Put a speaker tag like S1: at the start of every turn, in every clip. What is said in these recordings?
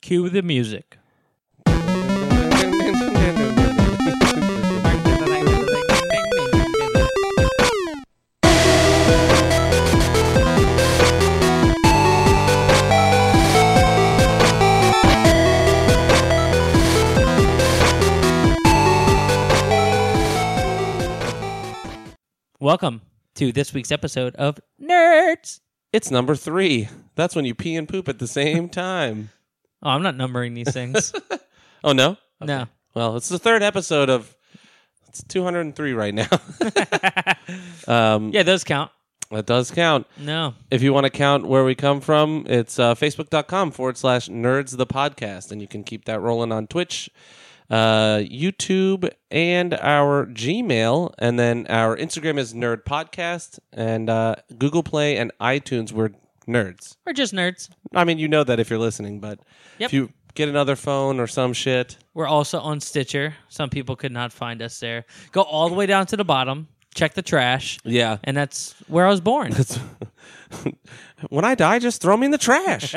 S1: Cue the music. Welcome to this week's episode of Nerds.
S2: It's number three. That's when you pee and poop at the same time.
S1: Oh, I'm not numbering these things.
S2: Oh no.
S1: No.
S2: Well, it's the third episode of. It's 203 right now. um,
S1: Yeah, those count.
S2: That does count.
S1: No.
S2: If you want to count where we come from, it's uh, facebook.com forward slash nerds the podcast. And you can keep that rolling on Twitch, uh, YouTube, and our Gmail. And then our Instagram is nerd podcast. And uh, Google Play and iTunes, we're nerds.
S1: We're just nerds.
S2: I mean, you know that if you're listening, but
S1: Yep.
S2: if you get another phone or some shit,
S1: We're also on Stitcher. Some people could not find us there. Go all the way down to the bottom, check the trash,
S2: yeah.
S1: and that's where I was born.
S2: When I die, just throw me in the trash.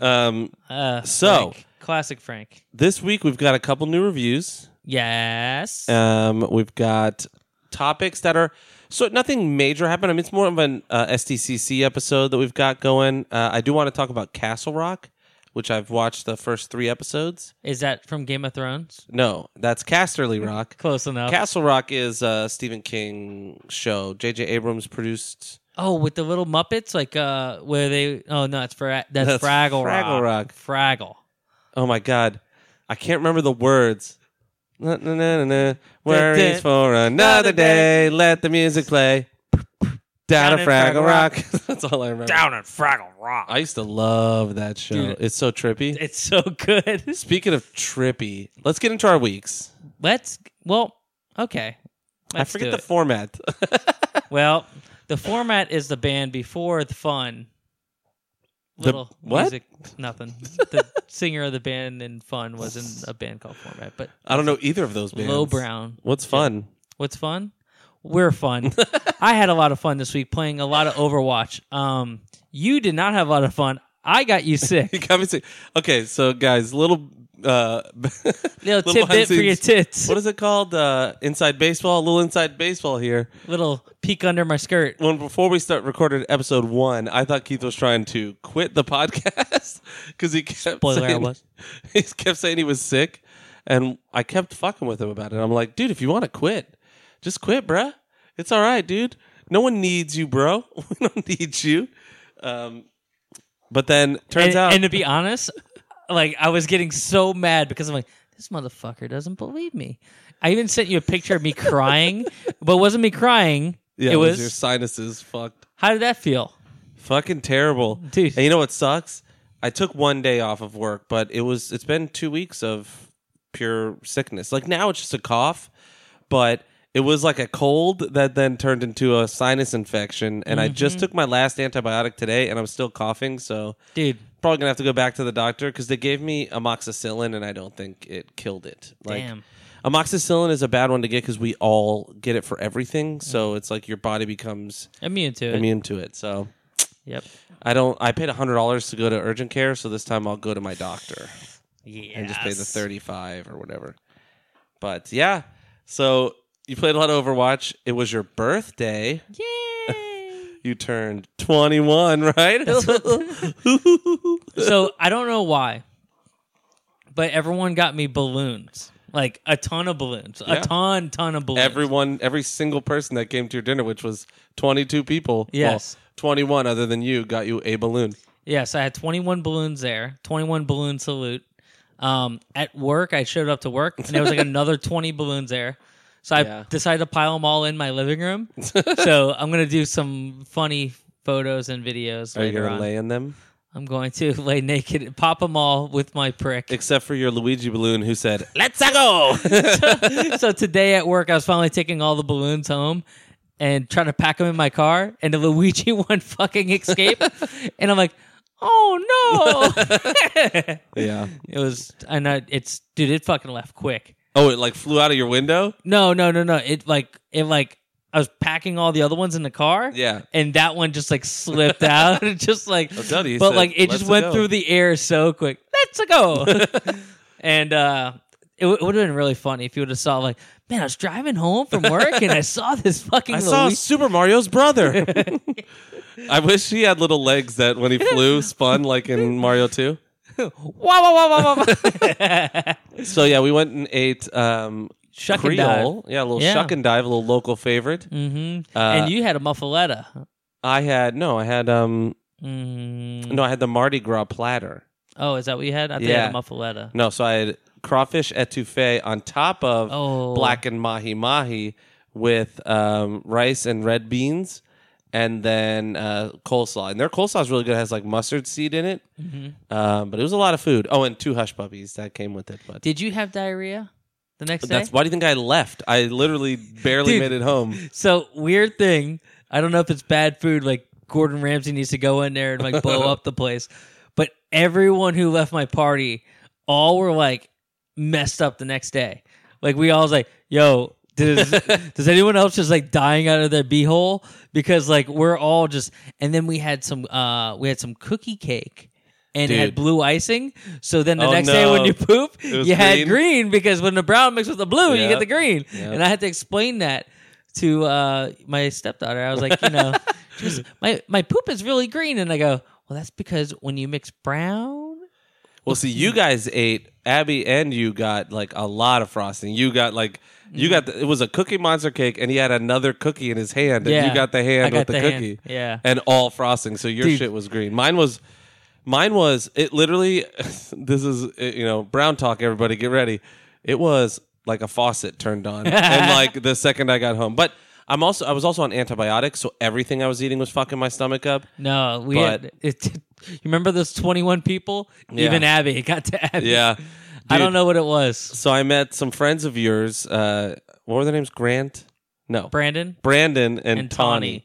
S2: um,
S1: Uh,
S2: So-
S1: Frank. classic Frank.
S2: this week, we've got a couple new reviews.
S1: Yes.
S2: Um, we've got topics that are so nothing major happened. I mean, it's more of an uh, SDCC episode that we've got going. Uh, I do want to talk about Castle Rock, which I've watched the first three episodes.
S1: Is that from Game of Thrones?
S2: No, that's Casterly Rock.
S1: Close enough.
S2: Castle Rock is a Stephen King show. J.J. Abrams produced.
S1: oh, with the little Muppets, like uh, where they? Oh no, that's fra- that's,
S2: That's
S1: Fraggle
S2: Fraggle
S1: Rock. Fraggle.
S2: Oh my God, I can't remember the words. Na, na, na, na, na. Worries for another day. Let the music play. Down
S1: Down
S2: at
S1: in Fraggle
S2: Fraggle Rock. That's all I remember.
S1: Down at Fraggle Rock.
S2: I used to love that show.
S1: Dude.
S2: It's so trippy.
S1: It's so good.
S2: Speaking of trippy, let's get into our weeks.
S1: Let's. Well, okay. Let's
S2: I forget
S1: do
S2: the
S1: it.
S2: format.
S1: Well, the format is the band before the fun.
S2: The-
S1: Little
S2: what?
S1: music, nothing. The singer of the band and fun was in a band called Format, but
S2: I don't know either of those bands.
S1: Low Brown.
S2: What's fun?
S1: What's fun? We're fun. I had a lot of fun this week playing a lot of Overwatch. Um, you did not have a lot of fun. I got you
S2: You
S1: sick.
S2: got me sick. Okay, so guys, little uh
S1: Little,
S2: behind
S1: tidbit for your
S2: scenes-
S1: tits.
S2: What is it called? Uh inside baseball, a little inside baseball here.
S1: Little peek under my skirt.
S2: when before we start recorded episode one, I thought Keith was trying to quit the podcast because he kept
S1: Spoiler, I
S2: saying,
S1: was.
S2: he kept saying he was sick, and I kept fucking with him about it. I'm like, dude, if you want to quit, just quit, bruh. It's all right, dude. No one needs you, bro. we don't need you. Um, but then turns
S1: And,
S2: out,
S1: and to be honest, like I was getting so mad because I'm like, this motherfucker doesn't believe me. I even sent you a picture of me crying, but it wasn't me crying.
S2: yeah,
S1: it was.
S2: your sinuses fucked.
S1: How did that feel?
S2: Fucking terrible,
S1: Dude.
S2: And you know what sucks? I took one day off of work, but it was it's been two weeks of pure sickness. Like now it's just a cough, but it was like a cold that then turned into a sinus infection. And I
S1: Mm-hmm.
S2: just took my last antibiotic today, and I'm still coughing. So
S1: Dude,
S2: probably gonna have to go back to the doctor because they gave me amoxicillin, and I don't think it killed it. Like,
S1: Damn.
S2: Amoxicillin is a bad one to get because we all get it for everything. So
S1: Mm.
S2: it's like your body becomes
S1: immune to it.
S2: immune to it. So
S1: Yep.
S2: I don't. I paid hundred dollars to go to urgent care, so this time I'll go to my doctor
S1: Yeah.
S2: and just pay the thirty-five or whatever. But yeah, so you played a lot of Overwatch. It was your birthday.
S1: Yay.
S2: You turned twenty-one, right?
S1: so I don't know why, but everyone got me balloons, like a ton of balloons,
S2: Yeah.
S1: a ton, ton of balloons.
S2: Everyone, every single person that came to your dinner, which was twenty-two people. well,
S1: Yes.
S2: twenty-one other than you got you a balloon.
S1: Yes, I had 21 balloons there, 21 balloon salute. Um, at work, I showed up to work and there was like another 20 balloons there. So I
S2: Yeah.
S1: decided to pile them all in my living room. so I'm going to do some funny photos and videos
S2: Are you
S1: later
S2: gonna
S1: on.
S2: lay in them?
S1: I'm going to lay naked and pop them all with my prick.
S2: Except for your Luigi balloon, who said,
S1: Let's go. so, so today at work, I was finally taking all the balloons home and trying to pack them in my car, and the Luigi one fucking escaped, and I'm like, oh no!
S2: "Yeah."
S1: it was, and I, it's dude, it fucking left quick.
S2: Oh, it like flew out of your window.
S1: No, no, no, no. It like it like I was packing all the other ones in the car.
S2: Yeah.
S1: And that one just like slipped out. It just like
S2: telling you, Oh, he
S1: but
S2: said,
S1: like it
S2: "Let's
S1: just went
S2: go."
S1: through the air so quick. let's go. and uh, it, w- it would have been really funny if you would have saw like, man, I was driving home from work and I saw this fucking.
S2: I saw
S1: Luigi-
S2: Super Mario's brother. I wish he had little legs that when he flew spun like in Mario 2.
S1: Wah, wah, wah, wah, wah, wah.
S2: So yeah, we went and ate um
S1: Shuck and
S2: Creole. Yeah, a little
S1: Yeah.
S2: shuck and dive, a little local favorite.
S1: mm-hmm.
S2: Uh,
S1: and you had a muffaletta.
S2: I had no, I had um
S1: Mm.
S2: no, I had the Mardi Gras platter.
S1: Oh, is that what you had? I think you had a
S2: Yeah.
S1: muffaletta.
S2: No, so I had crawfish etouffee on top of
S1: Oh.
S2: blackened mahi mahi with um, rice and red beans, and then uh, coleslaw. And their coleslaw is really good; it has like mustard seed in it.
S1: Mm-hmm.
S2: Um, but it was a lot of food. Oh, and two hush puppies that came with it. But
S1: Did you have diarrhea the next day?
S2: that's why do you think I left? I literally barely
S1: Dude.
S2: made it home.
S1: So weird thing. I don't know if it's bad food. Like Gordon Ramsay needs to go in there and like blow up the place. But everyone who left my party, all were like messed up the next day. Like we all was like, "Yo, does does anyone else just like dying out of their beehole?" Because like we're all just. And then we had some. uh We had some cookie cake. And it had
S2: Dude.
S1: blue icing. So then the
S2: Oh,
S1: next day when
S2: no.
S1: you poop, you
S2: was
S1: had
S2: green.
S1: green because when the brown mixed with the blue, you get
S2: Yep.
S1: the green.
S2: Yep.
S1: And I had to explain that to uh, my stepdaughter. I was like, you know, she was, my my poop is really green, and I go, well, that's because when you mix brown,
S2: Well, see, you guys ate. Abby and you got like a lot of frosting. You got like you got the, it was a cookie monster cake, and he had another cookie in his hand, and
S1: yeah,
S2: you got the
S1: I
S2: hand
S1: got
S2: with the,
S1: hand.
S2: cookie.
S1: Yeah,
S2: and all frosting. So your
S1: Dude.
S2: shit was green. Mine was, mine was. It literally, this is uh, you know brown talk. Everybody get ready. It was like a faucet turned on, and like the second I got home. But I'm also I was also on antibiotics, so everything I was eating was fucking my stomach up.
S1: no, we
S2: But-
S1: had it. You remember those twenty one people?
S2: Yeah.
S1: Even Abby, it got to Abby.
S2: Yeah.
S1: I
S2: Dude.
S1: don't know what it was.
S2: So I met some friends of yours. Uh, what were their names? Grant? No,
S1: Brandon,
S2: Brandon and,
S1: And Tawny.
S2: Tawny.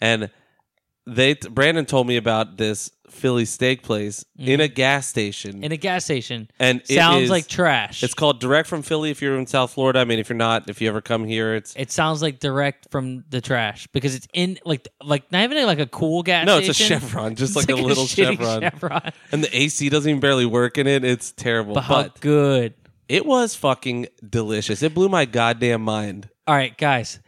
S2: and they t- Brandon told me about this Philly steak place in a gas station.
S1: in a gas station,
S2: and it
S1: Mm-hmm. sounds
S2: is-
S1: like trash.
S2: It's called Direct from Philly. If you're in South Florida, I mean, if you're not, if you ever come here, it's
S1: it sounds like direct from the trash because it's in like like not even like a cool gas.
S2: no, it's a
S1: station.
S2: Chevron, just
S1: It's
S2: like, a little
S1: shitty
S2: Chevron.
S1: Chevron.
S2: and the AC doesn't even barely work in it. It's terrible,
S1: But,
S2: but,
S1: how good.
S2: it was fucking delicious. It blew my goddamn mind.
S1: All right, guys.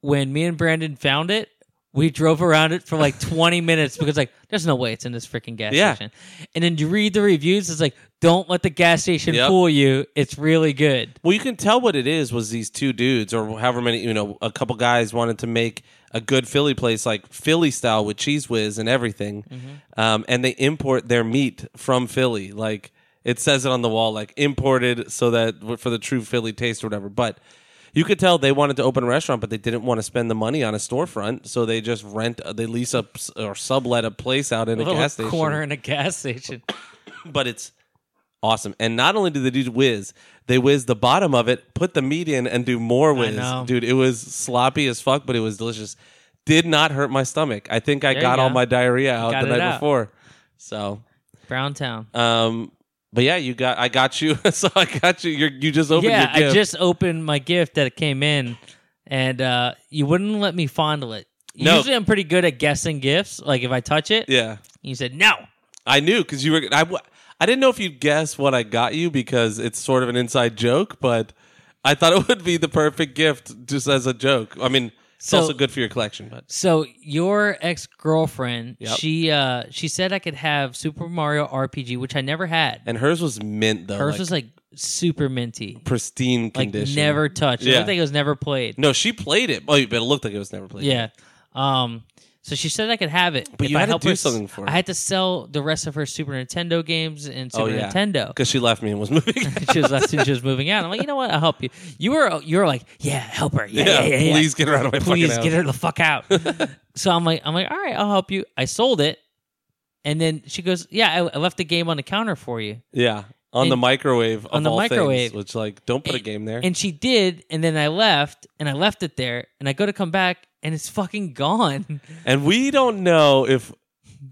S1: When me and Brandon found it, we drove around it for like 20 minutes because like there's no way it's in this freaking gas
S2: Yeah.
S1: station. And then you read the reviews, it's like don't let the gas station
S2: Yep.
S1: fool you. It's really good.
S2: Well, you can tell what it is was these two dudes, or however many, you know, a couple guys wanted to make a good Philly place, like Philly style with cheese whiz and everything.
S1: Mm-hmm.
S2: Um, and they import their meat from Philly. Like it says it on the wall, like imported so that for the true Philly taste or whatever. But you could tell they wanted to open a restaurant, but they didn't want to spend the money on a storefront. So they just rent, they lease up s- or sublet a place out in a,
S1: A little
S2: gas station
S1: corner in a gas station.
S2: but it's awesome. And not only do they do whiz, they whiz the bottom of it, put the meat in, and do more whiz.
S1: know.
S2: Dude, it was sloppy as fuck, but it was delicious. Did not hurt my stomach. I think I
S1: There you
S2: got all
S1: go.
S2: my diarrhea out
S1: Got
S2: the
S1: it
S2: night
S1: out.
S2: before. So,
S1: Browntown.
S2: um, but yeah, you got I got you. so I got you. You're, you just opened
S1: yeah,
S2: your gift.
S1: I just opened my gift that came in and uh, you wouldn't let me fondle it.
S2: No.
S1: Usually I'm pretty good at guessing gifts. Like if I touch it,
S2: yeah,
S1: you said no.
S2: I knew because you were. I, w- I didn't know if you'd guess what I got you because it's sort of an inside joke, but I thought it would be the perfect gift just as a joke. I mean, it's
S1: So-
S2: also good for your collection, but
S1: So your ex girlfriend,
S2: Yep.
S1: she uh she said I could have Super Mario RPG, which I never had.
S2: And hers was mint though.
S1: Hers
S2: like,
S1: was like super minty,
S2: pristine
S1: like
S2: condition.
S1: never touched. I
S2: Yeah.
S1: don't think it was never played.
S2: No, she played it. Oh, but it looked like it was never played.
S1: Yeah. Um. So she said I could have it,
S2: But
S1: if
S2: you
S1: I
S2: had to
S1: help
S2: do
S1: her,
S2: something for
S1: I
S2: it.
S1: had to sell the rest of her Super Nintendo games and
S2: Oh
S1: Super
S2: yeah.
S1: Nintendo.
S2: Because she left me and was moving.
S1: she was last she was moving out. I'm like, you know what? I'll help you. You were you were like, yeah, help her. Yeah, yeah,
S2: yeah,
S1: yeah, yeah.
S2: Please get her out of my
S1: please
S2: fucking
S1: get
S2: house.
S1: her the fuck out. so I'm like, I'm like, all right, I'll help you. I sold it, and then she goes, yeah, I, I left the game on the counter for you,
S2: Yeah. On the
S1: And-
S2: microwave of
S1: on the
S2: all things,
S1: microwave.
S2: which like don't put a
S1: And-
S2: game there.
S1: and she did, and then I left, and I left it there, and I go to come back, and it's fucking gone.
S2: And we don't know if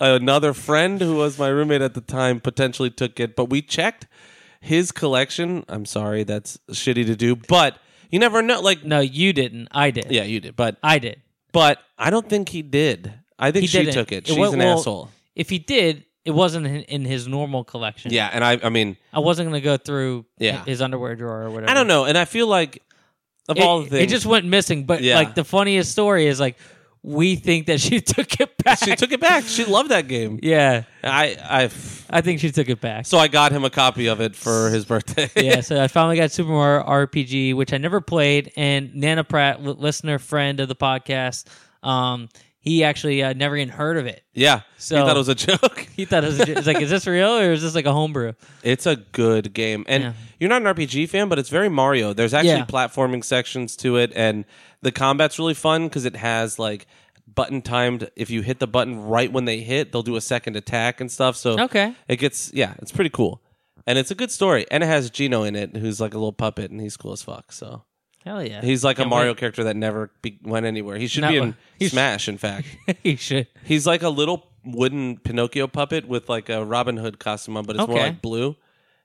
S2: another friend who was my roommate at the time potentially took it, but we checked his collection. I'm sorry, that's shitty to do, but you never know. Like,
S1: No, you didn't. I did.
S2: yeah, you did, but
S1: I did.
S2: but I don't think he did. I think
S1: He
S2: she
S1: didn't.
S2: took it.
S1: It
S2: She's
S1: wa-
S2: an
S1: well,
S2: asshole.
S1: If he did, It wasn't in- in his normal collection.
S2: Yeah, and I I mean
S1: I wasn't gonna go through
S2: Yeah.
S1: his underwear drawer or whatever.
S2: I don't know, and I feel like of
S1: It,
S2: all the things,
S1: it just went missing. But
S2: Yeah.
S1: like the funniest story is like we think that she took it back.
S2: she took it back. She loved that game.
S1: yeah,
S2: I I
S1: I think she took it back.
S2: So I got him a copy of it for his birthday.
S1: yeah, so I finally got Super Mario RPG, which I never played. And Nana Pratt, li- listener friend of the podcast, um, he actually uh, never even heard of it.
S2: yeah.
S1: So-
S2: he thought it was a joke.
S1: He thought it was, a, it's like, is this real or is this like a homebrew?
S2: It's a good game. And
S1: Yeah.
S2: you're not an RPG fan, but it's very Mario. There's actually
S1: Yeah.
S2: platforming sections to it and the combat's really fun cuz it has like button timed if you hit the button right when they hit, they'll do a second attack and stuff. So
S1: Okay.
S2: it gets yeah, it's pretty cool. And it's a good story. And it has Gino in it who's like a little puppet and he's cool as fuck. So
S1: Hell yeah,
S2: he's like a
S1: Can't
S2: Mario character that never be- went anywhere. He should
S1: Not
S2: be
S1: one.
S2: in
S1: He's-
S2: Smash in fact.
S1: wait. he should.
S2: He's like a little wooden Pinocchio puppet with like a Robin Hood costume on, but it's more
S1: Okay.
S2: like blue,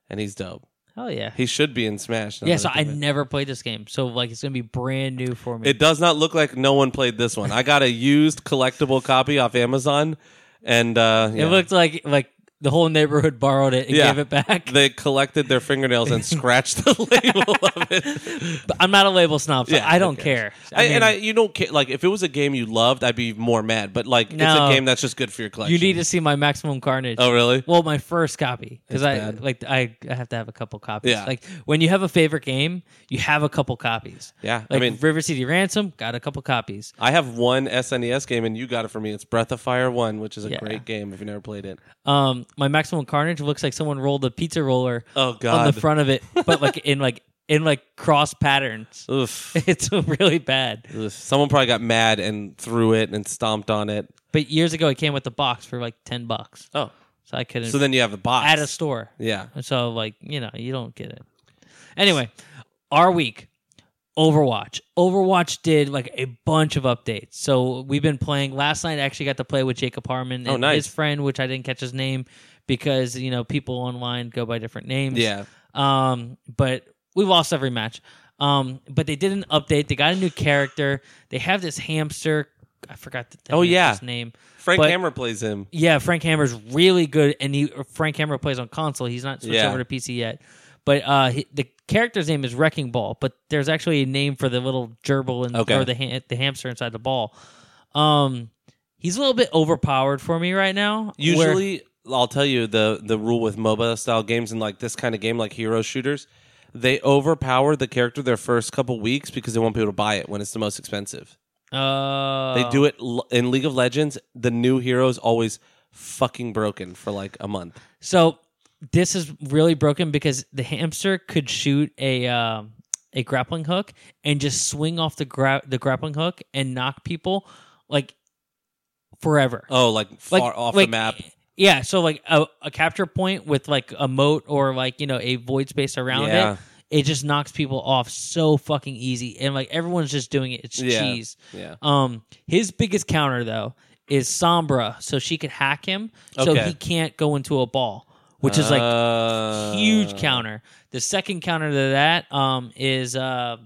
S2: and he's dope.
S1: Hell yeah.
S2: He should be in Smash. now
S1: Yeah,
S2: that
S1: so I
S2: think of it.
S1: never played this game, so like it's gonna be brand new for me.
S2: It does not look like no one played this one. I got a used collectible copy off Amazon, and uh, yeah.
S1: It looked like like the whole neighborhood borrowed it and
S2: Yeah.
S1: gave it back.
S2: they collected their fingernails and scratched the label of it.
S1: But I'm not a label snob, so
S2: Yeah,
S1: I don't
S2: who
S1: care.
S2: cares? I
S1: mean,
S2: and I, you don't care. Like, if it was a game you loved, I'd be more mad. But like,
S1: No.
S2: it's a game that's just good for your collection.
S1: you need to see my Maximum Carnage.
S2: Oh, really?
S1: Well, my first copy because
S2: It's
S1: I
S2: bad.
S1: like I, I have to have a couple copies.
S2: Yeah.
S1: Like when you have a favorite game, you have a couple copies.
S2: Yeah, I
S1: Like
S2: mean-
S1: River City Ransom got a couple copies.
S2: I have one SNES game, and you got it for me. It's Breath of Fire One, which is a
S1: Yeah.
S2: great game if you never played it.
S1: Um, my Maximum Carnage looks like someone rolled a pizza roller
S2: Oh
S1: on
S2: God!
S1: the front of it, but like in like in like cross patterns.
S2: Oof.
S1: It's really bad.
S2: Oof. Someone probably got mad and threw it and stomped on it.
S1: But years ago, it came with the box for like ten bucks,
S2: Oh,
S1: so I couldn't
S2: so then you have the box.
S1: at a store.
S2: yeah.
S1: And So like, you know, you don't get it. Anyway, our week Overwatch. Overwatch did like a bunch of updates. So we've been playing last night I actually got to play with Jacob Harmon and
S2: Oh, nice.
S1: his friend which I didn't catch his name because, you know, people online go by different names.
S2: Yeah.
S1: Um, but we lost every match. Um, but they did an update. They got a new character. They have this hamster I forgot the, the
S2: Oh, yeah.
S1: hamster's name.
S2: Frank
S1: But-
S2: Hammer plays him.
S1: Yeah, Frank Hammer's really good, and he Frank Hammer plays on console. He's not switched
S2: Yeah.
S1: over to PC yet, but uh, he, the character's name is Wrecking Ball. But there's actually a name for the little gerbil and
S2: Okay.
S1: or the ha- the hamster inside the ball. Um, he's a little bit overpowered for me right now. where-
S2: Usually, I'll tell you the the rule with MOBA style games and like this kind of game, like hero shooters, they overpower the character their first couple weeks because they want people to buy it when it's the most expensive.
S1: uh,
S2: They do it l- in League of Legends. The new hero is always fucking broken for like a month.
S1: So this is really broken because the hamster could shoot a um a grappling hook and just swing off the gra- the grappling hook and knock people like forever.
S2: Oh, like far
S1: like
S2: off
S1: like,
S2: the map.
S1: Yeah, so like a, a capture point with like a moat or like you know a void space around
S2: Yeah.
S1: it, it just knocks people off so fucking easy, and like everyone's just doing it. It's
S2: Yeah.
S1: cheese.
S2: Yeah.
S1: Um, his biggest counter though is Sombra, so she could hack him, so
S2: Okay.
S1: he can't go into a ball, which is like
S2: Uh,
S1: huge counter. The second counter to that um is uh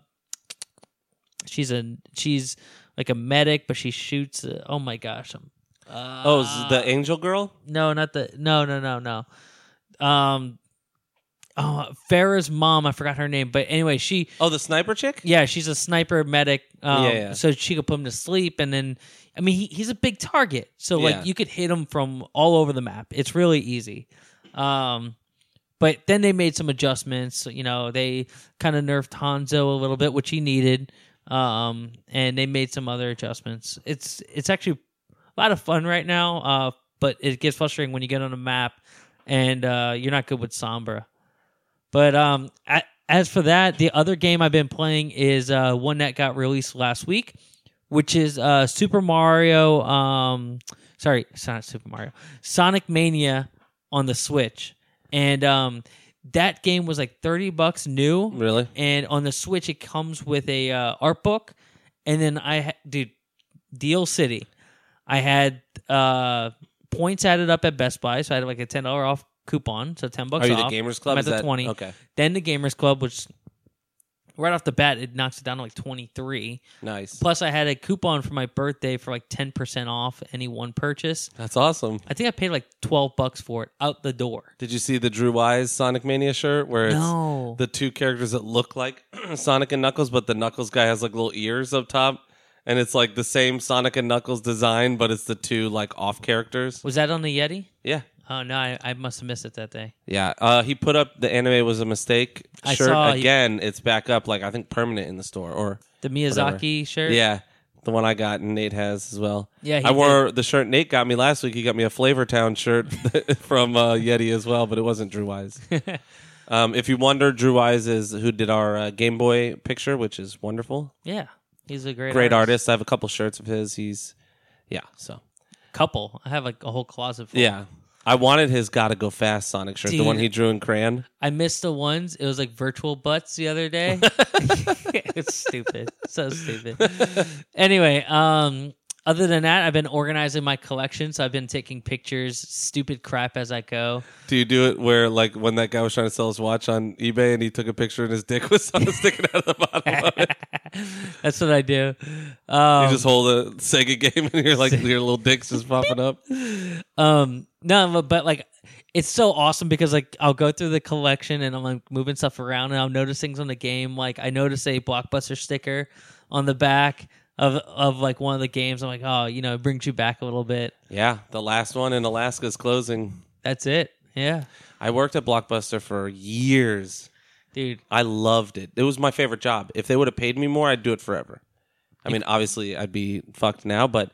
S1: she's a she's like a medic, but she shoots. uh oh my gosh! I'm, uh,
S2: Oh, is the angel girl?
S1: no, not the no, no, no, no. Um, oh, Farrah's mom. I forgot her name, but anyway, she
S2: Oh, the sniper chick?
S1: yeah, she's a sniper medic. Um,
S2: Yeah, yeah.
S1: so she could put him to sleep, and then I mean, he, he's a big target. So
S2: Yeah.
S1: like, you could hit him from all over the map. It's really easy. Um, but then they made some adjustments. You know, they kind of nerfed Hanzo a little bit, which he needed. Um, and they made some other adjustments. It's it's actually a lot of fun right now. Uh, but it gets frustrating when you get on a map and uh, you're not good with Sombra. But um, a as for that, the other game I've been playing is uh, one that got released last week, which is uh, Super Mario. Um, sorry, it's not Super Mario. Sonic Mania on the Switch, and um, that game was like thirty bucks new
S2: Really?
S1: and on the Switch it comes with a uh, art book, and then I ha- dude, Deal City, I had uh, points added up at Best Buy, so I had like a ten dollar off coupon, so ten bucks
S2: Are you
S1: off.
S2: the Gamers Club?
S1: I'm at
S2: Is
S1: the
S2: that-
S1: twenty.
S2: Okay.
S1: Then the Gamers Club, which right off the bat, it knocks it down to like 23.
S2: Nice.
S1: Plus, I had a coupon for my birthday for like 10% off any one purchase.
S2: That's awesome.
S1: I think I paid like 12 bucks for it out the door.
S2: Did you see the Drew Wise Sonic Mania shirt where it's
S1: No.
S2: the two characters that look like Sonic and Knuckles, but the Knuckles guy has like little ears up top, and it's like the same Sonic and Knuckles design, but it's the two like off characters.
S1: Was that on the Yeti?
S2: Yeah,
S1: Oh, no, I, I must have missed it that day.
S2: yeah. Uh, he put up the anime was a mistake
S1: I
S2: shirt
S1: saw he-
S2: again. It's back up, like I think permanent in the store, or
S1: The Miyazaki shirt?
S2: yeah, the one I got and Nate has as well.
S1: Yeah, he
S2: I wore the shirt Nate got me last week. He got me a Flavor Town shirt from uh, Yeti as well, but it wasn't Drew Wise. Um, if you wonder, Drew Wise is who did our uh, Game Boy picture, which is wonderful.
S1: Yeah. He's a great,
S2: Great artist. I have a couple shirts of his. He's, yeah. So
S1: Couple. I have like a whole closet full.
S2: yeah, I wanted his "Gotta Go Fast" Sonic shirt, the
S1: Dude.
S2: one he drew in crayon.
S1: I missed the ones. It was like virtual butts the other day. it's stupid. So stupid. Anyway, um, other than that, I've been organizing my collection. So I've been taking pictures, stupid crap as I go.
S2: Do you do it where like when that guy was trying to sell his watch on eBay and he took a picture and his dick was sticking out of the bottom? Of it?
S1: That's what I do. Um,
S2: You just hold a Sega game and you're like your little dick's just popping up.
S1: um, no, but, but like, it's so awesome because like I'll go through the collection and I'm like moving stuff around and I'll notice things on the game. Like I notice a blockbuster sticker on the back of of like one of the games. I'm like, oh, you know, it brings you back a little bit.
S2: Yeah, the last one in Alaska's closing.
S1: That's it. Yeah.
S2: I worked at Blockbuster for years.
S1: Dude,
S2: I loved it. It was my favorite job. If they would have paid me more, I'd do it forever. I mean, obviously, I'd be fucked now, but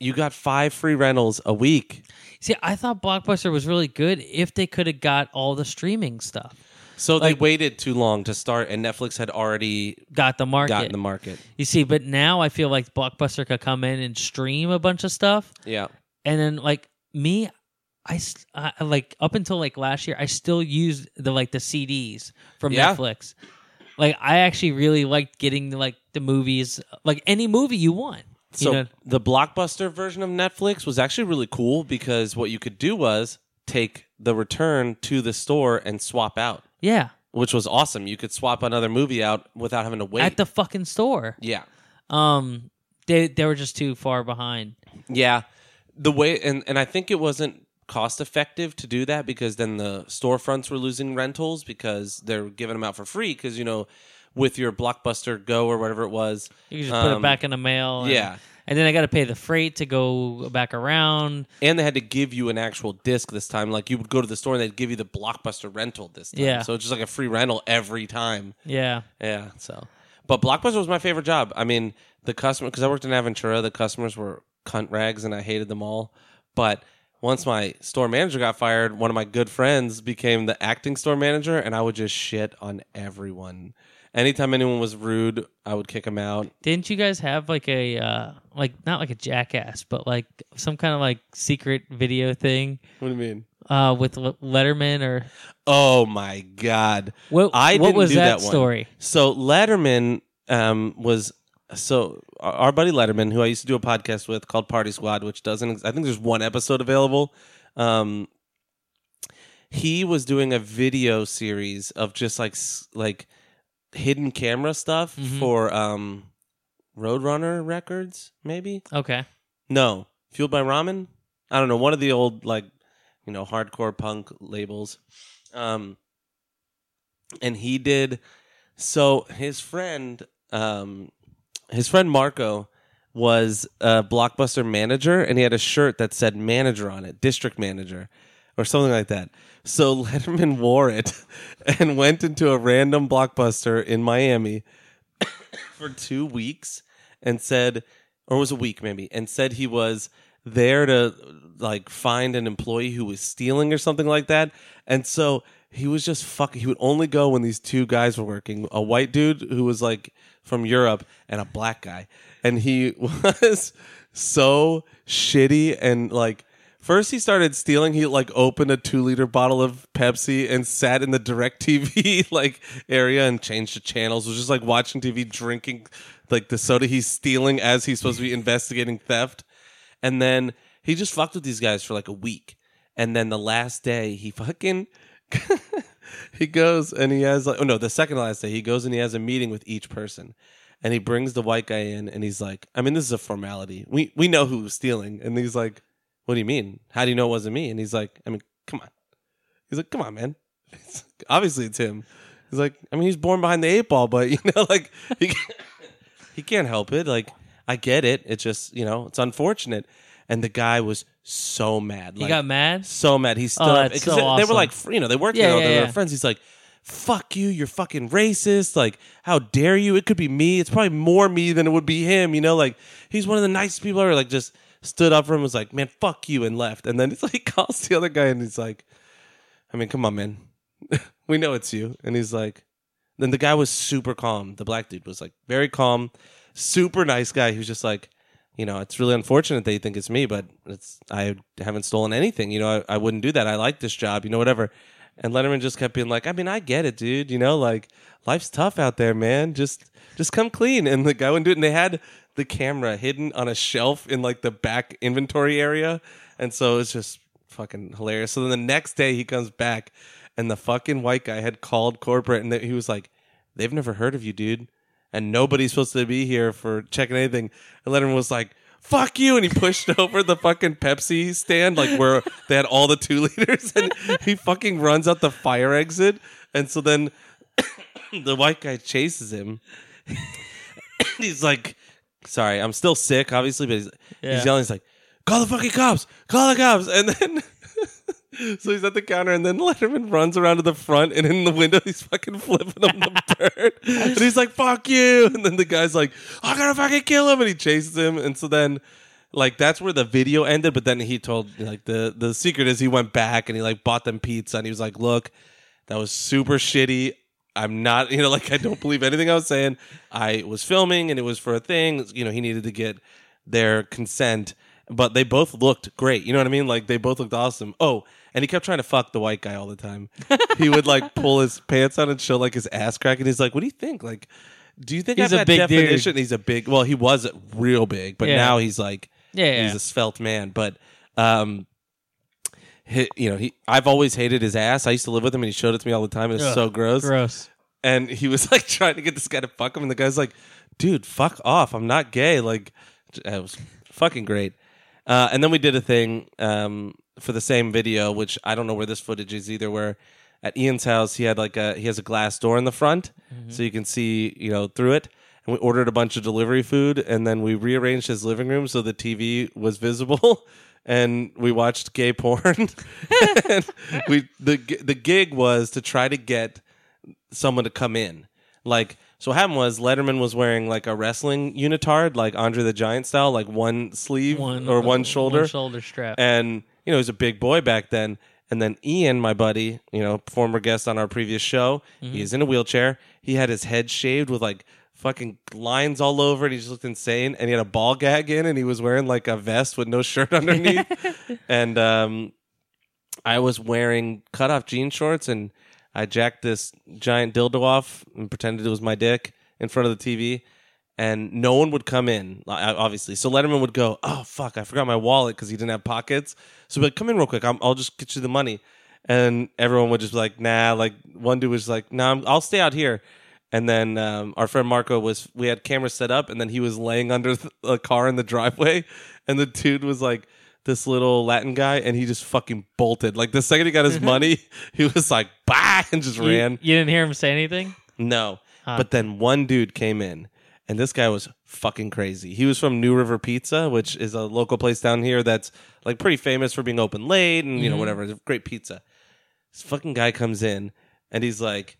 S2: you got five free rentals a week.
S1: see, I thought Blockbuster was really good if they could have got all the streaming stuff,
S2: So they waited too long to start, and Netflix had already
S1: got the market.
S2: gotten the market.
S1: you see, but now I feel like Blockbuster could come in and stream a bunch of stuff,
S2: Yeah.
S1: and then like me, I, s- I- like up until like last year, I still used the like the CDs from
S2: Yeah.
S1: Netflix. Like I actually really liked getting like the movies, like any movie you want. You
S2: So
S1: know?
S2: the blockbuster version of Netflix was actually really cool because what you could do was take the return to the store and swap out,
S1: yeah,
S2: which was awesome. You could swap another movie out without having to wait.
S1: at the fucking store.
S2: yeah.
S1: Um, they they were just too far behind.
S2: Yeah. The way and, and I think it wasn't cost effective to do that because then the storefronts were losing rentals because they're giving them out for free because you know with your blockbuster go or whatever it was
S1: You can just put
S2: Um,
S1: it back in the mail. and-
S2: yeah.
S1: And then I got to pay the freight to go back around.
S2: and they had to give you an actual disc this time like you would go to the store and they'd give you the blockbuster rental this time
S1: Yeah.
S2: so it's just like a free rental every time
S1: Yeah.
S2: yeah so but blockbuster was my favorite job i mean the customer because i worked in aventura the customers were cunt rags and i hated them all but once my store manager got fired one of my good friends became the acting store manager and i would just shit on everyone anytime anyone was rude i would kick them out
S1: Didn't you guys have like a uh like not like a jackass, but like some kind of like secret video thing
S2: what do you mean
S1: uh with Le- Letterman or
S2: oh my god
S1: what?
S2: I
S1: what
S2: didn't
S1: was
S2: do
S1: that,
S2: that one.
S1: story?
S2: So Letterman um, was so our- our buddy Letterman, who I used to do a podcast with called Party Squad, which doesn't. ex- I think there's one episode available. Um, he was doing a video series of just like s- like hidden camera stuff
S1: Mhm.
S2: for um, Roadrunner Records, maybe.
S1: Okay.
S2: No, Fueled by Ramen. I don't know. One of the old like, you know, hardcore punk labels. Um, and he did. So his friend, um, his friend Marco was a blockbuster manager, and he had a shirt that said manager on it, district manager, or something like that. So Letterman wore it and went into a random blockbuster in Miami for two weeks and said, or it was a week maybe, and said he was there to like find an employee who was stealing or something like that. And so he was just fucking, he would only go when these two guys were working a white dude who was like from Europe and a black guy. And he was so shitty and like, First, he started stealing. He like opened a two liter bottle of Pepsi and sat in the direct TV like area and changed the channels. Was just like watching TV, drinking like the soda he's stealing as he's supposed to be investigating theft. And then he just fucked with these guys for like a week. And then the last day, he fucking he goes and he has like oh no the second to last day he goes and he has a meeting with each person and he brings the white guy in and he's like i mean this is a formality we we know who was stealing and he's like what do you mean how do you know it wasn't me and he's like i mean come on he's like come on man It's- obviously it's him he's like i mean he's born behind the eight ball but you know like he can't, he can't help it like i get it it's just you know it's unfortunate and the guy was so mad
S1: He
S2: like,
S1: got mad.
S2: so mad. He's still
S1: Oh,
S2: up-
S1: that's
S2: 'cause
S1: so
S2: they, they were
S1: awesome.
S2: like, fr- you know, they worked
S1: Yeah,
S2: there. all
S1: yeah,
S2: they were
S1: yeah.
S2: friends. He's like, "Fuck you! You're fucking racist! Like, how dare you? It could be me. It's probably more me than it would be him. You know, like he's one of the nicest people ever. Like, just stood up for him. Was like, man, fuck you, and left. And then it's like he calls the other guy and he's like, I mean, come on, man, we know it's you. And he's like, then the guy was super calm. The black dude was like very calm, super nice guy. He was just like, you know, it's really unfortunate that you think it's me, but it's I haven't stolen anything. You know, I, I wouldn't do that. I like this job. You know, whatever. And Letterman just kept being like, I mean, I get it, dude. You know, like life's tough out there, man. Just just come clean. And the guy wouldn't do it. And they had the camera hidden on a shelf in like the back inventory area. And so it's just fucking hilarious. So then the next day he comes back and the fucking white guy had called corporate and he was like, they've never heard of you, dude. And nobody's supposed to be here for checking anything. And Letterman was like, fuck you. And he pushed over the fucking Pepsi stand, like where they had all the two liters. And he fucking runs out the fire exit. And so then the white guy chases him. he's like, sorry, I'm still sick, obviously, but he's,
S1: Yeah.
S2: he's yelling, he's like, call the fucking cops, call the cops. And then, so he's at the counter, and then Letterman runs around to the front, and in the window, he's fucking flipping him the bird. And he's like, fuck you. And then the guy's like, I'm gonna fucking kill him. And he chases him. And so then, like that's where the video ended, but then he told like the the secret is he went back and he like bought them pizza and he was like, look, that was super shitty. I'm not, you know, like I don't believe anything I was saying. I was filming and it was for a thing. You know, he needed to get their consent, but they both looked great. You know what I mean? Like they both looked awesome. Oh, and he kept trying to fuck the white guy all the time. he would like pull his pants out and show like his ass crack, and he's like, "What do you think? Like, do you think
S1: He's
S2: I
S1: a
S2: have
S1: big
S2: that
S1: dude.
S2: definition?" He's a big. Well, he was real big, but
S1: Yeah.
S2: now he's like
S1: Yeah,
S2: he's
S1: yeah.
S2: a svelte man. But um, he, you know, he I've always hated his ass. I used to live with him, and he showed it to me all the time. and It was
S1: Ugh,
S2: so gross.
S1: gross.
S2: And he was like trying to get this guy to fuck him, and the guy's like, "Dude, fuck off! I'm not gay." Like, it was fucking great. Uh, and then we did a thing um, for the same video, which I don't know where this footage is either. Where at Ian's house, he had like a he has a glass door in the front, so you can see you know through it. And we ordered a bunch of delivery food, and then we rearranged his living room so the TV was visible. And we watched gay porn. and we the gi- the gig was to try to get someone to come in. Like, so what happened was Letterman was wearing like a wrestling unitard, like Andre the Giant style, like one sleeve or one shoulder.
S1: shoulder strap.
S2: And, you know, he was a big boy back then. And then Ian, my buddy, you know, former guest on our previous show, he's in a wheelchair. He had his head shaved with like fucking lines all over and he just looked insane. And he had a ball gag in and he was wearing like a vest with no shirt underneath. and um, I was wearing cut off jean shorts and I jacked this giant dildo off and pretended it was my dick in front of the TV. And no one would come in, I- I- obviously. So Letterman would go, Oh, fuck, I forgot my wallet because he didn't have pockets. So he'd be like, Come in real quick. I'm, I'll just get you the money. And everyone would just be like, Nah, like one dude was like, Nah, I'm, I'll stay out here. And then um, our friend Marco was, we had cameras set up, and then he was laying under th- a car in the driveway. And the dude was like, this little Latin guy, and he just fucking bolted. Like the second he got his money, he was like, bye, and just
S1: you,
S2: ran.
S1: you didn't hear him say anything.
S2: No.
S1: Huh.
S2: But then one dude came in, and this guy was fucking crazy. He was from New River Pizza, which is a local place down here that's like pretty famous for being open late and, you know, whatever. It's great pizza. This fucking guy comes in, and he's like,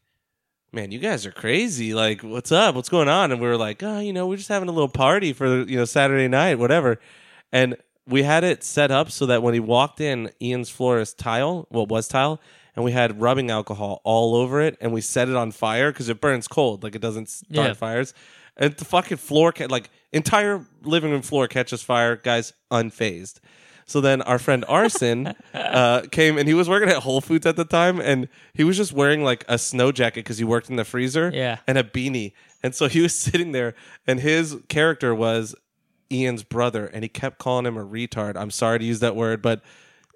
S2: Man, you guys are crazy. Like, what's up? What's going on? And we were like, oh, you know, we're just having a little party for, you know, Saturday night, whatever. And we had it set up so that when he walked in, Ian's floor is tile, well, it was tile, and we had rubbing alcohol all over it, and we set it on fire because it burns cold, like it doesn't start
S1: Yeah.
S2: fires. And the fucking floor, ca- like entire living room floor catches fire, guys, unfazed. So then our friend Arson uh, came and he was working at Whole Foods at the time, and he was just wearing like a snow jacket because he worked in the freezer
S1: Yeah.
S2: and a beanie. And so he was sitting there, and his character was Ian's brother, and he kept calling him a retard. I'm sorry to use that word, but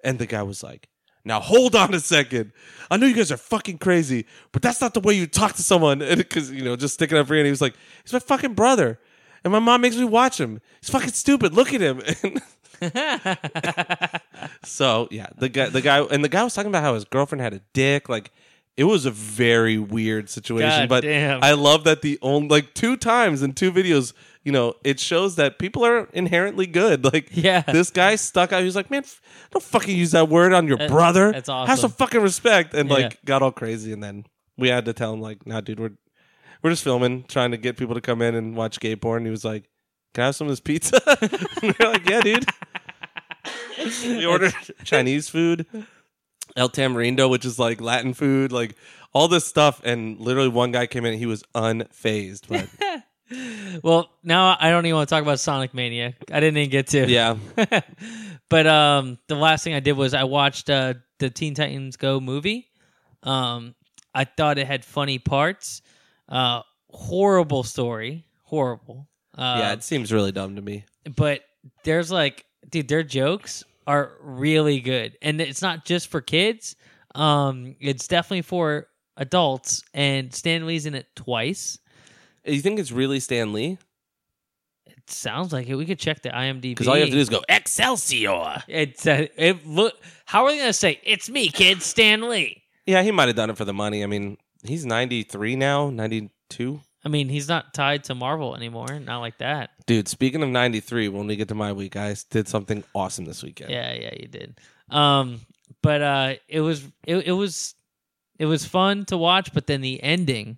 S2: and the guy was like, Now hold on a second. I know you guys are fucking crazy, but that's not the way you talk to someone. Because you know, just sticking up for Andy. He was like, he's my fucking brother, and my mom makes me watch him. He's fucking stupid. Look at him. And so yeah, the guy, the guy, and the guy was talking about how his girlfriend had a dick. Like it was a very weird situation.
S1: God
S2: but
S1: damn.
S2: I love that the only like two times in two videos, you know, it shows that people are inherently good. Like
S1: Yeah.
S2: this guy stuck out. He was like, man, f- don't fucking use that word on your brother.
S1: that's
S2: Have
S1: awesome.
S2: some fucking respect. And
S1: Yeah.
S2: like got all crazy. And then we had to tell him like, nah, dude, we're we're just filming, trying to get people to come in and watch gay porn. He was like, can I have some of this pizza? and we're like, yeah, dude. we ordered Chinese food, El Tamarindo, which is like Latin food, like all this stuff. And literally one guy came in, he was unfazed. But
S1: Well, now I don't even want to talk about Sonic Mania. I didn't even get to.
S2: yeah,
S1: but um, the last thing I did was I watched uh, the Teen Titans Go movie. Um, I thought it had funny parts. Uh, horrible story. Horrible. Uh,
S2: yeah, it seems really dumb to me.
S1: but there's like dude their jokes are really good and it's not just for kids um it's definitely for adults and stan lee's in it twice
S2: You think it's really Stan Lee?
S1: it sounds like it we could check the imdb
S2: Because all you have to do is go Excelsior.
S1: it's uh, it look how are they gonna say it's me kid stan lee
S2: Yeah, he might have done it for the money. I mean, he's 93 now, 92.
S1: i mean he's not tied to marvel anymore not like that
S2: Dude, speaking of 93, when we get to my week, I did something awesome this weekend.
S1: Yeah, yeah, you did. Um, but uh, it was it, it was it was fun to watch, but then the ending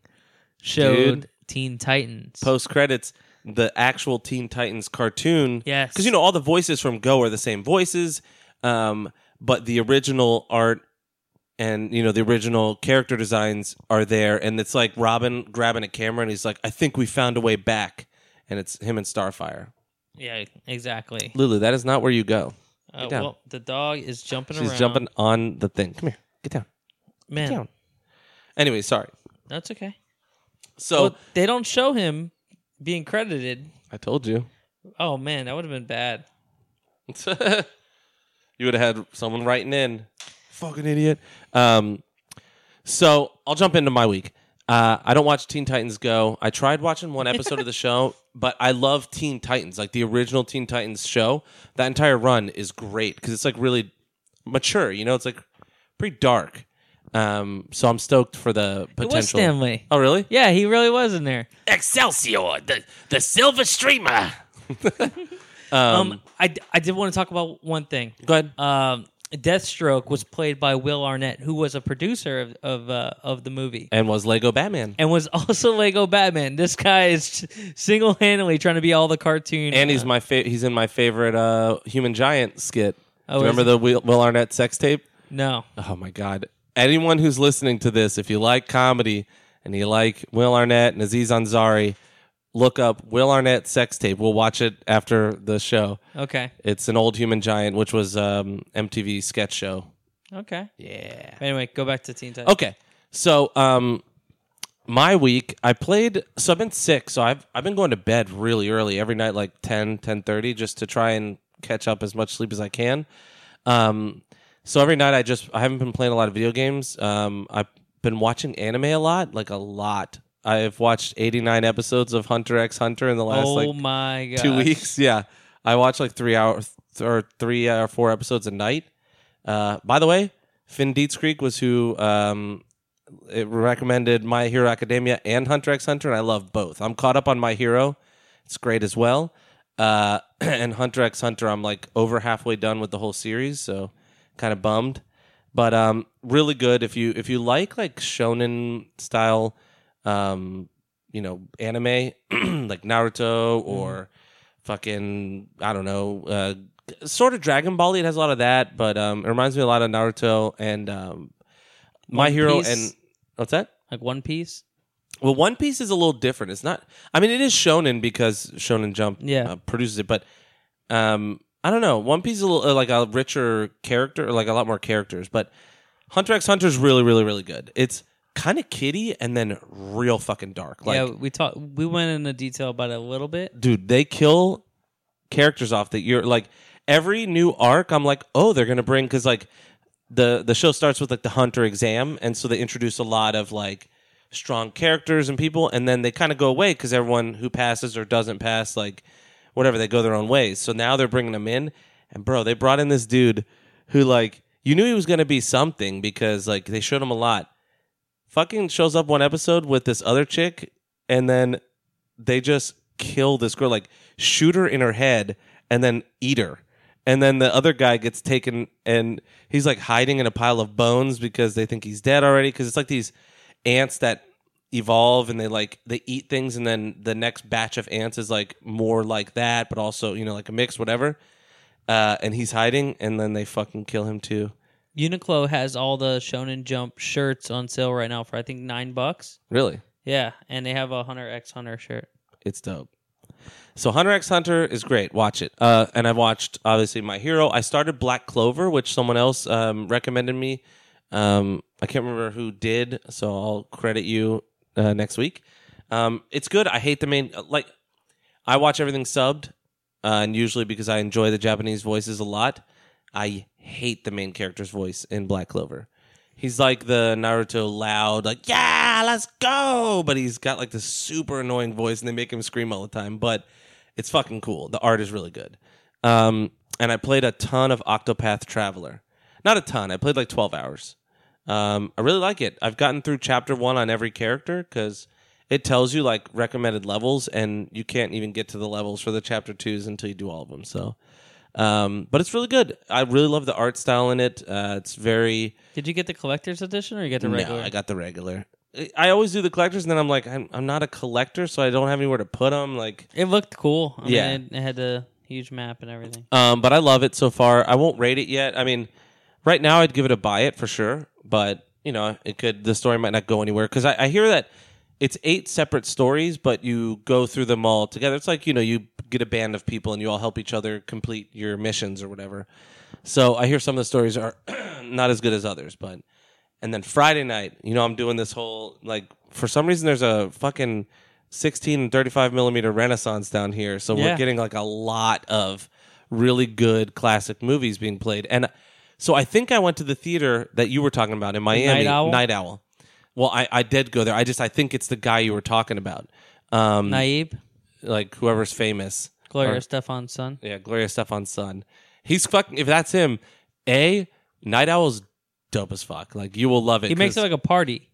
S1: showed
S2: Dude.
S1: Teen Titans.
S2: Post credits, the actual Teen Titans cartoon.
S1: yes,
S2: because you know all the voices from Go are the same voices, um, but the original art and you know the original character designs are there, and it's like Robin grabbing a camera and he's like, "I think we found a way back," and it's him and Starfire.
S1: yeah, exactly.
S2: Lulu, that is not where you go.
S1: Uh,
S2: down.
S1: well, the dog is jumping
S2: She's
S1: around.
S2: jumping on the thing. Come here, get down,
S1: Man,
S2: down. Anyway, sorry.
S1: that's okay.
S2: So
S1: well, they don't show him being credited.
S2: I told you,
S1: Oh man, that would have been bad.
S2: you would have had someone writing in. Fucking idiot. Um, so I'll jump into my week. Uh, I don't watch Teen Titans Go. I tried watching one episode of the show, but I love Teen Titans, like the original Teen Titans show. That entire run is great because it's like really mature. You know, it's like pretty dark. Um, so I'm stoked for the potential.
S1: It was Stanley.
S2: Oh, really?
S1: Yeah, he really was in there.
S2: Excelsior, the the silver streamer.
S1: Um, I I did want to talk about one thing.
S2: Go ahead.
S1: um, Deathstroke was played by Will Arnett, who was a producer of of, uh, of the movie
S2: and was Lego Batman?
S1: and was also Lego Batman. This guy is single handedly trying to be all the cartoon.
S2: and he's my fa- he's in my favorite uh, Human Giant skit.
S1: Oh,
S2: Do you
S1: is
S2: remember
S1: he?
S2: the Will, Will Arnett sex tape?
S1: no,
S2: Oh my God! Anyone who's listening to this, if you like comedy and you like Will Arnett and Aziz Ansari, look up Will Arnett sex tape. We'll watch it after the show.
S1: okay,
S2: It's an old Human Giant, which was um, MTV sketch show.
S1: okay.
S2: Yeah.
S1: Anyway, go back to Teen Titans.
S2: Okay. So, um, my week, I played. So I've been sick. So I've I've been going to bed really early every night, like 10, 10.30, just to try and catch up as much sleep as I can. Um, so every night I just I haven't been playing a lot of video games. Um, I've been watching anime a lot, like a lot. I've watched eighty nine episodes of Hunter x Hunter in the last
S1: oh
S2: like
S1: my god,
S2: two weeks. Yeah, I watch like three hour th- or three or four episodes a night. Uh, by the way, Finn Dietz Creek was who um, it recommended My Hero Academia and Hunter X Hunter, and I love both. I'm caught up on My Hero; it's great as well. Uh, and Hunter X Hunter, I'm like over halfway done with the whole series, so kind of bummed. But um, really good if you if you like like shonen style, um, you know, anime like Naruto
S1: Mm-hmm.
S2: or fucking I don't know, uh, sort of Dragon Ball. It has a lot of that, but um, it reminds me a lot of Naruto and um, My
S1: One
S2: Hero
S1: Piece?
S2: and what's that?
S1: like One Piece.
S2: Well, One Piece is a little different. It's not. I mean, it is shonen because Shonen Jump
S1: Yeah.
S2: uh, produces it, but um, I don't know. One Piece is a little, uh, like a richer character, or like a lot more characters. But Hunter X Hunter is really, really, really good. It's kind of kiddie and then real fucking dark. Like,
S1: yeah, we talked. We went into detail about it a little bit.
S2: dude, they kill characters off that you're like every new arc. I'm like, oh, they're gonna bring because like the the show starts with like the hunter exam, and so they introduce a lot of like strong characters and people, and then they kind of go away because everyone who passes or doesn't pass, like whatever, they go their own ways. So now they're bringing them in, and bro, they brought in this dude who like you knew he was gonna be something because like they showed him a lot. Fucking shows up one episode with this other chick, and then they just kill this girl, like shoot her in her head and then eat her. And then the other guy gets taken and he's like hiding in a pile of bones because they think he's dead already. Because it's like these ants that evolve and they like they eat things and then the next batch of ants is like more like that, but also, you know, like a mix, whatever. Uh, and he's hiding and then they fucking kill him too.
S1: Uniqlo has all the Shonen Jump shirts on sale right now for I think nine bucks.
S2: Really?
S1: Yeah, and they have a Hunter X Hunter shirt.
S2: It's dope. So Hunter X Hunter is great. Watch it. Uh, and I've watched obviously My Hero. I started Black Clover, which someone else um, recommended me. Um, I can't remember who did, so I'll credit you uh, next week. Um, it's good. I hate the main like. I watch everything subbed, uh, and usually because I enjoy the Japanese voices a lot, I hate the main character's voice in Black Clover. He's like the Naruto loud, like, yeah, let's go. But he's got like this super annoying voice and they make him scream all the time. But it's fucking cool. The art is really good. Um, and I played a ton of Octopath Traveler. Not a ton. I played like 12 hours. Um, I really like it. I've gotten through chapter one on every character because it tells you like recommended levels and you can't even get to the levels for the chapter twos until you do all of them. So, um, but it's really good. I really love the art style in it. Uh, it's very.
S1: Did you get the collector's edition or you get the regular?
S2: No, I got the regular. I- I always do the collectors, and then I'm like, I'm, I'm not a collector, so I don't have anywhere to put them. Like,
S1: it looked cool. I
S2: Yeah.
S1: mean, it, it had the huge map and everything.
S2: um, but I love it so far. I won't rate it yet. I mean, right now I'd give it a buy it for sure, but you know, it could the story might not go anywhere because I, I hear that it's eight separate stories, but you go through them all together. It's like you know, you get a band of people and you all help each other complete your missions or whatever. So I hear some of the stories are not as good as others, but and then Friday night, you know, I'm doing this whole like for some reason there's a fucking 16 and 35 millimeter renaissance down here, so we're
S1: Yeah.
S2: getting like a lot of really good classic movies being played. And so I think I went to the theater that you were talking about in Miami,
S1: Night Owl?
S2: Night Owl. Well, I, I did go there. I just I think it's the guy you were talking about, um,
S1: Naib,
S2: like whoever's famous.
S1: Gloria
S2: Or-
S1: Stefan's son.
S2: yeah, Gloria Stefan's son. He's fucking. If that's him, a Night Owl's dope as fuck. Like you will love it.
S1: He makes it
S2: 'cause-
S1: like a party.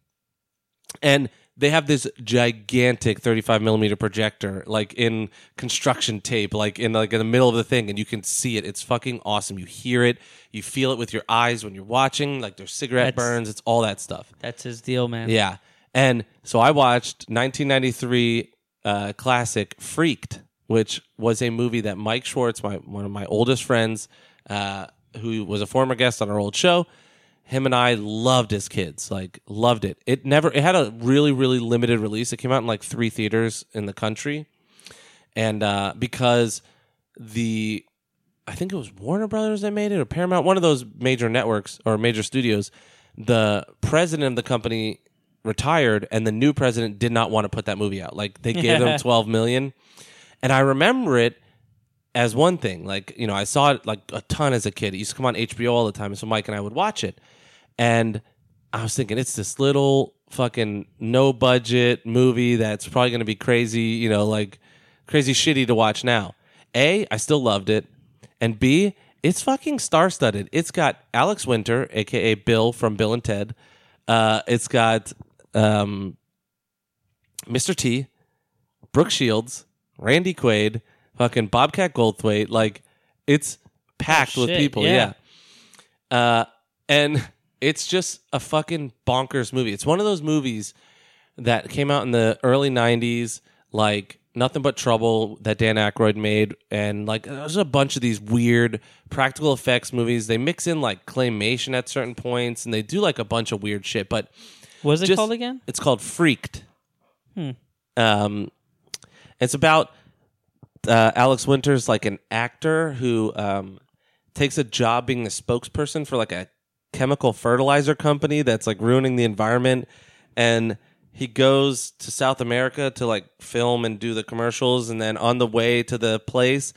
S2: and they have this gigantic 35 millimeter projector, like in construction tape, like in like in the middle of the thing, and you can see it. It's fucking awesome. You hear it, you feel it with your eyes when you're watching. Like there's cigarette
S1: That's-
S2: burns. It's all that stuff.
S1: That's his deal, man.
S2: Yeah. And so I watched 1993 uh, classic Freaked, which was a movie that Mike Schwartz, my one of my oldest friends, uh, who was a former guest on our old show, him and I loved as kids, like loved it. It never it had a really really limited release. It came out in like three theaters in the country, and uh, because the I think it was Warner Brothers that made it or Paramount, one of those major networks or major studios. The president of the company retired, and the new president did not want to put that movie out. Like they gave them twelve million, and I remember it as one thing. Like you know, I saw it like a ton as a kid. It used to come on HBO all the time, so Mike and I would watch it, and I was thinking it's this little fucking no budget movie that's probably going to be crazy. You know, like crazy shitty to watch now. A, I still loved it, and B, it's fucking star studded. It's got Alex Winter, aka Bill from Bill and Ted. Uh, it's got um, Mr. T, Brooke Shields, Randy Quaid, fucking Bobcat Goldthwait. Like, it's packed
S1: Oh,
S2: with
S1: shit,
S2: people.
S1: yeah.
S2: yeah. Uh, and it's just a fucking bonkers movie. It's one of those movies that came out in the early 90s, like Nothing But Trouble that Dan Aykroyd made, and like there's a bunch of these weird practical effects movies. They mix in like claymation at certain points and they do like a bunch of weird shit, but
S1: What is it
S2: just-
S1: called again?
S2: It's called Freaked. Um, it's about uh, Alex Winters, like an actor who um, takes a job being the spokesperson for like a chemical fertilizer company that's like ruining the environment, and he goes to South America to like film and do the commercials, and then on the way to the place,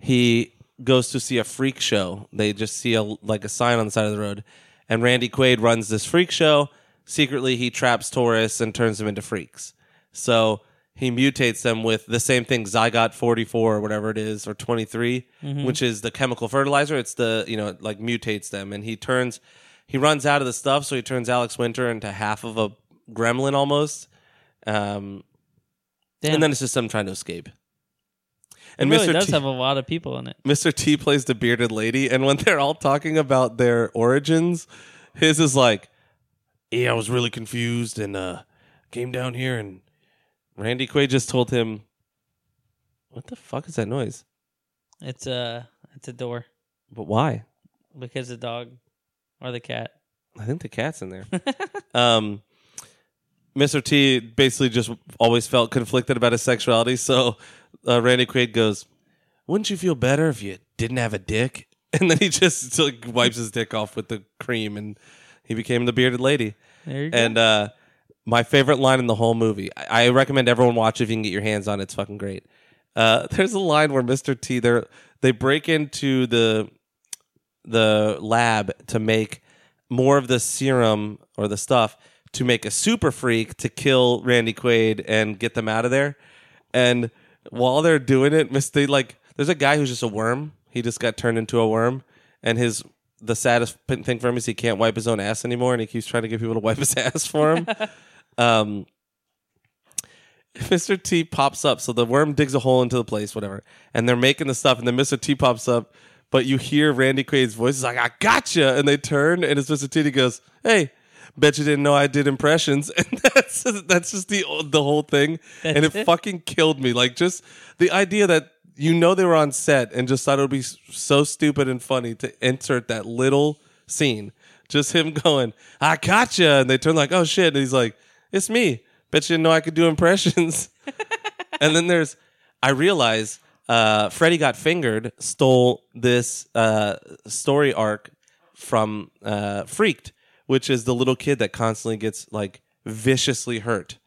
S2: he goes to see a freak show. They just see a like a sign on the side of the road, and Randy Quaid runs this freak show. Secretly, he traps tourists and turns them into freaks. So he mutates them with the same thing, Zygote 44 or whatever it is, or 23,
S1: Mm-hmm.
S2: which is the chemical fertilizer. It's the, you know, it like mutates them. And he turns, he runs out of the stuff. So he turns Alex Winter into half of a gremlin almost. Um,
S1: Damn.
S2: and then it's just them trying to escape.
S1: it
S2: And
S1: really
S2: Mr.
S1: does
S2: T,
S1: have a lot of people in it.
S2: Mr. T plays the bearded lady, and when they're all talking about their origins, his is like, "Yeah, I was really confused and uh came down here and Randy Quaid just told him, "What the fuck is that noise?
S1: It's a it's a door
S2: But why?"
S1: because the dog or the cat.
S2: I think the cat's in there. um, Mr. T basically just always felt conflicted about his sexuality. So uh, Randy Quaid goes, Wouldn't you feel better if you didn't have a dick? And then he just like, wipes his dick off with the cream and he became the bearded lady.
S1: There you go.
S2: And uh, my favorite line in the whole movie, I, I recommend everyone watch it if you can get your hands on it. It's fucking great. Uh, there's a line where Mr. T, they they break into the the lab to make more of the serum or the stuff to make a super freak to kill Randy Quaid and get them out of there. And while they're doing it, miss they like there's a guy who's just a worm. He just got turned into a worm, and his the saddest p- thing for him is he can't wipe his own ass anymore, and he keeps trying to get people to wipe his ass for him. um, Mr. T pops up. So the worm digs a hole into the place, whatever. And they're making the stuff, and then Mr. T pops up. But you hear Randy Quaid's voice. He's like, I gotcha. And they turn, and it's Mr. T. and He goes, Hey, bet you didn't know I did impressions. And that's that's just the the whole thing. and it,
S1: That's it.
S2: fucking killed me. Like, just the idea that you know they were on set and just thought it would be s- so stupid and funny to insert that little scene. Just him going, I gotcha. And they turn like, Oh shit. And he's like, It's me. Bet you didn't know I could do impressions. and then there's I realize uh Freddy Got Fingered stole this uh story arc from uh Freaked, which is the little kid that constantly gets like viciously hurt.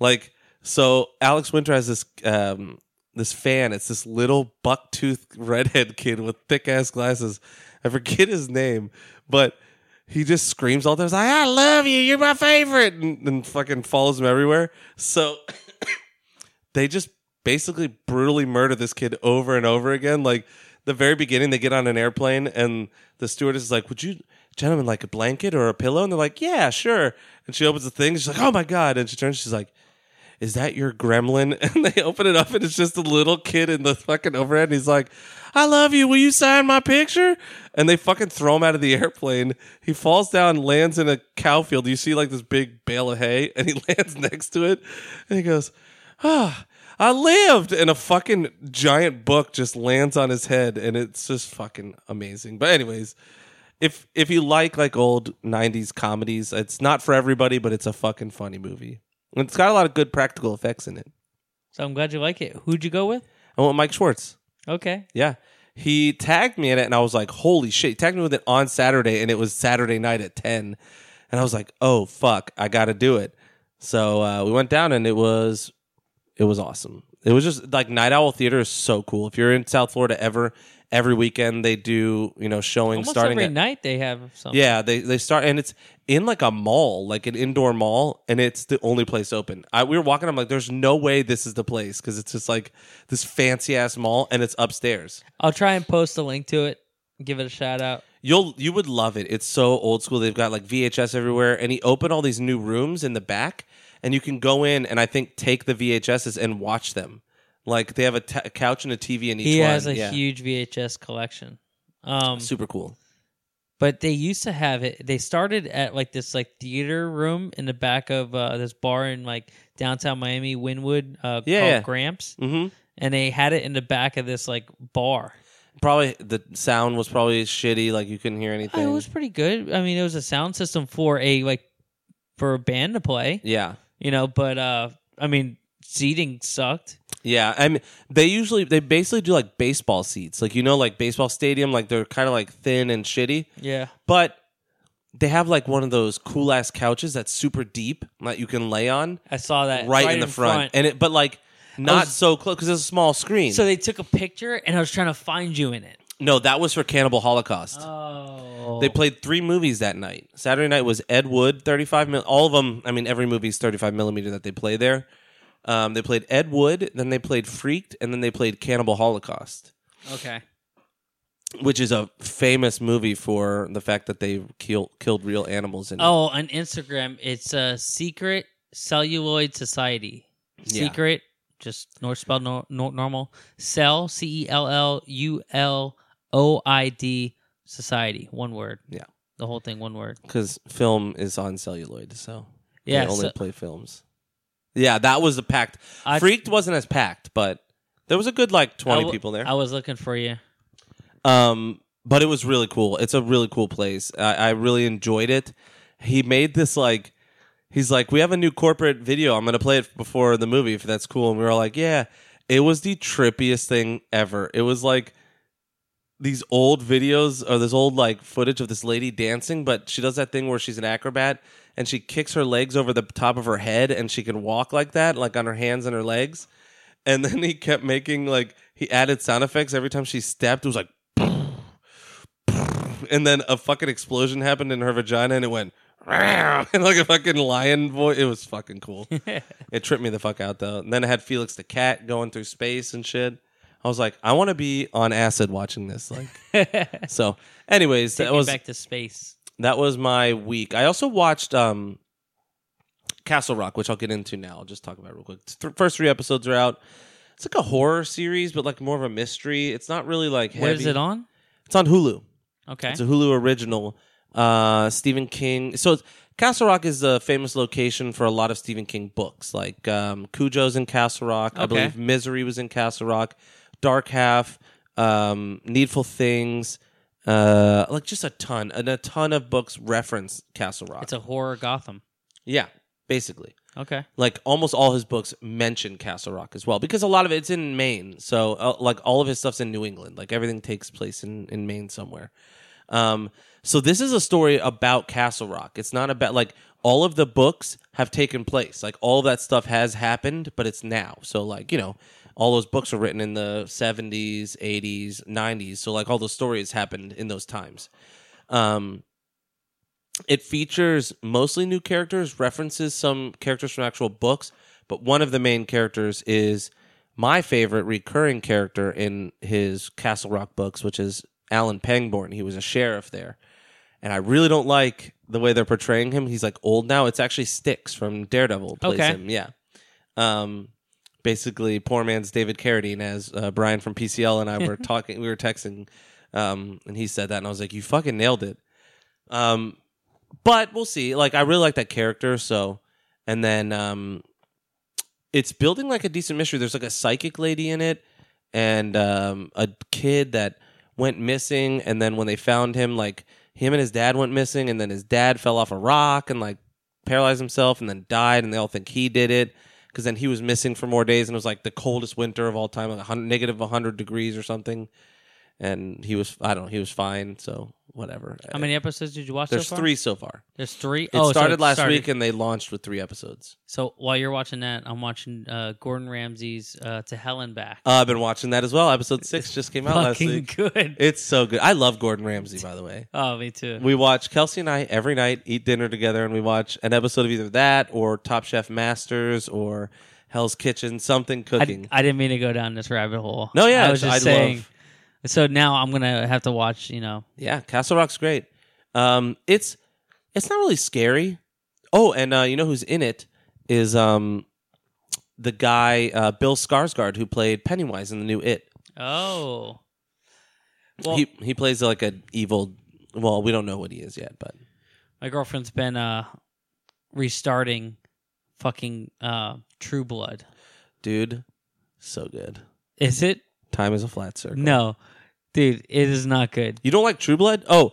S2: Like so Alex Winter has this um this fan, it's this little buck toothed redhead kid with thick ass glasses. I forget his name, but he just screams all the time, he's like, I love you, you're my favorite, and, and fucking follows him everywhere. So they just basically brutally murder this kid over and over again. Like the very beginning, they get on an airplane and the stewardess is like, "Would you, gentlemen, like a blanket or a pillow?" And they're like, "Yeah, sure." And she opens the thing. She's like, "Oh my god!" And she turns. She's like. Is that your gremlin? And they open it up, and it's just a little kid in the fucking overhead. And he's like, I love you. Will you sign my picture? And they fucking throw him out of the airplane. He falls down, lands in a cow field. You see, like, this big bale of hay, and he lands next to it. And he goes, ah, I lived. And a fucking giant book just lands on his head, and it's just fucking amazing. But anyways, if if you like like old '90s comedies, it's not for everybody, but it's a fucking funny movie. And it's got a lot of good practical effects in it.
S1: so I'm glad you like it. Who'd you go with?
S2: I want Mike Schwartz.
S1: Okay.
S2: Yeah. He tagged me in it and I was like, holy shit. He tagged me with it on Saturday and it was Saturday night at 10. And I was like, oh, fuck, I got to do it. So uh, we went down and it was, it was awesome. It was just like Night Owl Theater is so cool. If you're in South Florida ever, every weekend they do, you know, showing
S1: Almost
S2: starting
S1: every
S2: at
S1: night they have something.
S2: yeah, they they start and it's in like a mall, like an indoor mall, and it's the only place open. I, we were walking, I'm like, there's no way this is the place because it's just like this fancy ass mall, and it's upstairs.
S1: I'll try and post a link to it. Give it a shout out.
S2: You'll you would love it. It's so old school. They've got like VHS everywhere, and he opened all these new rooms in the back, and you can go in and I think take the VHSs and watch them. Like they have a t- a couch and a TV in each
S1: He
S2: one.
S1: has a
S2: yeah.
S1: huge VHS collection. Um,
S2: super cool.
S1: but they used to have it they started at like this like theater room in the back of uh, this bar in like downtown miami winwood uh,
S2: Yeah,
S1: called
S2: yeah.
S1: gramps
S2: hmm
S1: and they had it in the back of this like bar
S2: Probably the sound was probably shitty. Like you couldn't hear anything.
S1: it was pretty good i mean it was a sound system for a like for a band to play
S2: yeah.
S1: you know but uh i mean seating sucked
S2: Yeah, I mean, they usually they basically do like baseball seats, like you know, like baseball stadium, like they're kind of like thin and shitty,
S1: yeah
S2: but they have like one of those cool ass couches that's super deep that you can lay on
S1: i saw that
S2: Uh, right, in the front. and it but like
S1: I
S2: not
S1: was-
S2: so close because it's a small screen.
S1: so they took a picture and i was trying to find you in it
S2: No, that was for Cannibal Holocaust.
S1: Oh.
S2: They played three movies that night. Saturday night was Ed Wood, 35 mil. All of them, I mean, every movie's 35 millimeter that they play there. Um, they played Ed Wood, then they played Freaked, and then they played Cannibal Holocaust,
S1: okay.
S2: which is a famous movie for the fact that they kill, killed real animals. In it.
S1: Oh, on Instagram, it's a secret celluloid society.
S2: Yeah.
S1: Secret, just nor spelled nor, nor, normal. Cell, C E L L U L O I D society. One word.
S2: Yeah.
S1: The whole thing, one word.
S2: because film is on celluloid, so
S1: Yeah,
S2: they only
S1: so-
S2: play films. Yeah, that was the packed.
S1: I-
S2: Freaked wasn't as packed, but there was a good like
S1: I
S2: twenty
S1: w-
S2: people there.
S1: I was looking for you.
S2: um, but it was really cool. It's a really cool place. I, I really enjoyed it. He made this like. He's like, we have a new corporate video. I'm gonna play it before the movie if that's cool. And we were all like, yeah. It was the trippiest thing ever. It was like these old videos or this old like footage of this lady dancing, but she does that thing where she's an acrobat and she kicks her legs over the top of her head and she can walk like that, like on her hands and her legs. And then he kept making like he added sound effects every time she stepped. It was like, and then a fucking explosion happened in her vagina and it went. And like a fucking lion voice, it was fucking cool. it tripped me the fuck out though. And then I had Felix the cat going through space and shit. I was like, I want to be on acid watching this. Like,
S1: Take
S2: so, anyways, that
S1: me
S2: was
S1: back to space.
S2: that was my week. I also watched um, Castle Rock, which I'll get into now. I'll just talk about it real quick. Th- first three episodes are out. It's like a horror series, but like more of a mystery. It's not really like heavy.
S1: Where is it on?
S2: It's on Hulu.
S1: Okay.
S2: It's a Hulu original. Uh, Stephen King. So it's- Castle Rock is a famous location for a lot of Stephen King books. Like um, Cujo's in Castle Rock. I
S1: Okay.
S2: believe Misery was in Castle Rock. Dark Half. Um, Needful Things. Uh, like just a ton and a ton of books reference Castle Rock.
S1: It's a horror Gotham.
S2: yeah, basically
S1: Okay.
S2: like almost all his books mention Castle Rock as well because a lot of it's in Maine. So uh, like all of his stuff's in New England. Like everything takes place in in Maine somewhere. Um so this is a story about Castle Rock. It's not about like all of the books have taken place. Like all that stuff has happened, but it's now. So like, you know, all those books were written in the 70s, 80s, 90s. So like all those stories happened in those times. Um it features mostly new characters, references some characters from actual books, but one of the main characters is my favorite recurring character in his Castle Rock books, which is Alan Pangborn. He was a sheriff there. And I really don't like the way they're portraying him. He's like old now. It's actually Styx from Daredevil plays
S1: Okay.
S2: him. Yeah. Um, basically, poor man's David Carradine, as uh, Brian from PCL and I were talking, we were texting, um, and he said that, and I was like, you fucking nailed it. Um, but we'll see. Like I really like that character, so and then um it's building like a decent mystery. There's like a psychic lady in it and um a kid that went missing and then when they found him like him and his dad went missing and then his dad fell off a rock and like paralyzed himself and then died and they all think he did it because then he was missing for more days and it was like the coldest winter of all time like 100, negative 100 degrees or something and he was i don't know he was fine so whatever
S1: How many episodes did you watch
S2: Uh, there's
S1: so far?
S2: three so far
S1: There's three.
S2: it
S1: oh, so
S2: started last
S1: started.
S2: week and they launched with three episodes.
S1: So while you're watching that, I'm watching uh, Gordon Ramsay's uh, "To Hell and Back."
S2: Uh, I've been watching that as well. Episode six just came out last
S1: Fucking
S2: week.
S1: good.
S2: It's so good. I love Gordon Ramsay, by the way.
S1: Oh, me too.
S2: We watch Kelsey and I every night eat dinner together, and we watch an episode of either that or Top Chef Masters or Hell's Kitchen, something
S1: I,
S2: cooking.
S1: I didn't mean to go down this rabbit hole.
S2: no, yeah,
S1: I was
S2: it's-
S1: just
S2: I
S1: saying.
S2: love.
S1: So now I'm gonna have to watch. You know,
S2: Yeah, Castle Rock's great. Um, it's it's not really scary. Oh, and uh, you know who's in it is um the guy uh, Bill Skarsgård who played Pennywise in the new It.
S1: oh, well,
S2: he he plays like an evil. Well, we don't know what he is yet, but
S1: my girlfriend's been uh, restarting fucking uh, True Blood.
S2: dude, so good.
S1: Is it?
S2: Time is a flat circle.
S1: No, dude, it is not good.
S2: You don't like True Blood? Oh,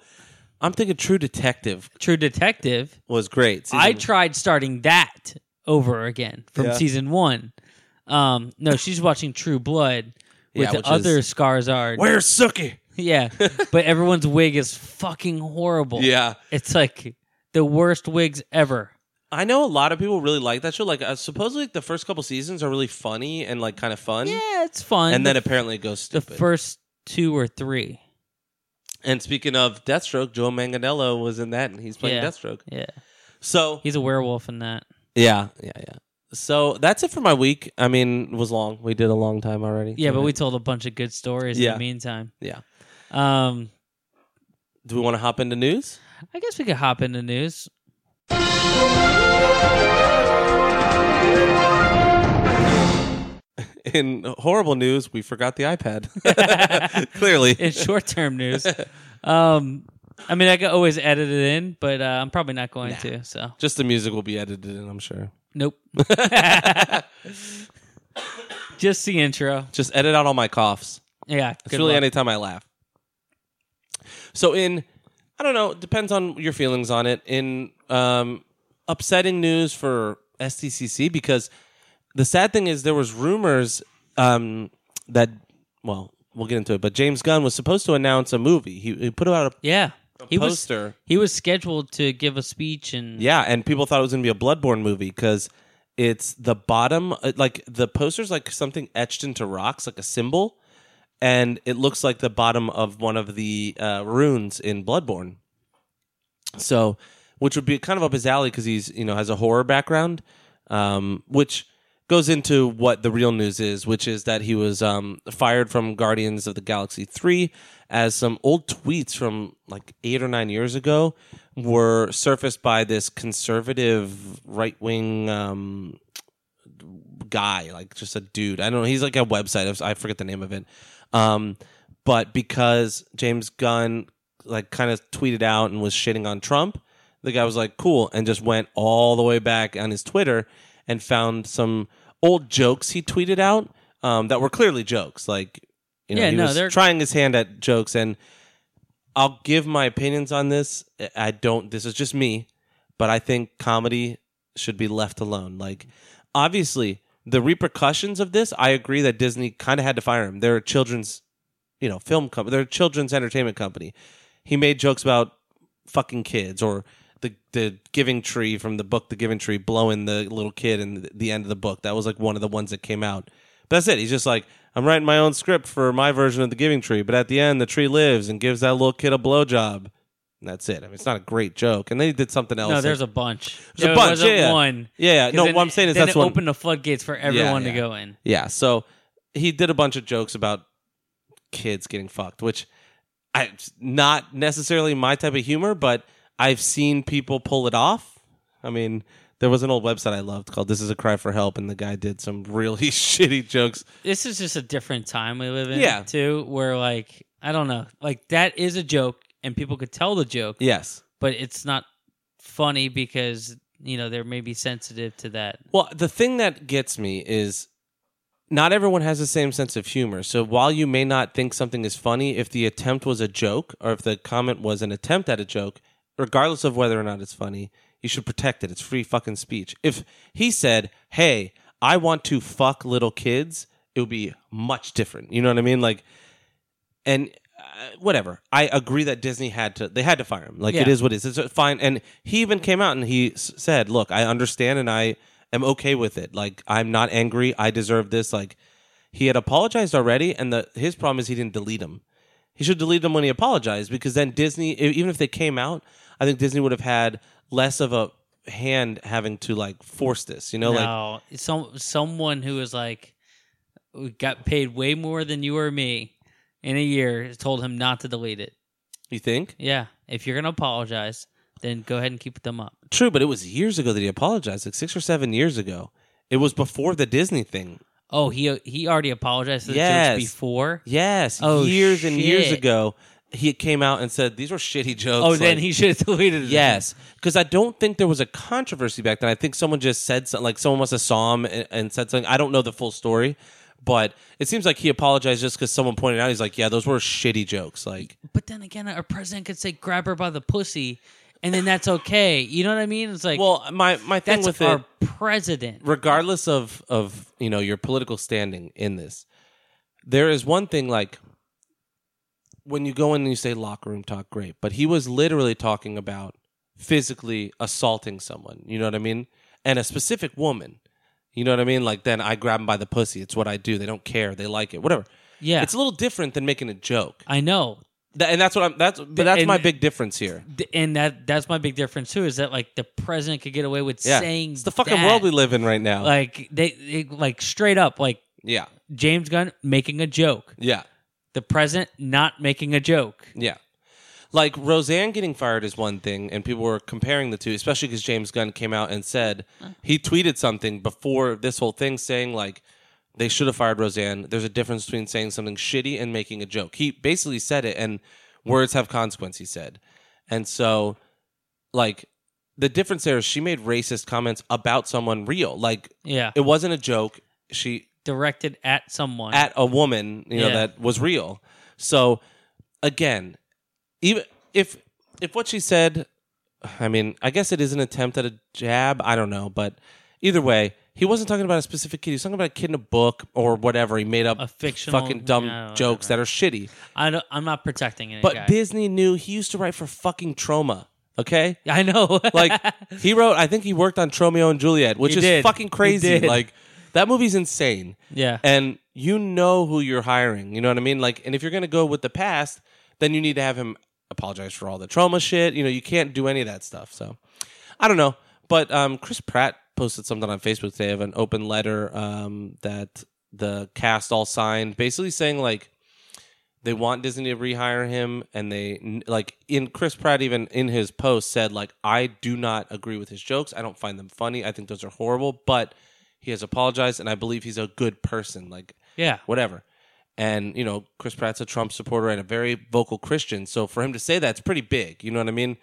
S2: I'm thinking True Detective
S1: True Detective.
S2: was great. Season-
S1: I tried starting that over again from
S2: Yeah.
S1: season one. Um, no, she's watching True Blood with
S2: Yeah,
S1: the
S2: which
S1: other Skarsgård.
S2: Where's Sookie?
S1: Yeah, but everyone's wig is fucking horrible.
S2: Yeah,
S1: it's like the worst wigs ever.
S2: I know a lot of people really like that show. Like, uh, supposedly the first couple seasons are really funny and like kind of fun,
S1: Yeah, it's fun.
S2: and then
S1: the,
S2: apparently it goes
S1: the
S2: stupid.
S1: first two or three.
S2: And speaking of Deathstroke, Joe Manganello was in that, and he's playing
S1: Yeah.
S2: Deathstroke.
S1: Yeah,
S2: So
S1: he's a werewolf in that.
S2: yeah, yeah, yeah. So that's it for my week. I mean, it was long. We did a long time already.
S1: Yeah, but we told a bunch of good stories
S2: Yeah.
S1: in the meantime.
S2: Yeah.
S1: Um,
S2: do we want to hop into news?
S1: I guess we could hop into news.
S2: In horrible news, we forgot the iPad. Clearly,
S1: in short term news. Um, I mean, I could always edit it in, but uh, I'm probably not going to. So,
S2: just the music will be edited in. I'm sure.
S1: nope. Just the intro.
S2: Just edit out all my coughs.
S1: Yeah,
S2: It's
S1: good
S2: really
S1: luck.
S2: anytime I laugh. So in I don't know, it depends on your feelings on it. In um upsetting news for STCC because the sad thing is there was rumors um that well, we'll get into it, but James Gunn was supposed to announce a movie. He, he put out a
S1: yeah. He was
S2: poster.
S1: he was scheduled to give a speech and
S2: Yeah, and people thought it was going to be a Bloodborne movie because it's the bottom, uh, like the poster's like something etched into rocks, like a symbol, and it looks like the bottom of one of the uh, runes in Bloodborne. So, which would be kind of up his alley because he's you know has a horror background, um, which goes into what the real news is, which is that he was um, fired from Guardians of the Galaxy three, as some old tweets from like eight or nine years ago were surfaced by this conservative right wing. Um, guy, like just a dude. I don't know. He's like a website. I was- I forget the name of it. Um, but because James Gunn like kind of tweeted out and was shitting on Trump, the guy was like, cool, and just went all the way back on his Twitter and found some old jokes he tweeted out um, that were clearly jokes. Like, you know,
S1: Yeah,
S2: he
S1: no,
S2: was
S1: they're-
S2: trying his hand at jokes. And I'll give my opinions on this. I- I don't. This is just me, but I think comedy should be left alone. Like, obviously, the repercussions of this, I agree that Disney kind of had to fire him. They're a children's, you know, film company. They're a children's entertainment company. He made jokes about fucking kids or the the Giving Tree from the book The Giving Tree blowing the little kid in the, the end of the book. That was like one of the ones that came out. But that's it. He's just like, I'm writing my own script for my version of The Giving Tree, but at the end, the tree lives and gives that little kid a blowjob. And that's it. I mean, it's not a great joke. And then he did something else.
S1: No,
S2: like-
S1: there's a bunch.
S2: There's a
S1: There
S2: bunch,
S1: wasn't
S2: yeah, yeah.
S1: one.
S2: yeah, yeah.
S1: 'Cause
S2: No,
S1: then-
S2: what I'm saying is
S1: then
S2: that's
S1: it
S2: one.
S1: opened the floodgates for everyone
S2: yeah.
S1: to go in.
S2: Yeah. So he did a bunch of jokes about kids getting fucked, which I not necessarily my type of humor, but I've seen people pull it off. I mean, there was an old website I loved called "This Is a Cry for Help," and the guy did some really shitty jokes.
S1: This is just a different time we live in.
S2: Yeah.
S1: too, where like I don't know, like that is a joke, and people could tell the joke.
S2: Yes.
S1: but it's not funny because you know they're maybe sensitive to that.
S2: Well, the thing that gets me is not everyone has the same sense of humor. So while you may not think something is funny, if the attempt was a joke or if the comment was an attempt at a joke, regardless of whether or not it's funny, you should protect it. It's free fucking speech. If he said, "Hey, I want to fuck little kids," it would be much different. You know what I mean? Like and uh, whatever. I agree that Disney had to they had to fire him. Like it
S1: Yeah.
S2: is what it is. It's uh, fine. And he even came out and he s- said, "Look, I understand and I am okay with it. Like I'm not angry. I deserve this." Like he had apologized already, and the his problem is he didn't delete him. He should delete them when he apologized because then Disney, e- even if they came out, I think Disney would have had less of a hand having to like force this. You know, like
S1: now, some someone who is like "We got paid way more than you or me in a year told him not to delete it.
S2: you think
S1: Yeah, if you're gonna apologize, then go ahead and keep them up.
S2: true, but it was years ago that he apologized, like six or seven years ago. It was before the Disney thing.
S1: Oh, he he already apologized to the
S2: Yes.
S1: jokes before.
S2: Yes,
S1: Oh,
S2: years and years
S1: shit.
S2: ago, he came out and said these were shitty jokes.
S1: Oh, then
S2: like-
S1: he should have deleted it.
S2: Yes, because I don't think there was a controversy back then. I think someone just said something, like someone must have saw him and, and said something. I don't know the full story, but it seems like he apologized just because someone pointed out. He's like, "Yeah, those were shitty jokes." Like,
S1: But then again, our president could say grab her by the pussy, and then that's okay. You know what I mean? It's like
S2: well, my my thing
S1: that's
S2: with it,
S1: our president.
S2: regardless of of you know your political standing in this, there is one thing like when you go in and you say locker room talk, great, but he was literally talking about physically assaulting someone. You know what I mean? And a specific woman. You know what I mean? Like then I grab him by the pussy. It's what I do. They don't care. They like it. Whatever.
S1: Yeah,
S2: It's a little different than making a joke.
S1: I know.
S2: Th- and that's what I'm. That's but that's
S1: And-
S2: my big difference here.
S1: D- and that that's my big difference too is that like the president could get away with
S2: Yeah,
S1: saying
S2: it's the fucking
S1: that.
S2: world we live in right now.
S1: like they, they like straight up like
S2: yeah,
S1: James Gunn making a joke,
S2: yeah,
S1: the president not making a joke.
S2: yeah. Like Roseanne getting fired is one thing, and people were comparing the two, especially because James Gunn came out and said he tweeted something before this whole thing saying like they should have fired Roseanne. There's a difference between saying something shitty and making a joke. He basically said it, and words have consequence. He said, and so like the difference there is she made racist comments about someone real. Like
S1: Yeah,
S2: it wasn't a joke. She
S1: directed at someone.
S2: at a woman, you know,
S1: Yeah.
S2: that was real. So again, even if if what she said, I mean, I guess it is an attempt at a jab. I don't know, but either way, he wasn't talking about a specific kid. He was talking about a kid in a book or whatever. He made up
S1: A fictional-
S2: fucking dumb
S1: yeah, whatever.
S2: jokes that are shitty.
S1: I don't, I'm not protecting any
S2: But
S1: guy.
S2: Disney knew he used to write for fucking Trauma. Okay,
S1: I know.
S2: like he wrote. I think he worked on Tromeo and Juliet, which
S1: He
S2: is
S1: did.
S2: fucking
S1: He
S2: crazy.
S1: did.
S2: Like that movie's insane
S1: yeah,
S2: and you know who you're hiring. You know what I mean? Like, and if you're gonna go with the past, then you need to have him apologize for all the trauma shit. You know, you can't do any of that stuff. So, I don't know. But um, Chris Pratt posted something on Facebook today of an open letter um, that the cast all signed, basically saying like they want Disney to rehire him, and they like in Chris Pratt even in his post said like I do not agree with his jokes. I don't find them funny. I think those are horrible, but he has apologized, and I believe he's a good person. Like
S1: yeah,
S2: whatever. And you know, Chris Pratt's a Trump supporter and a very vocal Christian, so for him to say that's pretty big. You know what I mean?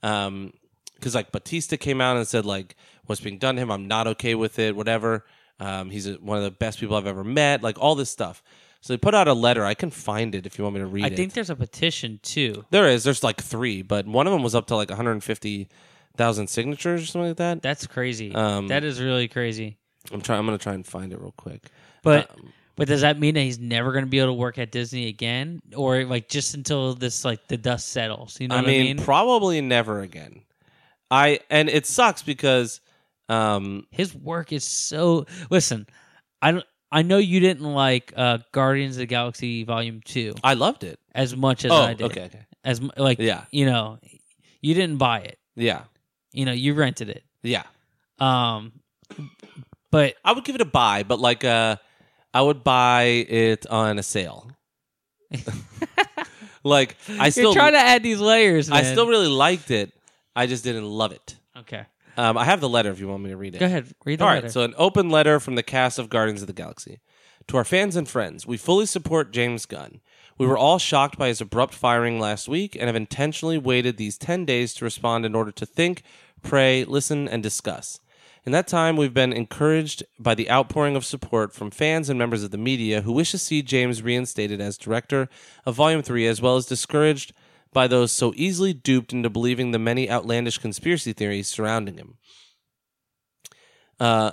S2: Because like Batista came out and said like what's being done to him, I'm not okay with it. Whatever. Um, he's a, one of the best people I've ever met. Like all this stuff. So they put out a letter. I can find it if you want me to read
S1: I
S2: it.
S1: think there's a petition too
S2: there is. There's like three, but one of them was up to like 150,000 signatures or something like that.
S1: That's crazy.
S2: Um,
S1: that is really crazy.
S2: I'm trying. I'm gonna try and find it real quick. Um,
S1: But but does that mean that he's never going to be able to work at Disney again, or like just until this like the dust settles? You know
S2: I
S1: what
S2: mean,
S1: I mean?
S2: probably never again. I and it sucks because um
S1: His work is so. Listen, I don't. I know you didn't like uh, Guardians of the Galaxy Volume Two
S2: I loved it.
S1: as much as
S2: oh,
S1: I did.
S2: okay, okay.
S1: As mu- like
S2: Yeah.
S1: you know, you didn't buy it.
S2: Yeah.
S1: You know, you rented it.
S2: Yeah.
S1: Um, but
S2: I would give it a buy, but like uh I would buy it on a sale. like I still
S1: you're trying to add these layers.
S2: I
S1: man.
S2: still really liked it. I just didn't love it.
S1: okay.
S2: Um I have the letter if you want me to read it.
S1: Go ahead, read the
S2: All right,
S1: letter.
S2: so an open letter from the cast of Guardians of the Galaxy. To our fans and friends, we fully support James Gunn. We were all shocked by his abrupt firing last week and have intentionally waited these 10 days to respond in order to think, pray, listen, and discuss. In that time, we've been encouraged by the outpouring of support from fans and members of the media who wish to see James reinstated as director of Volume 3, as well as discouraged by those so easily duped into believing the many outlandish conspiracy theories surrounding him. Uh,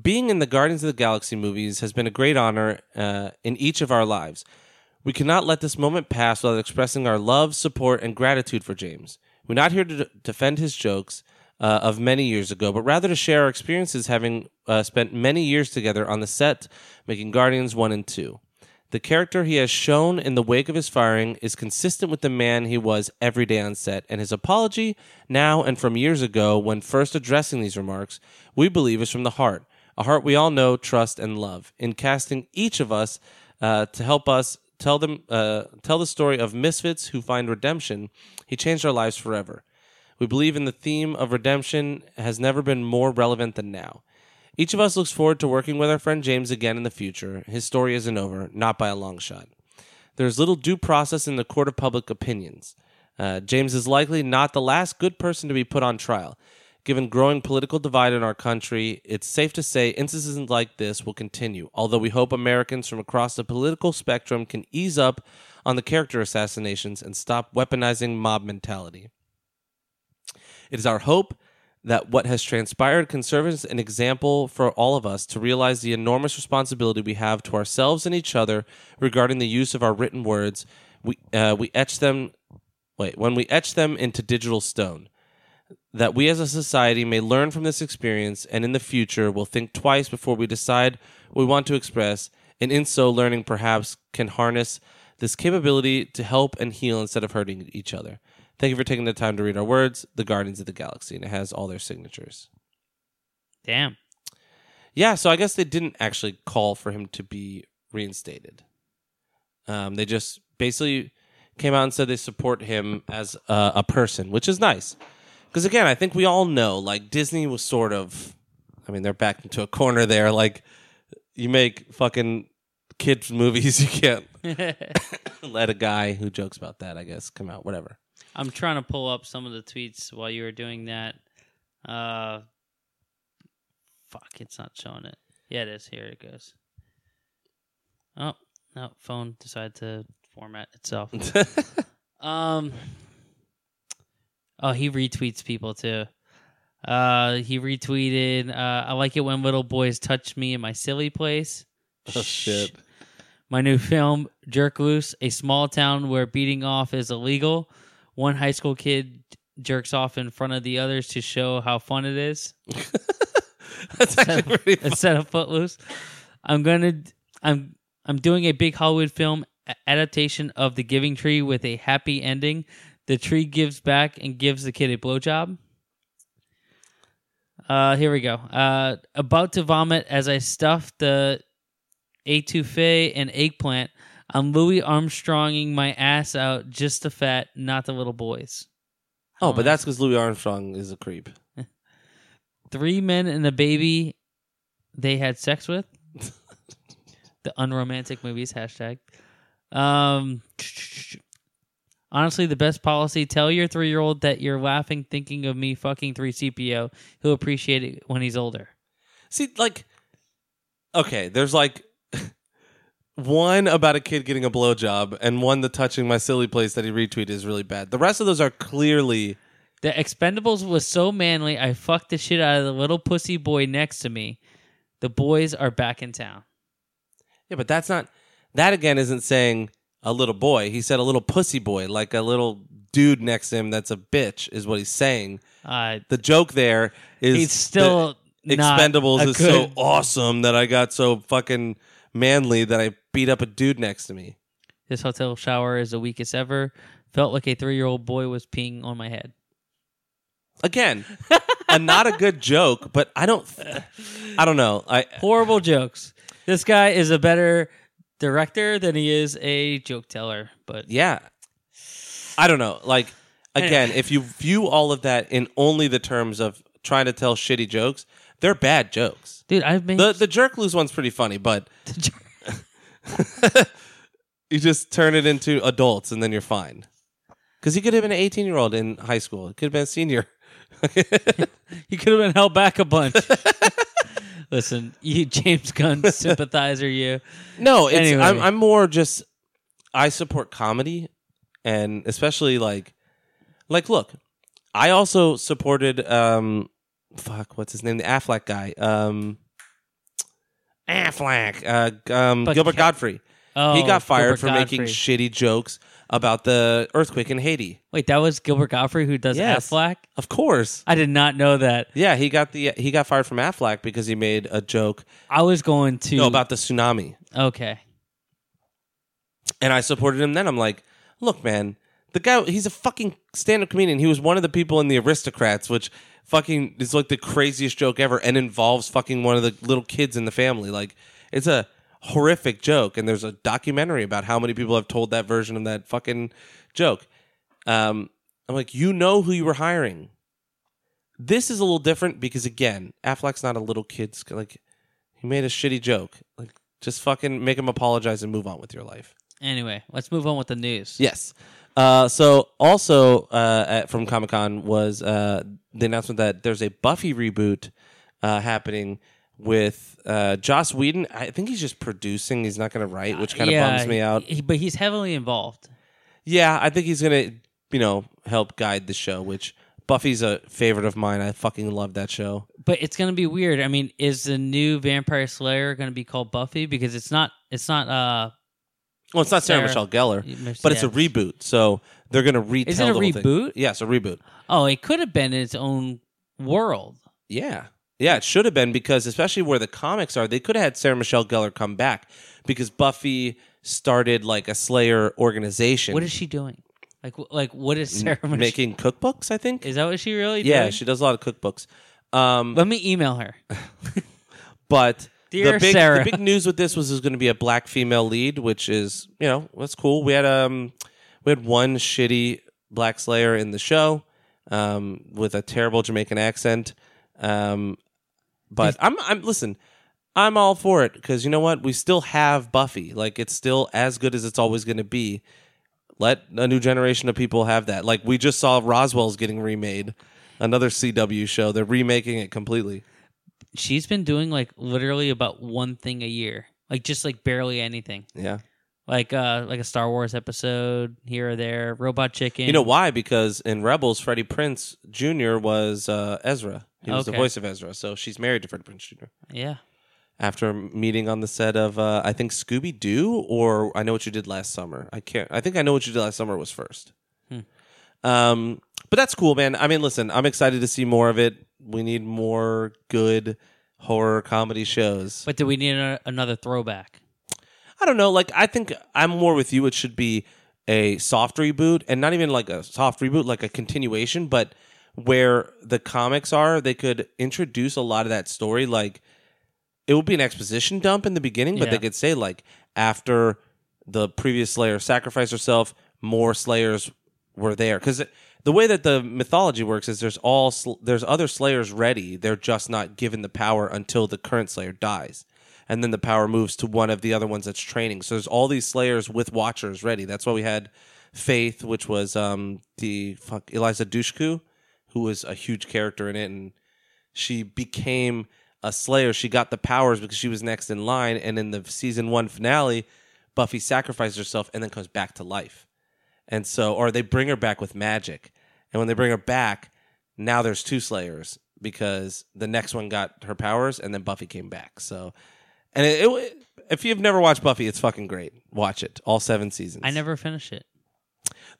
S2: being in the Guardians of the Galaxy movies has been a great honor uh, in each of our lives. We cannot let this moment pass without expressing our love, support, and gratitude for James. We're not here to d- defend his jokes uh, of many years ago, but rather to share our experiences having uh, spent many years together on the set making Guardians 1 and 2. The character he has shown in the wake of his firing is consistent with the man he was every day on set, and his apology, now and from years ago when first addressing these remarks, we believe is from the heart, a heart we all know, trust, and love, in casting each of us uh, to help us tell them uh, tell the story of misfits who find redemption. He changed our lives forever. We believe in the theme of redemption has never been more relevant than now. Each of us looks forward to working with our friend James again in the future. His story isn't over, not by a long shot. There is little due process in the court of public opinions. Uh, James is likely not the last good person to be put on trial. Given growing political divide in our country, it's safe to say instances like this will continue, although we hope Americans from across the political spectrum can ease up on the character assassinations and stop weaponizing mob mentality. It is our hope that what has transpired can serve as an example for all of us to realize the enormous responsibility we have to ourselves and each other regarding the use of our written words. We uh, we etch them. Wait, when we etch them into digital stone, that we as a society may learn from this experience, and in the future will think twice before we decide what we want to express, and in so learning perhaps can harness this capability to help and heal instead of hurting each other. Thank you for taking the time to read our words, The Guardians of the Galaxy, and it has all their signatures.
S3: Damn.
S2: Yeah, so I guess they didn't actually call for him to be reinstated. Um, they just basically came out and said they support him as uh, a person, which is nice. Because again, I think we all know like Disney was sort of, I mean, they're backed into a corner there. Like, you make fucking kids movies, you can't let a guy who jokes about that, I guess, come out. Whatever.
S1: I'm trying to pull up some of the tweets while you were doing that. Uh, fuck, it's not showing it. Yeah, it is. Here it goes. Oh no, phone decided to format itself. um, oh, he retweets people too. Uh, he retweeted. Uh, I like it when little boys touch me in my silly place.
S2: Oh, shit.
S1: My new film, Jerk Loose, a small town where beating off is illegal. One high school kid jerks off in front of the others to show how fun it is.
S2: That's actually pretty fun.
S1: Instead of Footloose, I'm gonna I'm I'm doing a big Hollywood film a- adaptation of The Giving Tree with a happy ending. The tree gives back and gives the kid a blowjob. Uh, here we go. Uh, about to vomit as I stuff the etouffee and eggplant. I'm Louis Armstronging my ass out, just the fat, not the little boys.
S2: Oh,
S1: Um,
S2: but that's because Louis Armstrong is a creep.
S1: Three men and a baby they had sex with. the unromantic movies hashtag. Um, honestly, the best policy tell your three year old that you're laughing thinking of me fucking 3CPO. He'll appreciate it when he's older.
S2: See, like, okay, there's like one about a kid getting a blowjob, and one the touching my silly place that he retweeted is really bad. The rest of those are clearly
S1: The Expendables was so manly, I fucked the shit out of the little pussy boy next to me. The boys are back in town.
S2: yeah, but that's not that again isn't saying a little boy. He said a little pussy boy, like a little dude next to him that's a bitch, is what he's saying.
S1: Uh,
S2: The joke there is
S1: he's still
S2: that
S1: not
S2: Expendables
S1: a
S2: is
S1: good-
S2: so awesome that I got so fucking manly that I beat up a dude next to me.
S1: This hotel shower is the weakest ever. Felt like a three-year-old boy was peeing on my head.
S2: Again, a, not a good joke, but I don't, I don't know. I
S1: Horrible jokes. This guy is a better director than he is a joke teller. But
S2: yeah i don't know like again if you view all of that in only the terms of trying to tell shitty jokes they're bad jokes
S1: dude, I've made
S2: the the jerk loose one's pretty funny but you just turn it into adults and then you're fine because he could have been an 18 year old in high school it could have been a senior
S1: he could have been held back a bunch. Listen, you James Gunn sympathizer, you.
S2: no it's
S1: Anyway.
S2: I'm, I'm more just i support comedy and especially like like look i also supported um fuck what's his name the affleck guy um affleck uh um
S1: But
S2: gilbert
S1: Ca-
S2: godfrey
S1: Oh,
S2: he got fired
S1: Gilbert
S2: for making
S1: Gottfried.
S2: shitty jokes about the earthquake in haiti
S1: Wait, that was Gilbert Godfrey who does
S2: Yes.
S1: Affleck.
S2: of course
S1: I did not know that.
S2: yeah he got the he got fired from affleck because he made a joke
S1: I was going to.
S2: you know, about the tsunami
S1: okay.
S2: and I supported him then. I'm like, look, man, the guy, he's a fucking stand up comedian. He was one of the people in The Aristocrats, which fucking is like the craziest joke ever and involves fucking one of the little kids in the family. Like, it's a horrific joke. And there's a documentary about how many people have told that version of that fucking joke. Um, I'm like, you know who you were hiring. This is a little different because, again, Affleck's not a little kid's, like, he made a shitty joke. Like, just fucking make him apologize and move on with your life.
S1: Anyway, let's move on with the news.
S2: Yes. Uh, so also uh, at, from Comic Con was uh, the announcement that there's a Buffy reboot uh, happening with uh, Joss Whedon. I think he's just producing. He's not going to write, which kind of
S1: Uh, Yeah,
S2: bums me out.
S1: he- but he's heavily involved.
S2: Yeah, I think he's going to you know help guide the show. Which Buffy's a favorite of mine. I fucking love that show.
S1: But it's gonna be weird. I mean, is the new Vampire Slayer gonna be called Buffy? Because it's not. It's not. Uh,
S2: Well, it's not Sarah,
S1: Sarah-
S2: Michelle Gellar,
S1: Miss-
S2: but it's a
S1: yeah.
S2: reboot. So they're going to retell
S1: it a
S2: the whole thing.
S1: reboot?
S2: Yes, a reboot.
S1: Oh, it could have been in its own world.
S2: Yeah. Yeah, it should have been because especially where the comics are, they could have had Sarah Michelle Gellar come back because Buffy started like a Slayer organization.
S1: What is she doing? Like, wh- like what is Sarah Mich-
S2: making cookbooks? I think.
S1: Is that what she really?
S2: yeah,
S1: doing?
S2: she does a lot of cookbooks. Um,
S1: Let me email her.
S2: but
S1: Dear
S2: the big
S1: Sarah.
S2: the big news with this was there's going to be a black female lead, which is you know that's cool. We had um we had one shitty black slayer in the show, um with a terrible Jamaican accent, um but I'm I'm listen. I'm all for it because you know what? We still have Buffy. Like it's still as good as it's always going to be. Let a new generation of people have that. Like we just saw Roswell's getting remade, another CW show. They're remaking it completely.
S1: She's been doing like literally about one thing a year, like just like barely anything,
S2: Yeah.
S1: like uh like a Star Wars episode here or there. Robot Chicken.
S2: You know why? Because in Rebels, Freddie Prince Jr. was uh, Ezra. He was the
S1: Okay.
S2: voice of Ezra. So she's married to Freddie Prince Jr.
S1: Yeah.
S2: After meeting on the set of, uh, I think Scooby Doo or I know what you did last summer. I can't. I think I know what you did last summer was first. Um, but that's cool, man. I mean, listen, I'm excited to see more of it. We need more good horror comedy shows.
S1: But do we need a- another throwback?
S2: I don't know. Like, I think I'm more with you. It should be a soft reboot, and not even like a soft reboot, like a continuation, but where the comics are, they could introduce a lot of that story. Like, it would be an exposition dump in the beginning, but
S1: Yeah.
S2: they could say, like, after the previous Slayer sacrificed herself, more Slayers were there. Because the way that the mythology works is there's all sl- there's other Slayers ready. They're just not given the power until the current Slayer dies, and then the power moves to one of the other ones that's training. So there's all these Slayers with Watchers ready. That's why we had Faith, which was um the fuck Eliza Dushku, who was a huge character in it, and she became a slayer. She got the powers because she was next in line. And in the season one finale, Buffy sacrifices herself and then comes back to life. And so, or they bring her back with magic. And when they bring her back, now there's two slayers because the next one got her powers and then Buffy came back. So, and it, it, if you've never watched Buffy, it's fucking great. Watch it, all seven seasons.
S1: I never finished it.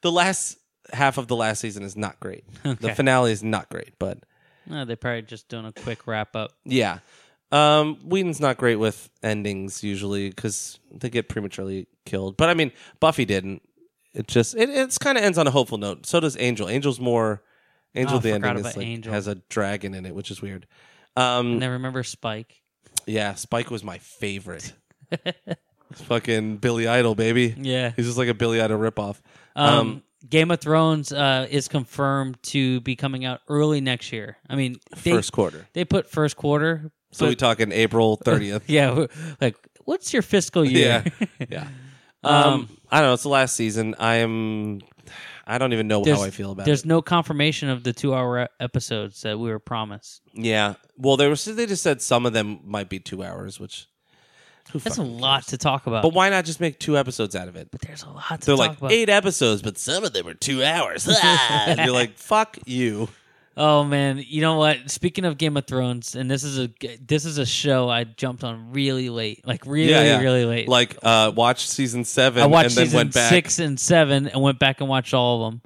S2: The last half of the last season is not great. The
S1: Okay.
S2: finale is not great, but
S1: No, they're probably just doing a quick wrap up.
S2: Yeah. Um, Whedon's not great with endings usually because they get prematurely killed. But I mean, Buffy didn't. It just it it's kind of ends on a hopeful note. So does Angel. Angel's more Angel.
S1: Oh, I
S2: the
S1: forgot
S2: ending is
S1: about
S2: like,
S1: Angel.
S2: has a dragon in it, which is weird. Um,
S1: And I remember Spike.
S2: yeah, Spike was my favorite. It's Fucking Billy Idol, baby.
S1: Yeah.
S2: He's just like a Billy Idol ripoff.
S1: Um, Game of Thrones uh, is confirmed to be coming out early next year. I mean, they,
S2: first quarter.
S1: they put first quarter.
S2: So
S1: but-
S2: we talking April thirtieth.
S1: yeah, we're- like what's your fiscal year?
S2: yeah. Um, I don't know. It's the last season. I am. I don't even know how I feel about
S1: There's
S2: it.
S1: no confirmation of the two-hour e- episodes that we were promised.
S2: Yeah. Well, there was. They just said some of them might be two hours, which. Who
S1: That's a
S2: fucking
S1: lot
S2: cares?
S1: to talk about.
S2: But why not just make two episodes out of it?
S1: But there's a lot to
S2: They're
S1: talk
S2: like
S1: about.
S2: eight episodes, but some of them are two hours. Ah! and you're like, fuck you.
S1: Oh man, you know what? Speaking of Game of Thrones, and this is a g- this is a show I jumped on really late, like really
S2: Yeah, yeah.
S1: really late.
S2: Like, uh, watch season seven
S1: I watched
S2: and then
S1: season
S2: went back.
S1: six and seven and went back and watched all of them.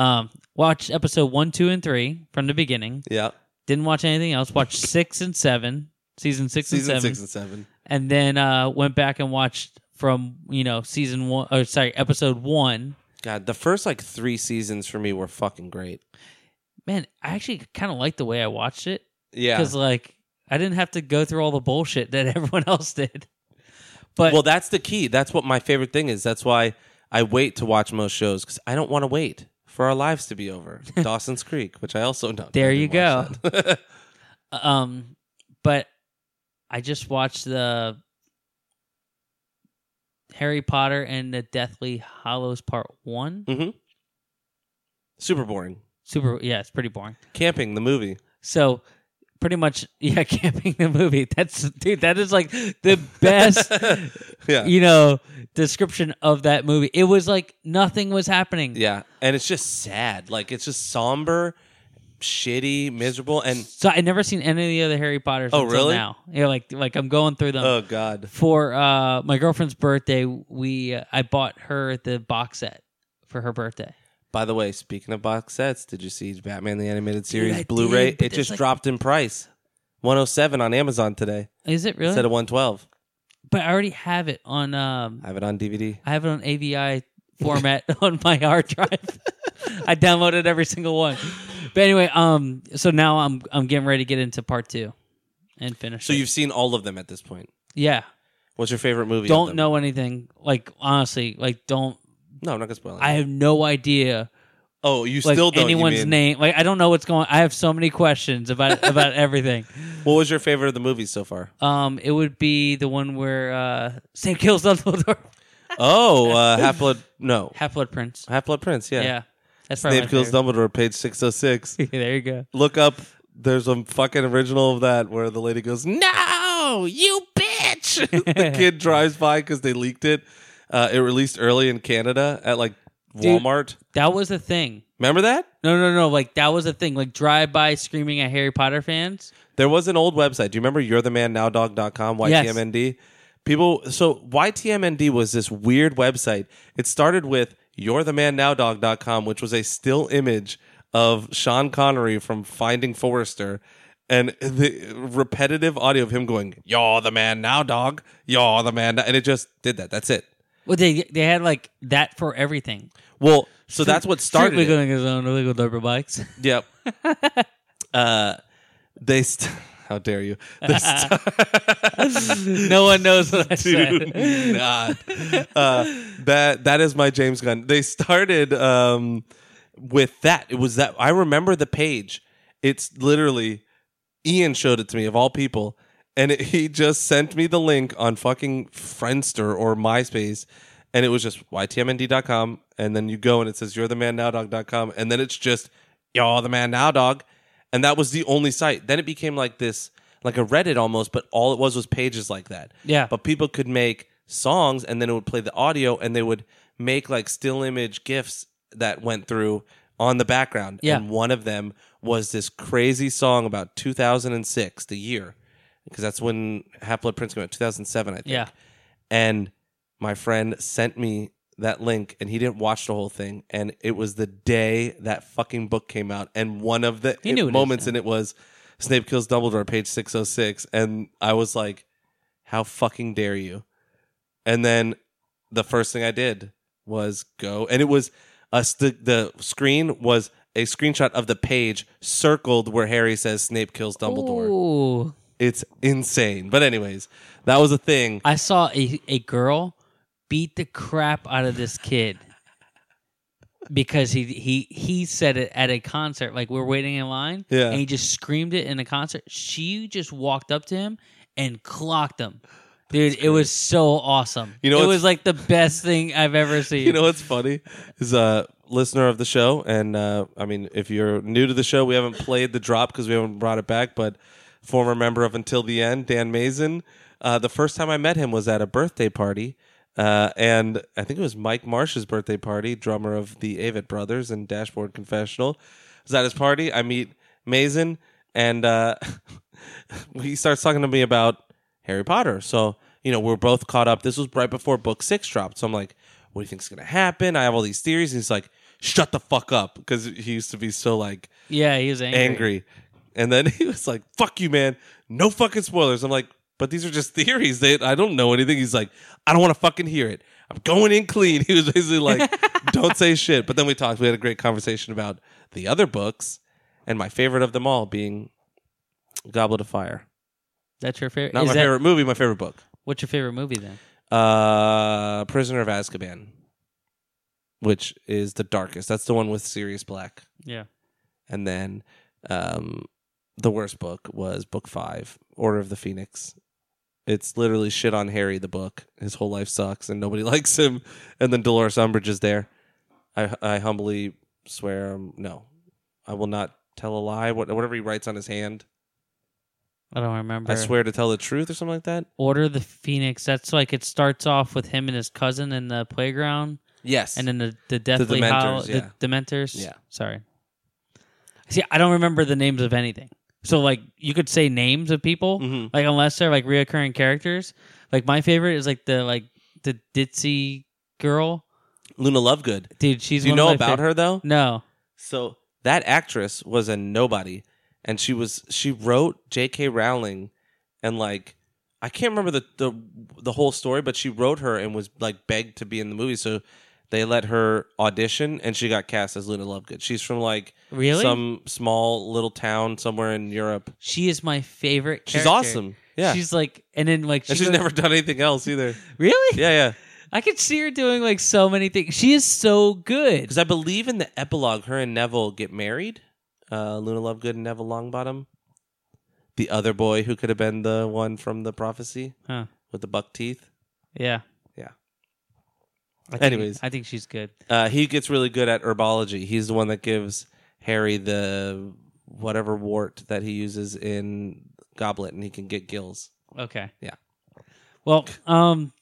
S1: Um, watched episode one, two, and three from the beginning.
S2: Yeah.
S1: Didn't watch anything else. Watched six and seven, season six
S2: Season
S1: and seven,
S2: six and seven.
S1: and then uh, went back and watched from you know season one or sorry episode one.
S2: God, the first like three seasons for me were fucking great.
S1: Man, I actually kind of liked the way I watched it
S2: Yeah.
S1: because like I didn't have to go through all the bullshit that everyone else did. But
S2: well, that's the key. That's what my favorite thing is. That's why I wait to watch most shows because I don't want to wait for our lives to be over. Dawson's Creek, which I also don't.
S1: There
S2: I
S1: you
S2: didn't watch that.
S1: Um, but I just watched the Harry Potter and the Deathly Hollows Part One.
S2: Mm. Super boring.
S1: Super, yeah, it's pretty boring.
S2: Camping the movie.
S1: So pretty much, yeah, camping the movie. That's dude, that is like the best,
S2: yeah.
S1: you know, description of that movie. It was like nothing was happening.
S2: yeah, and it's just sad. Like it's just somber, shitty, miserable, and
S1: So I never seen any of the other Harry Potters.
S2: Oh,
S1: until
S2: really?
S1: Now, yeah, like like I'm going through them.
S2: oh god.
S1: for uh my girlfriend's birthday we uh, i bought her the box set for her birthday
S2: By the way, speaking of box sets, did you see Batman the Animated Series
S1: I
S2: Blu-ray?
S1: did, but
S2: it
S1: there's,
S2: just
S1: like-
S2: dropped in price, one hundred seven oh on Amazon today
S1: is it really
S2: instead of one twelve.
S1: but I already have it on. Um,
S2: I have it on DVD.
S1: I have it on AVI format on my hard drive. I downloaded every single one. But anyway, um, so now I'm I'm getting ready to get into part two, and finish.
S2: So
S1: it.
S2: you've seen all of them at this point.
S1: yeah.
S2: What's your favorite movie? of
S1: Don't
S2: them?
S1: know anything. Like honestly, like don't.
S2: No, I'm not gonna spoil it.
S1: I have no idea
S2: oh, you
S1: like
S2: still don't. you
S1: anyone's name.
S2: mean.
S1: Like I don't know what's going. I have so many questions about about everything.
S2: What was your favorite of the movies so far?
S1: Um, it would be the one where uh, Sam kills Dumbledore.
S2: oh, uh, Half Blood. No,
S1: Half Blood Prince.
S2: Half Blood Prince.
S1: Yeah.
S2: Oh, Yeah.
S1: that's probably
S2: Snape kills Dumbledore, page six oh six.
S1: Dumbledore. there you go.
S2: Look up. There's a fucking original of that where the lady goes, "No, you bitch!" the kid drives by because they leaked it. Uh, it released early in Canada at like
S1: Dude.
S2: Walmart.
S1: That was a thing.
S2: Remember that?
S1: No, no, no. Like that was a thing. Like drive by screaming at Harry Potter fans.
S2: There was an old website. Do you remember you're the man now dog.com,
S1: Yes.
S2: YTMND? People so YTMND was this weird website. It started with you're the man now dog.com, which was a still image of Sean Connery from Finding Forrester and the repetitive audio of him going, You're the man now, dog. You're the man now. and it just did that. That's it.
S1: Well, they they had like that for everything.
S2: Well, so that's what started.
S1: Strictly
S2: it.
S1: going his own illegal diaper bikes.
S2: Yep. uh they st- how dare you? They st-
S1: no one knows what I
S2: Dude,
S1: said.
S2: not. Uh, that that is my James Gunn. They started um, with that. It was that I remember the page. It's literally Ian showed it to me of all people, and it, he just sent me the link on fucking Friendster or MySpace, and it was just ytmnd.com, and then you go and it says you're the man now dog.com, and then it's just you're the man now dog, and that was the only site. Then it became like this. Like a Reddit almost, but all it was was pages like that
S1: Yeah.
S2: but people could make songs and then it would play the audio and they would make like still image gifs that went through on the background
S1: Yeah.
S2: and one of them was this crazy song about 2006 the year because that's when half blood prince came out 2007 i think
S1: Yeah.
S2: and my friend sent me that link and he didn't watch the whole thing and it was the day that fucking book came out and one of the
S1: He knew what he was
S2: moments in it was snape kills dumbledore page 606 and i was like how fucking dare you and then the first thing i did was go and it was us the, the screen was a screenshot of the page circled where harry says snape kills dumbledore
S1: Ooh.
S2: it's insane but anyways that was a thing
S1: I saw a, a girl beat the crap out of this kid because he he he said it at a concert. Like we're waiting in line,
S2: Yeah.
S1: and he just screamed it in a concert. She just walked up to him and clocked him. Dude, it was so awesome.
S2: You know
S1: it
S2: what's-
S1: was like the best thing I've ever seen.
S2: you know what's funny is a listener of the show and uh, i mean if you're new to the show we haven't played the drop because we haven't brought it back but former member of until the end dan mazin uh, the first time i met him was at a birthday party uh, and i think it was mike marsh's birthday party drummer of the avett brothers and dashboard confessional I was at his party i meet mazin and uh, he starts talking to me about Harry Potter. So, you know, we're both caught up. This was right before book six dropped. So I'm like, what do you think's going to happen? I have all these theories. And he's like, shut the fuck up. Because he used to be so like
S1: yeah, he was angry.
S2: angry. And then he was like, fuck you, man. No fucking spoilers. I'm like, but these are just theories. They, I don't know anything. He's like, I don't want to fucking hear it. I'm going in clean. He was basically like, don't say shit. But then we talked. We had a great conversation about the other books and my favorite of them all being Goblet of Fire.
S1: That's your favorite.
S2: Not
S1: Is
S2: my
S1: that,
S2: favorite movie, my favorite book.
S1: What's your favorite movie then?
S2: Uh, Prisoner of Azkaban, which is the darkest. That's the one with Sirius Black.
S1: Yeah.
S2: And then um, the worst book was book five, Order of the Phoenix. It's literally shit on Harry, the book. His whole life sucks and nobody likes him. And then Dolores Umbridge is there. I, I humbly swear, um, no, I will not tell a lie. What, whatever he writes on his hand,
S1: I don't remember.
S2: I swear to tell the truth or something like that.
S1: Order of the Phoenix. That's like it starts off with him and his cousin in the playground.
S2: Yes.
S1: And then the the Deathly
S2: Dementors,
S1: Hollow,
S2: yeah.
S1: the Dementors.
S2: Yeah.
S1: sorry. See, I don't remember the names of anything. So like, you could say names of people,
S2: Mhm.
S1: like unless they're like reoccurring characters. Like my favorite is like the like the ditzy girl,
S2: Luna Lovegood.
S1: dude. She's
S2: Do you
S1: one
S2: know
S1: of my
S2: about
S1: fav-
S2: her though?
S1: No,
S2: So that actress was a nobody, and she was she wrote J.K. Rowling, and like I can't remember the, the the whole story, but she wrote her and was like begged to be in the movie, so they let her audition, and she got cast as Luna Lovegood. She's from like
S1: Really?
S2: some small little town somewhere in Europe.
S1: She is my favorite.
S2: She's
S1: character.
S2: awesome. Yeah,
S1: She's like, and then like she
S2: and she's
S1: goes-
S2: never done anything else either.
S1: really.
S2: Yeah, yeah.
S1: I could see her doing like so many things. She is so good.
S2: Because I believe in the epilogue, her and Neville get married. Uh, Luna Lovegood and Neville Longbottom, the other boy who could have been the one from the prophecy
S4: Huh.
S2: with the buck teeth.
S4: Yeah.
S1: I think-
S2: Anyways.
S1: I think she's good.
S2: Uh, he gets really good at herbology. He's the one that gives Harry the whatever wart that he uses in Goblet, and he can get gills.
S4: Okay.
S2: Yeah.
S4: Well,
S1: Um,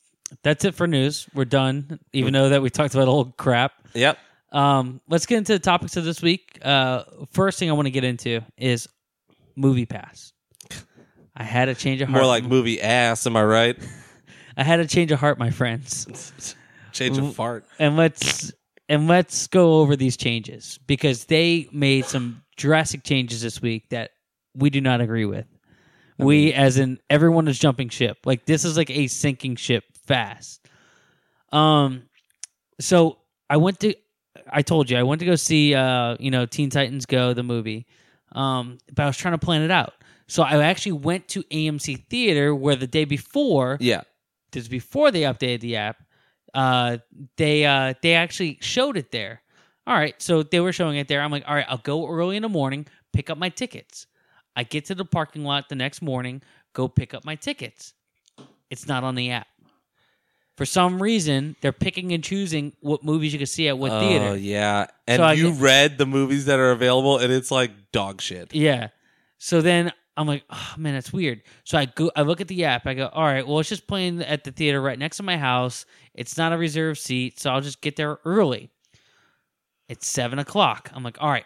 S1: that's it for news. We're done. Even though that we talked about old crap.
S2: Yep.
S1: Um, let's get into the topics of this week. Uh, first thing I want to get into is Movie Pass. I had a change of heart.
S2: More like movie ass, am I right?
S1: I had a change of heart, my friends.
S2: Change
S1: Mm.
S2: of fart.
S1: and let's and let's go over these changes because they made some drastic changes this week that we do not agree with. we, as in everyone, is jumping ship. Like this is like a sinking ship fast. Um, so I went to, I told you I went to go see, uh, you know, Teen Titans Go the movie. Um, but I was trying to plan it out. So I actually went to AMC Theater where the day before
S2: Yeah.
S1: this is before they updated the app. Uh, they uh, they actually showed it there. All right, so they were showing it there. I'm like, all right, I'll go early in the morning, pick up my tickets. I get to the parking lot the next morning, go pick up my tickets. It's not on the app. For some reason, they're picking and choosing what movies you can see at what
S2: oh,
S1: theater.
S2: yeah. And
S1: So I
S2: you
S1: get-
S2: read the movies that are available, and it's like dog shit.
S1: Yeah. So then I'm like, oh man, that's weird. So I go, I look at the app. I go, all right, well, it's just playing at the theater right next to my house. It's not a reserved seat, so I'll just get there early. It's seven o'clock. I'm like, all right,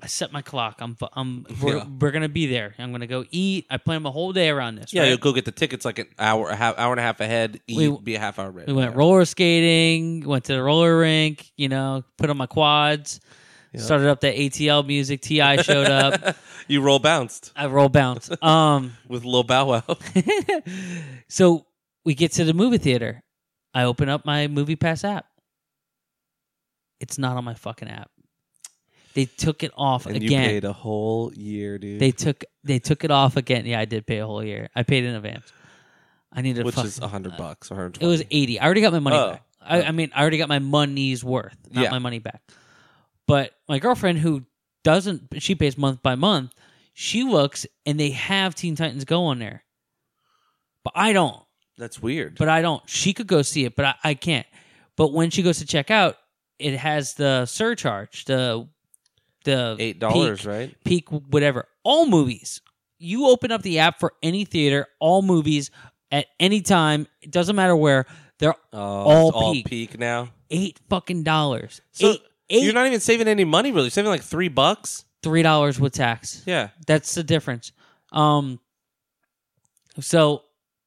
S1: I set my clock. I'm, fu- I'm, we're,
S2: Yeah.
S1: we're gonna be there. I'm gonna go eat. I plan my whole day around this.
S2: Yeah,
S1: right?
S2: you'll go get the tickets like an hour, a half, hour and a half ahead. Eat,
S1: We-
S2: be a half hour ready.
S1: We went
S2: Yeah.
S1: roller skating, went to the roller rink, you know, put on my quads, started up the ATL music. Ti showed up.
S2: you roll bounced
S1: I roll bounce. Um.
S2: with Lil Bow Wow.
S1: so we get to the movie theater. I open up my Movie Pass app. It's not on my fucking app. They took it off
S2: and you
S1: again.
S2: paid a whole year, dude.
S1: They took they took it off again. Yeah, I did pay a whole year. I paid in advance. I need to
S2: which
S1: fuck-
S2: is a hundred bucks, a hundred
S1: It
S2: twenty.
S1: was eighty. I already got my money
S2: Oh.
S1: back. I, I mean, I already got my money's worth, not
S2: Yeah.
S1: my money back. But my girlfriend, who doesn't, she pays month by month. She looks, and they have Teen Titans Go on there, but I don't.
S2: That's weird.
S1: But I don't. She could go see it, but I, I can't. But when she goes to check out, it has the surcharge, the the
S2: eight dollars, right?
S1: peak, peak whatever. All movies. You open up the app for any theater, all movies at any time. It doesn't matter where. They're
S2: Oh,
S1: All
S2: it's all
S1: peak.
S2: peak. now.
S1: eight fucking dollars.
S2: So
S1: eight eight
S2: You're not even saving any money, really. You're saving like three bucks.
S1: three dollars with tax.
S2: Yeah,
S1: That's the difference. Um so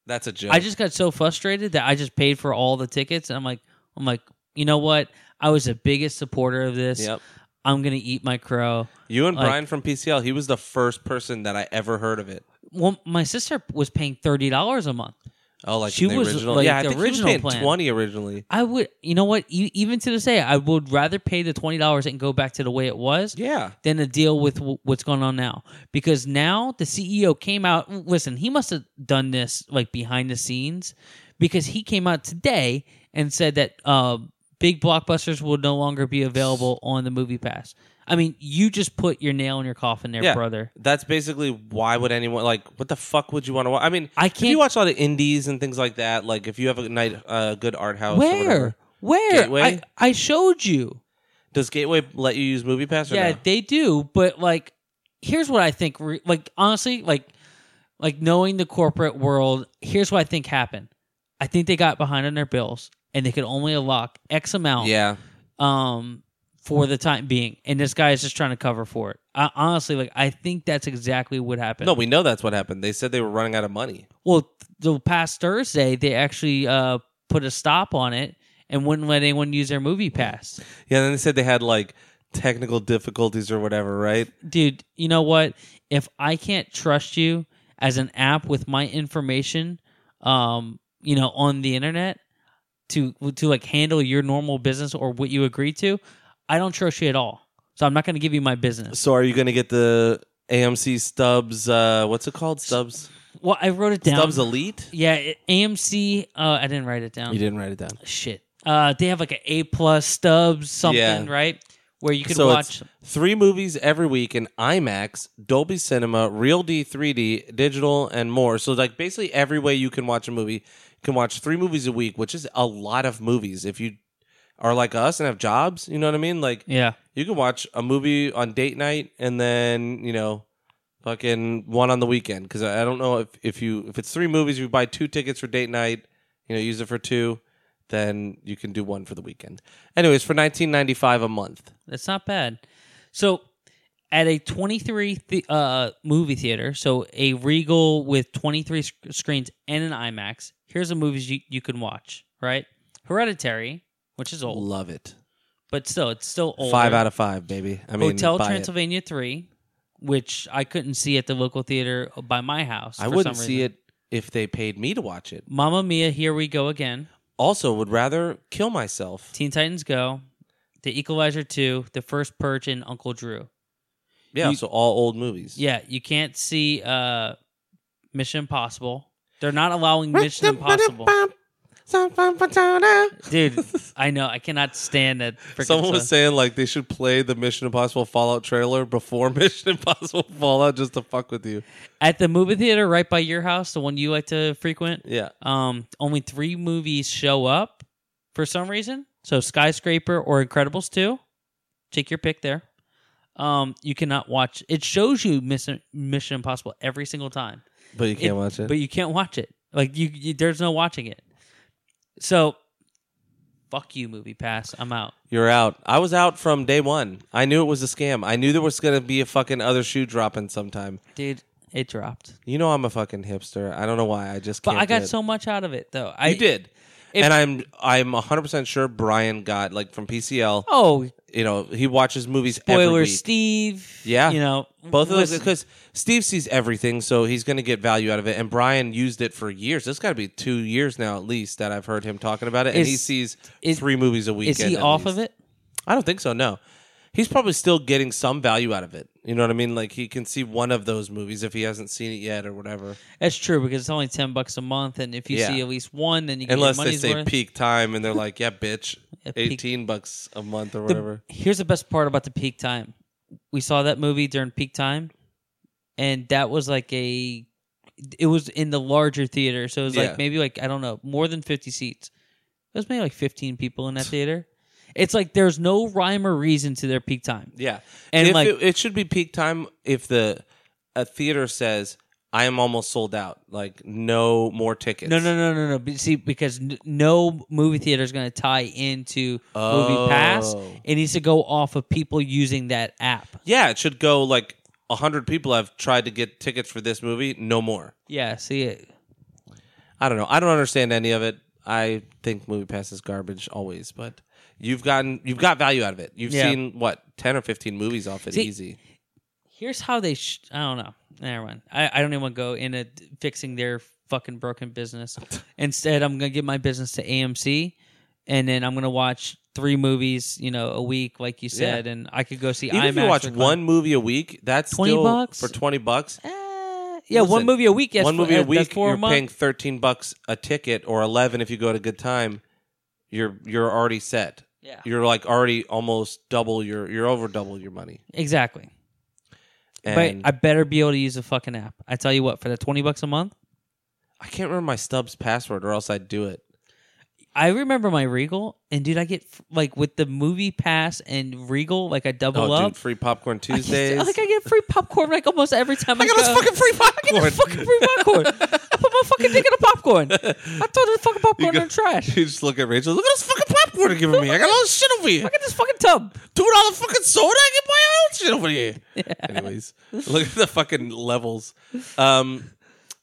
S2: that's a joke.
S1: I just got so frustrated that I just paid for all the tickets and I'm like I'm like, you know what? I was the biggest supporter of this.
S2: Yep.
S1: I'm gonna eat my crow.
S2: You and
S1: like-
S2: Brian from PCL. He was the first person that I ever heard of it.
S1: Well, my sister was paying thirty dollars a month.
S2: Oh, like
S1: She
S2: in the
S1: was,
S2: original.
S1: like,
S2: yeah, I
S1: the
S2: think
S1: original
S2: he was paying
S1: plan.
S2: twenty originally.
S1: I would, you know what? You, even to this day, I would rather pay the twenty dollars and go back to the way it was
S2: Yeah,
S1: than to deal with w- what's going on now. Because now the CEO came out. Listen, he must have done this like behind the scenes because he came out today and said that uh, big blockbusters will no longer be available on the Movie Pass. I mean, you just put your nail in your coffin there,
S2: Yeah.
S1: brother.
S2: that's basically why would anyone like? What the fuck would you want to watch? I mean,
S1: I
S2: If you
S1: can't-
S2: watch a lot of indies and things like that, like if you have a night, uh, good art house. Or
S1: Where?
S2: whatever,
S1: Where?
S2: Gateway?
S1: I, I showed you.
S2: does Gateway let you use Movie Pass? Or
S1: yeah,
S2: no?
S1: they do. But like, here's what I think. Re- like, honestly, like, like knowing the corporate world, here's what I think happened. I think they got behind on their bills, and they could only unlock X amount.
S2: yeah.
S1: Um, for the time being, and this guy is just trying to cover for it. I, honestly, like, I think that's exactly what happened.
S2: No, we know that's what happened. They said they were running out of money.
S1: Well, the past Thursday, they actually uh put a stop on it and wouldn't let anyone use their movie pass.
S2: Yeah, and then they said they had like technical difficulties or whatever, right?
S1: dude, you know what? If I can't trust you as an app with my information, um, you know, on the internet to to like handle your normal business or what you agree to, I don't trust you at all. So I'm not going to give you my business.
S2: So are you going to get the AMC Stubbs? Uh, what's it called? Stubbs.
S1: Well, I wrote it down.
S2: Stubbs Elite.
S1: yeah, it- AMC. Uh, I didn't write it down.
S2: You didn't write it down.
S1: Shit. Uh, they have like an A plus Stubbs something,
S2: Yeah.
S1: right? Where you can
S2: So
S1: watch.
S2: it's three movies every week in IMAX, Dolby Cinema, Real D, 3D, digital, and more. So like basically every way you can watch a movie, you can watch three movies a week, which is a lot of movies. If you are like us and have jobs, you know what I mean. Like
S1: Yeah.
S2: you can watch a movie on date night and then you know, fucking one on the weekend. Because I I don't know if if you if it's three movies, you buy two tickets for date night. You know, use it for two. Then you can do one for the weekend. Anyways, for nineteen ninety five a month.
S1: That's not bad. So, at a 23 th- uh, movie theater, so a Regal with 23 sc- screens and an IMAX, here's the movies you, you can watch, right? Hereditary, which is old,
S2: Love it.
S1: but still, it's still old.
S2: Five out of five, baby. I mean,
S1: Hotel
S2: buy it.
S1: Transylvania 3, which I couldn't see at the local theater by my house.
S2: I wouldn't see it if they paid me to watch it.
S1: Mama Mia, Here We Go Again,
S2: Also, would rather kill myself.
S1: Teen Titans Go, The Equalizer 2, The First Purge, and Uncle Drew.
S2: Yeah,
S1: You-
S2: so all old movies.
S1: Yeah, you can't see uh Mission Impossible. They're not allowing Mission Impossible. Dude, I know. I cannot stand that. frickin'
S2: Someone was
S1: song.
S2: saying like they should play the Mission Impossible Fallout trailer before Mission Impossible Fallout just to fuck with you.
S1: at the movie theater right by your house, the one you like to frequent.
S2: Yeah.
S1: Um, only three movies show up for some reason. So Skyscraper or Incredibles two. Take your pick there. Um, you cannot watch. It shows you Mission Mission Impossible every single time.
S2: But you can't
S1: It-
S2: watch it.
S1: but you can't watch it. Like you, you there's no watching it. So fuck you, Movie Pass. I'm out.
S2: You're out. I was out from day one. I knew it was a scam. I knew there was gonna be a fucking other shoe dropping sometime.
S1: Dude, it dropped.
S2: You know I'm a fucking hipster. I don't know why. I just
S1: But
S2: can't
S1: I got
S2: get-
S1: so much out of it though. I
S2: You did.
S1: if-
S2: and I'm I'm 100% sure Brian got like from PCL,
S1: Oh,
S2: you know, he watches movies every
S1: spoiler
S2: week.
S1: Steve.
S2: Yeah.
S1: You know,
S2: Both of those
S1: listen,
S2: because Steve sees everything, so he's going to get value out of it. And Brian used it for years. It's got to be 2 years now at least that I've heard him talking about it and
S1: Is-
S2: he sees
S1: is-
S2: 3 movies a
S1: Is
S2: weekend.
S1: he
S2: at
S1: off
S2: least.
S1: of it?
S2: I don't think so, no. He's probably still getting some value out of it. You know what I mean? Like he can see one of those movies if he hasn't seen it yet or whatever.
S1: That's true because it's only ten bucks a month, and if you
S2: Yeah.
S1: see at least one, then you get
S2: Unless
S1: your
S2: they
S1: money's
S2: say
S1: worth.
S2: peak time and they're like, "Yeah, bitch,
S1: Yeah, peak-
S2: 18 bucks a month or
S1: The-
S2: whatever."
S1: here's the best part about the peak time. We saw that movie during peak time, and that was like a. It was in the larger theater, so it was
S2: Yeah.
S1: like maybe like I don't know more than fifty seats. It was maybe like fifteen people in that theater. It's like there's no rhyme or reason to their peak time.
S2: Yeah,
S1: And,
S2: if
S1: like-
S2: it, it should be peak time if the a theater says I am almost sold out, like no more tickets.
S1: No, no, no, no, no. But See, because n- no movie theater is going to tie into
S2: Oh.
S1: Movie Pass. It needs to go off of people using that app.
S2: Yeah, it should go like hundred people have tried to get tickets for this movie. No more.
S1: Yeah, see it.
S2: I don't know. I don't understand any of it. I think Movie Pass is garbage always, but you've gotten you've got value out of it. You've
S1: Yeah.
S2: seen what ten or fifteen movies off it
S1: See-
S2: easy.
S1: here's how they sh- i don't know never mind i, I don't even want to go into d- fixing their fucking broken business instead i'm gonna give my business to amc and then i'm gonna watch three movies you know a week like you said and i could go see
S2: Even
S1: IMAX
S2: if you watch
S1: or Clown-
S2: one movie a week, that's
S1: 20
S2: still
S1: bucks?
S2: for twenty bucks.
S1: Eh, yeah one
S2: Listen,
S1: movie a week yes,
S2: one movie a week,
S1: for uh,
S2: you're
S1: a month.
S2: paying thirteen bucks a ticket, or eleven if you go at a good time. You're you're already set.
S1: yeah
S2: You're like already almost double your you're over double your money.
S1: exactly
S2: And
S1: but i better be able to use the fucking app i tell you what for the 20 bucks a month
S2: I can't remember my Stubbs password, or else I'd do it.
S1: I remember my Regal, and dude, I get f- like with the movie pass and Regal, like I double
S2: Oh,
S1: up.
S2: dude, free popcorn
S1: I get-
S2: Tuesdays.
S1: like I get free popcorn like almost every time I,
S2: I got
S1: go.
S2: us fucking free
S1: I
S2: popcorn.
S1: get fucking free popcorn. I put my fucking dick in the popcorn. I throw the fucking popcorn
S2: go-
S1: in the trash.
S2: you just look at Rachel. Look at this fucking popcorn you're giving me. I got all this shit over here.
S1: Look at this fucking tub.
S2: Doing all the fucking soda. I get my own shit over here. Anyways, look at the fucking levels. Um,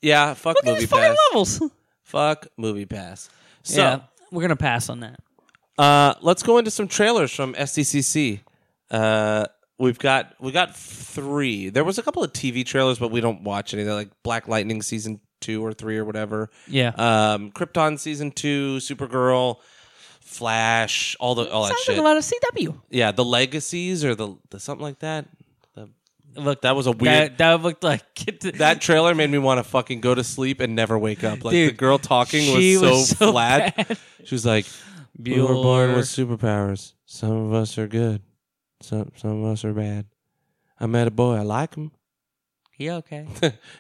S2: yeah, fuck
S1: Look at
S2: movie
S1: these
S2: pass.
S1: fucking levels.
S2: Fuck movie pass. So
S1: yeah, we're gonna pass on that.
S2: uh, let's go into some trailers from SDCC. Uh, we've got we got three. There was a couple of TV trailers, but we don't watch any. They're like Black Lightning season two or three or whatever.
S1: Yeah.
S2: Um, Krypton season two, Supergirl, Flash, all the all that
S1: Sounds
S2: shit.
S1: like a lot of CW.
S2: yeah, the legacies or the, the something like that. The-
S1: Look,
S2: that was a weird.
S1: That, that looked like
S2: That trailer made me want to fucking go to sleep and never wake up. Like the
S1: Dude,
S2: girl talking
S1: she
S2: was so,
S1: was so
S2: flat.
S1: bad.
S2: She was like, "We were born with superpowers. Some of us are good. Some some of us are bad. I met a boy. I like him.
S1: Yeah, okay.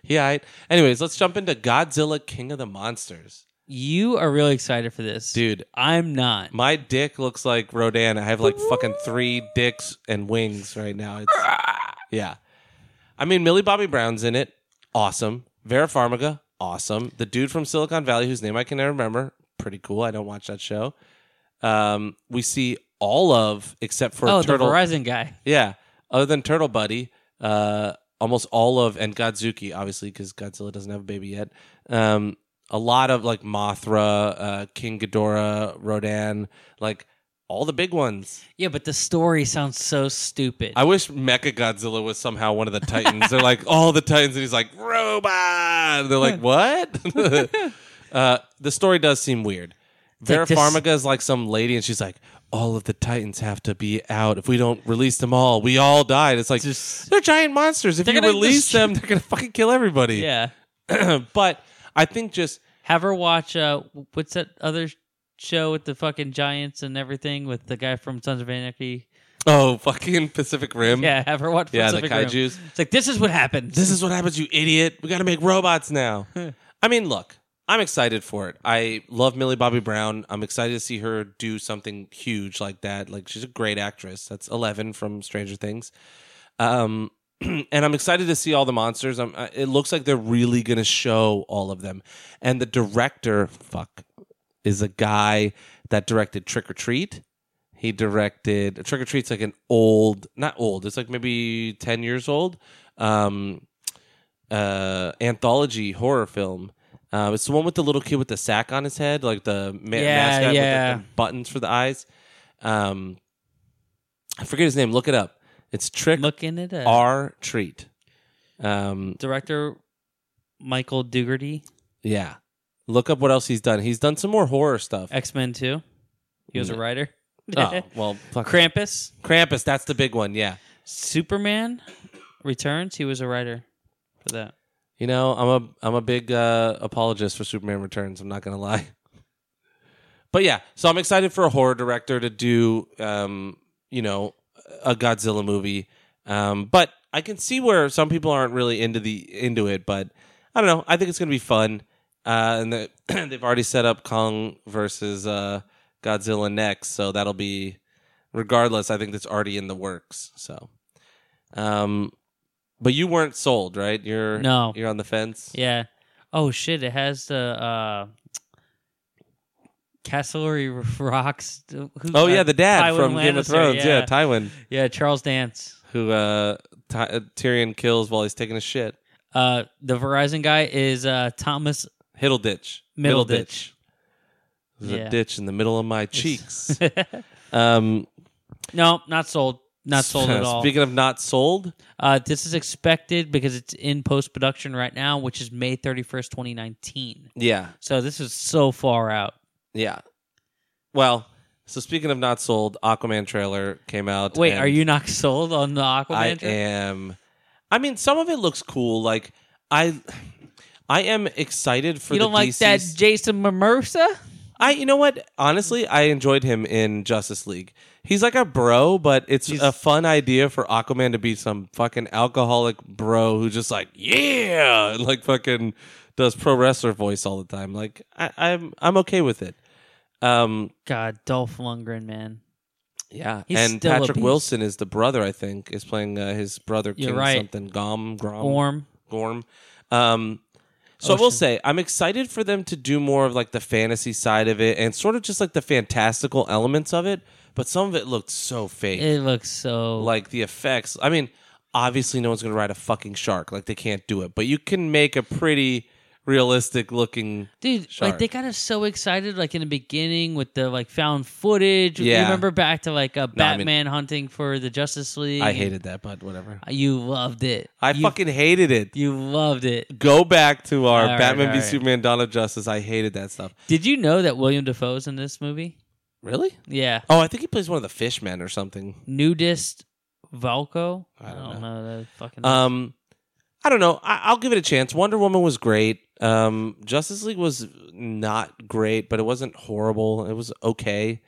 S2: Yeah. I, anyways, let's jump into Godzilla, King of the Monsters,
S1: You are really excited for this.
S2: dude.
S1: I'm not.
S2: My dick looks like Rodan. I have like fucking three dicks and wings right now. It's, yeah. I mean, Millie Bobby Brown's in it. Awesome. Vera Farmiga. Awesome. The dude from Silicon Valley, whose name I can never remember. Pretty cool. I don't watch that show. Um, we see all of, except for
S1: Oh,
S2: Turtle.
S1: the Verizon guy.
S2: Yeah. Other than Turtle Buddy, uh, almost all of, and Godzuki, obviously, because Godzilla doesn't have a baby yet. Um, a lot of like Mothra, uh, King Ghidorah, Rodan, like all the big ones.
S1: Yeah, but the story sounds so stupid.
S2: I wish Mecha Godzilla was somehow one of the Titans. They're like all the Titans, and he's like robot. And they're like what? uh, the story does seem weird. Vera
S1: like this-
S2: Farmiga is like some lady, and she's like, "All of the Titans have to be out. If we don't release them all, we all die." And it's like
S1: Just-
S2: they're giant monsters. If
S1: They're
S2: you
S1: gonna
S2: release
S1: destroy-
S2: them, they're gonna fucking kill everybody.
S1: yeah.
S2: but I think just
S4: Have her watch uh what's that other show with the fucking giants and everything with the guy from Sons of Anarchy?
S2: oh fucking Pacific Rim.
S1: Yeah, have her watch
S2: Yeah,
S1: Pacific
S2: the
S1: Rim.
S2: kaiju's.
S1: It's like this is what happens.
S2: This is what happens, you idiot. We got to make robots now. I mean, look, I'm excited for it. I love Millie Bobby Brown. I'm excited to see her do something huge like that. Like she's a great actress. That's Eleven from Stranger Things. Um, and I'm excited to see all the monsters. I'm, I- it looks like they're really going to show all of them. And the director, fuck, is a guy that directed Trick or Treat. He directed Trick or Treat's like an old, not old. It's like maybe ten years old. Um, uh, anthology horror film. Uh, it's the one with the little kid with the sack on his head, like the ma-
S1: Yeah,
S2: mascot with the-
S1: yeah.
S2: the buttons for the eyes. Um, I forget his name. Look it up. It's Trick
S4: Looking at a
S2: R Treat. Um,
S4: director Michael Dougherty,
S2: yeah. Look up what else he's done. He's done some more horror stuff.
S4: X Men Two. He was a
S2: Mm.
S4: writer.
S2: Oh, well, fuck.
S4: Krampus,
S2: Krampus, that's the big one. Yeah.
S4: Superman Returns. He was a writer for that.
S2: You know, I'm a I'm a big uh, apologist for Superman Returns. I'm not gonna lie. But yeah, so I'm excited for a horror director to do, um, you know, a Godzilla movie. Um, but I can see where some people aren't really into the into it. But I don't know. I think it's gonna be fun. Uh, and the, they've already set up Kong versus uh, Godzilla next, so that'll be regardless. I think that's already in the works. So, um, but you weren't sold, right? You're
S4: No.
S2: you're on the fence.
S4: Yeah. Oh shit! It has the uh, Castlery Rocks. Who,
S2: Oh yeah, the dad
S4: Uh, Tywin
S2: from Game of
S4: Lannister,
S2: Thrones. Yeah,
S4: yeah.
S2: Tywin,
S4: yeah, Charles Dance.
S2: who uh, Ty- uh, Tyrion kills while he's taking a shit.
S4: Uh, the Verizon guy is uh, Thomas
S2: Hiddleditch.
S4: Middleditch.
S2: There's a
S4: Yeah.
S2: ditch in the middle of my cheeks. um,
S4: no, not sold. Not sold at all.
S2: Speaking of not sold,
S4: Uh, this is expected because it's in post production right now, which is May thirty first, twenty nineteen.
S2: yeah,
S4: So this is so far out.
S2: yeah. Well, so speaking of not sold, Aquaman trailer came out.
S4: Wait,
S2: and
S4: are you not sold on the Aquaman?
S2: I
S4: trailer?
S2: am. I mean, some of it looks cool. Like I, I am excited for
S4: you
S2: the
S4: don't like
S2: DC
S4: that Jason Momoa?
S2: I you know what? Honestly, I enjoyed him in Justice League. He's like a bro, but it's a fun idea for Aquaman to be some fucking alcoholic bro who's just like, yeah, and like fucking does pro wrestler voice all the time. Like I, I'm I'm okay with it. Um
S4: God, Dolph Lundgren, man.
S2: yeah,
S4: He's
S2: and
S4: still a
S2: Patrick
S4: beast.
S2: Wilson is the brother. I think is playing uh, his brother.
S4: You're
S2: King
S4: right.
S2: Something Gom Grom
S4: Gorm.
S2: Gorm. Um,
S1: Oh,
S2: so I will
S4: Ocean.
S2: say I'm excited for them to do more of like the fantasy side of it and sort of just like the fantastical elements of it. But some of it looked so fake,
S4: It looks so
S2: like the effects. I mean, obviously no one's gonna ride a fucking shark, like they can't do it. But you can make a pretty realistic looking.
S1: Dude,
S2: Shark.
S1: like they got us so excited, like in the beginning with the like found footage. You
S2: Yeah.
S1: remember back to like a
S2: No, I mean-
S1: Batman hunting for the Justice League.
S2: I hated that, but whatever.
S1: You loved it.
S2: I
S1: you,
S2: fucking hated it.
S1: you loved it.
S2: Go back to our
S1: All right,
S2: Batman
S1: all
S2: v
S1: right.
S2: Superman Dawn of Justice. I hated that stuff.
S1: Did you know that William Defoe's in this movie?
S2: Really?
S1: Yeah,
S2: Oh, I think he plays one of the fishmen or something.
S1: nudist Valco.
S2: I don't
S1: know. that fucking.
S2: Um, I don't know. I- I'll give it a chance. Wonder Woman was great. Um, Justice League was not great, but it wasn't horrible. It was okay.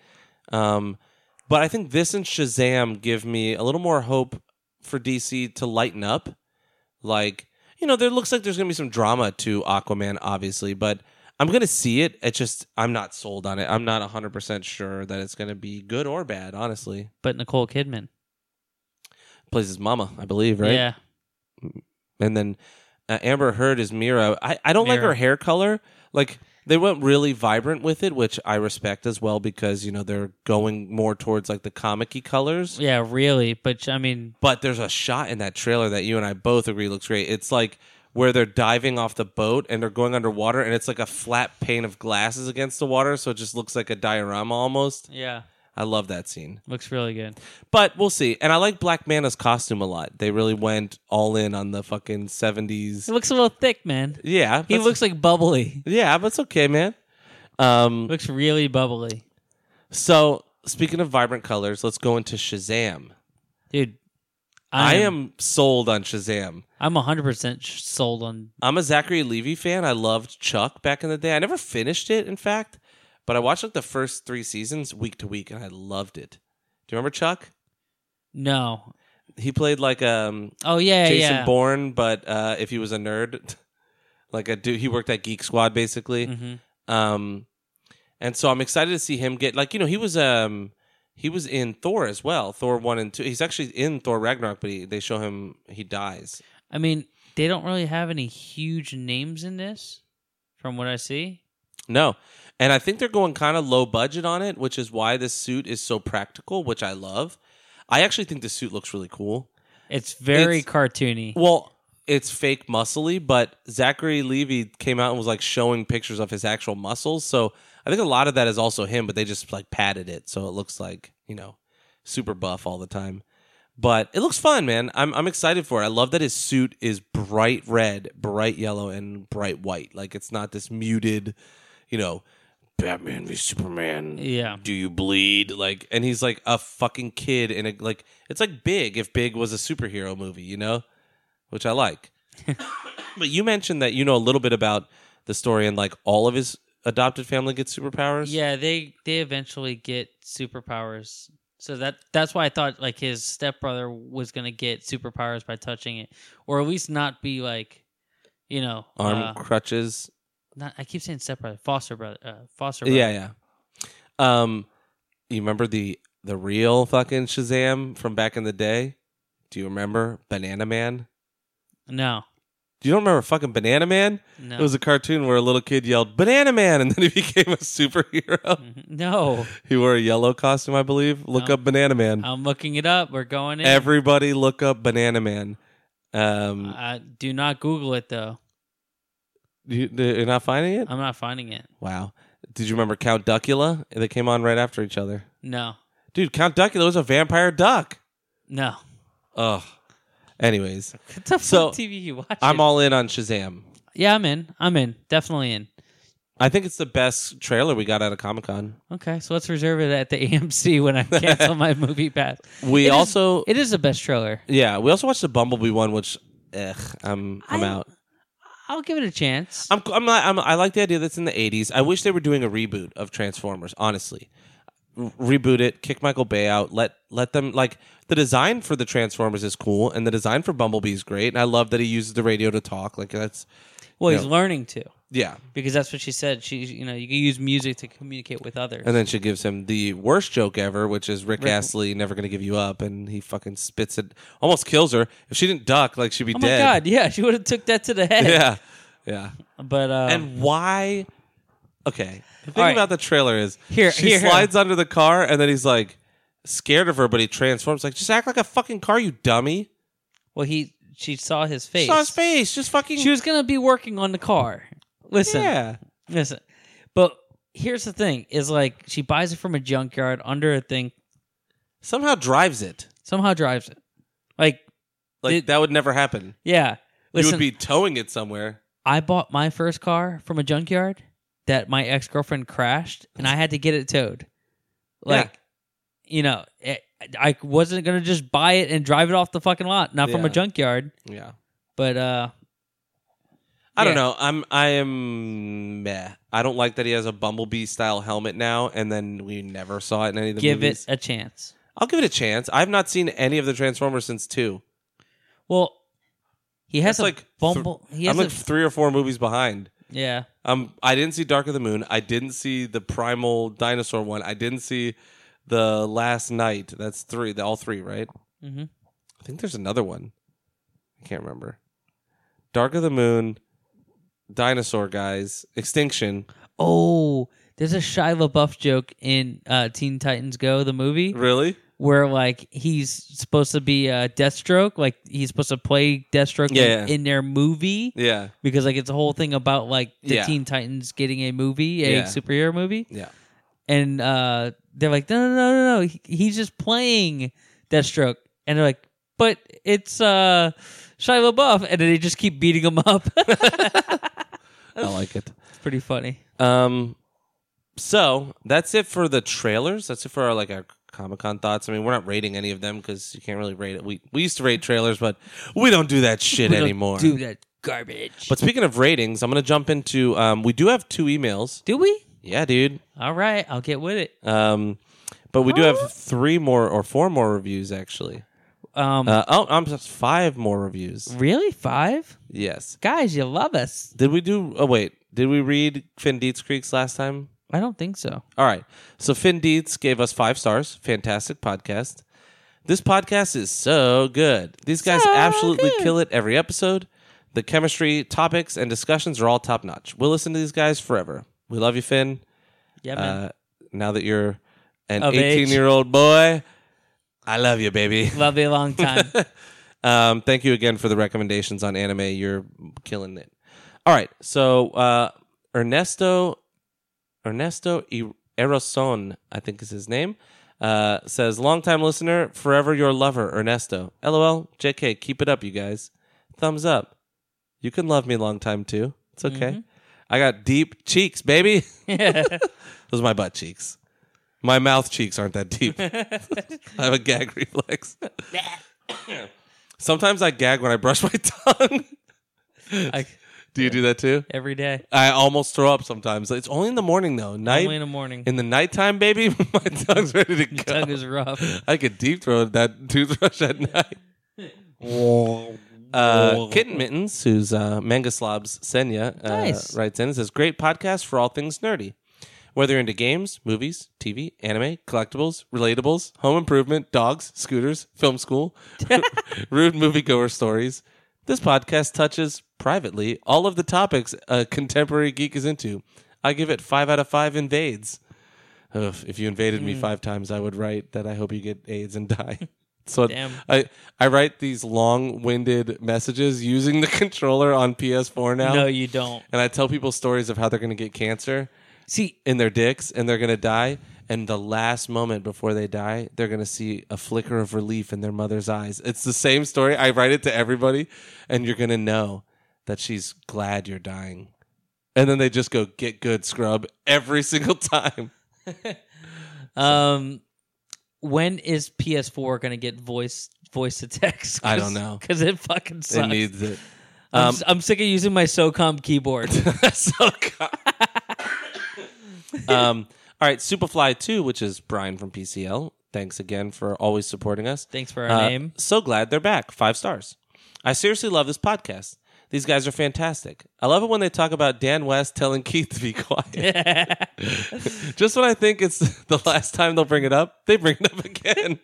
S2: Um, but I think this and Shazam give me a little more hope for DC to lighten up. Like, you know, there looks like there's going to be some drama to Aquaman, obviously, but I'm going to see it. It's just, I'm not sold on it. I'm not 100% sure that it's going to be good or bad, honestly.
S1: but Nicole Kidman.
S2: Plays his mama, I believe, right?
S1: Yeah.
S2: and then uh, Amber Heard is Mira. I, I don't like
S1: Mira.
S2: her hair color. Like they went really vibrant with it, which I respect as well because you know they're going more towards like the comic-y colors.
S1: Yeah, really. But I mean,
S2: But there's a shot in that trailer that you and I both agree looks great. It's like where they're diving off the boat and they're going underwater, and it's like a flat pane of glasses against the water, so it just looks like a diorama almost.
S1: yeah,
S2: I love that scene.
S1: looks really good.
S2: But we'll see. And I like Black Mana's costume a lot. They really went all in on the fucking
S1: He
S2: seventies.
S1: looks a little thick, man.
S2: Yeah,
S5: He
S2: that's-
S5: looks like bubbly.
S2: Yeah, but it's okay, man. Um,
S1: Looks really bubbly,
S2: so speaking of vibrant colors, let's go into Shazam.
S1: dude.
S2: I am sold on Shazam.
S1: I'm 100 percent sold on.
S2: I'm a Zachary Levy fan. I loved Chuck back in the day. I never finished it, in fact, but I watched like the first three seasons week to week, and I loved it. Do you remember Chuck?
S1: No.
S2: He played like um,
S1: Oh yeah,
S2: Jason
S1: yeah.
S2: Bourne, but uh, if he was a nerd, like a dude, he worked at Geek Squad basically.
S1: Mhm.
S2: Um, and so I'm excited to see him get like you know he was um he was in Thor as well, Thor one and two. He's actually in Thor Ragnarok, but he, they show him he dies.
S1: I mean, they don't really have any huge names in this, from what I see.
S2: No, and I think they're going kind of low budget on it, which is why this suit is so practical, which I love. I actually think the suit looks really cool.
S1: It's very
S2: It's-
S1: cartoony.
S2: Well, it's fake muscly, but Zachary Levy came out and was like showing pictures of his actual muscles. So I think a lot of that is also him, but they just like padded it so it looks like you know super buff all the time. But it looks fun, man. I'm I'm excited for it. I love that his suit is bright red, bright yellow, and bright white. Like it's not this muted, you know, Batman v Superman
S1: Yeah.
S2: do you bleed like and he's like a fucking kid in a like it's like big if big was a superhero movie you know which i like but you mentioned that you know a little bit about the story and like all of his adopted family gets superpowers
S1: Yeah, they they eventually get superpowers. So that that's why I thought like his stepbrother was gonna get superpowers by touching it, or at least not be like, you know, uh,
S2: arm crutches
S1: not, I keep saying stepbrother, foster brother, uh, foster brother.
S2: yeah yeah um you remember the the real fucking shazam from back in the day do you remember banana man
S1: No,
S2: do you don't remember fucking banana man
S1: no,
S2: it was a cartoon where a little kid yelled banana man and then he became a superhero
S1: Mhm. no.
S2: He wore a yellow costume, I believe. Look
S1: Oh.
S2: up Banana Man.
S1: I'm looking it up. We're going in.
S2: Everybody, look up Banana Man. Um,
S1: uh, do not Google it though.
S2: you, you're not finding it?
S1: I'm not finding it.
S2: Wow. Did you remember Count Duckula? They came on right after each other.
S1: No,
S2: Dude, Count Duckula was a vampire duck.
S1: no.
S2: Ugh. Anyways,
S1: What the
S2: So,
S1: fuck TV you watch?
S2: I'm all in on Shazam.
S1: Yeah, I'm in. I'm in. Definitely in.
S2: I think it's the best trailer we got out of Comic Con.
S1: Okay, so let's reserve it at the AMC when I cancel my movie pass. It
S2: We
S1: is-
S2: also,
S1: It is the best trailer.
S2: yeah, we also watched the Bumblebee one, which, ugh, I'm, I'm
S1: I-
S2: out.
S1: I'll give it a chance.
S2: I'm, I'm, not, I'm I like the idea that's in the 80s. I wish they were doing a reboot of Transformers. Honestly, R- reboot it, kick Michael Bay out, let let them like the design for the Transformers is cool, and the design for Bumblebee is great, and I love that he uses the radio to talk. Like that's
S1: well, he's
S2: no.
S1: learning to
S2: yeah.
S1: because that's what she said. She, you know, you can use music to communicate with others.
S2: And then she gives him the worst joke ever, which is Rick,
S1: Rick-
S2: Astley never gonna give you up, and he fucking spits it, almost kills her. If she didn't duck, like she'd be
S1: oh my
S2: dead.
S1: god, yeah, she would have took that to the head.
S2: Yeah, yeah.
S1: But uh,
S2: and why? Okay. The thing
S1: All right.
S2: about the trailer is
S1: Here,
S2: she
S1: here, here.
S2: slides under the car, and then he's like scared of her, but he transforms. Like, just act like a fucking car, you dummy.
S1: well, he she saw his
S2: She
S1: face.
S2: Saw his face. Just fucking.
S1: She was gonna be working on the car. Listen,
S2: Yeah.
S1: listen. But here's the thing: is like she buys it from a junkyard under a thing,
S2: Somehow drives it.
S1: somehow drives it. Like,
S2: Like
S1: It-
S2: that would never happen.
S1: yeah.
S2: you
S1: Listen,
S2: would be towing it somewhere.
S1: I bought my first car from a junkyard that my ex girlfriend crashed, and I had to get it towed. Like, you know, it, I wasn't gonna just buy it and drive it off the fucking lot, not from
S2: Yeah.
S1: a junkyard.
S2: Yeah.
S1: But uh,
S2: I don't
S1: Yeah.
S2: know. I'm I am meh. I don't like that he has a bumblebee style helmet now, and then we never saw it in any of the
S1: give
S2: movies.
S1: it a chance.
S2: I'll give it a chance. I've not seen any of the Transformers since two.
S1: Well, he has
S2: That's
S1: a
S2: like th-
S1: bumble. he has
S2: I'm like
S1: a,
S2: three or four movies behind.
S1: yeah.
S2: Um, I didn't see Dark of the Moon. I didn't see the Primal Dinosaur one. I didn't see the Last Night. That's three. The, all three, right?
S1: hmm
S2: I think there's another one. I can't remember. Dark of the Moon, Dinosaur Guys, Extinction.
S1: Oh, there's a Shia LaBeouf joke in uh, Teen Titans Go, the movie,
S2: Really?
S1: where like he's supposed to be uh, Deathstroke, like he's supposed to play Deathstroke in-
S2: Yeah.
S1: in, their movie
S2: Yeah.
S1: because like it's a whole thing about like the
S2: Yeah.
S1: Teen Titans getting a movie, a
S2: Yeah.
S1: superhero movie,
S2: Yeah.
S1: and uh, they're like, no, no, no, no, no, he- he's just playing Deathstroke, and they're like, but it's uh, Shia LaBeouf, and then they just keep beating him up.
S2: I like it.
S1: it's pretty funny.
S2: Um, so that's it for the trailers. That's it for our like our Comic Con thoughts. I mean, we're not rating any of them because you can't really rate it. We we used to rate trailers, but we don't do that shit
S1: We don't
S2: anymore.
S1: do that garbage.
S2: But speaking of ratings, I'm gonna jump into. Um, we do have two emails.
S1: do we?
S2: Yeah, dude.
S1: All right, I'll get with it.
S2: Um, but we do have three more or four more reviews actually.
S1: Um,
S2: Uh, oh, I'm just five more reviews.
S1: really, five
S2: Yes.
S1: guys, you love us?
S2: Did we do? Oh wait, did we read Finn Dietz Creeks last time?
S1: I don't think so.
S2: All right. So Finn Dietz gave us five stars. Fantastic podcast. This podcast is so good. These guys
S1: So
S2: absolutely
S1: good.
S2: kill it every episode. The chemistry, topics, and discussions are all top notch. We'll listen to these guys forever. We love you, Finn.
S1: Yeah, man.
S2: Uh, now that you're an
S1: Of age.
S2: 18 year old boy, I love you, baby.
S1: love you a long time.
S2: Um, thank you again for the recommendations on anime. You're killing it. All right, so uh, Ernesto Ernesto E- Eroson, I think is his name, uh, says longtime listener, forever your lover, Ernesto. LOL, JK, keep it up, you guys. Thumbs up. You can love me long time too. It's okay.
S1: Mm-hmm.
S2: I got deep cheeks, baby. Those are my butt cheeks. My mouth cheeks aren't that deep. I have a gag reflex. Sometimes I gag when I brush my tongue.
S1: like
S2: do you do that too?
S1: every day,
S2: I almost throw up sometimes. It's only in the morning though. Night
S1: only in the morning.
S2: in the nighttime, baby, my tongue's ready to go.
S1: Tongue is rough.
S2: I could deep throat that toothbrush at night. Uh, Kitten Mittens, who's uh, Mangaslob's Senya, uh,
S1: Nice.
S2: writes in and says, Great podcast for all things nerdy. Whether you're into games, movies, TV, anime, collectibles, relatables, home improvement, dogs, scooters, film school, rude moviegoer stories, this podcast touches privately all of the topics a contemporary geek is into. I give it five out of five invades. Ugh, if you invaded
S1: Mm.
S2: me five times, I would write that I hope you get AIDS and die. So
S1: Damn.
S2: I I write these long-winded messages using the controller on PS4 now,
S1: No, you don't.
S2: and I tell people stories of how they're going to get cancer
S1: See,
S2: in their dicks and they're going to die. And the last moment before they die, they're going to see a flicker of relief in their mother's eyes. It's the same story. I write it to everybody, and you're going to know that she's glad you're dying. And then they just go, get good, scrub, every single time.
S1: um, when is PS4 gonna get voice voice to text?
S2: I don't know.
S1: because it fucking
S2: It
S1: sucks.
S2: needs um, it.
S1: I'm, s- I'm sick of using my SOCOM keyboard.
S2: so co- um, all right, Superfly 2, which is Brian from PCL. Thanks again for always supporting us.
S1: Thanks for our
S2: Uh,
S1: name.
S2: So glad they're back. Five stars. I seriously love this podcast. These guys are fantastic. I love it when they talk about Dan West telling Keith to be quiet. Just when I think it's the last time they'll bring it up, they bring it up again.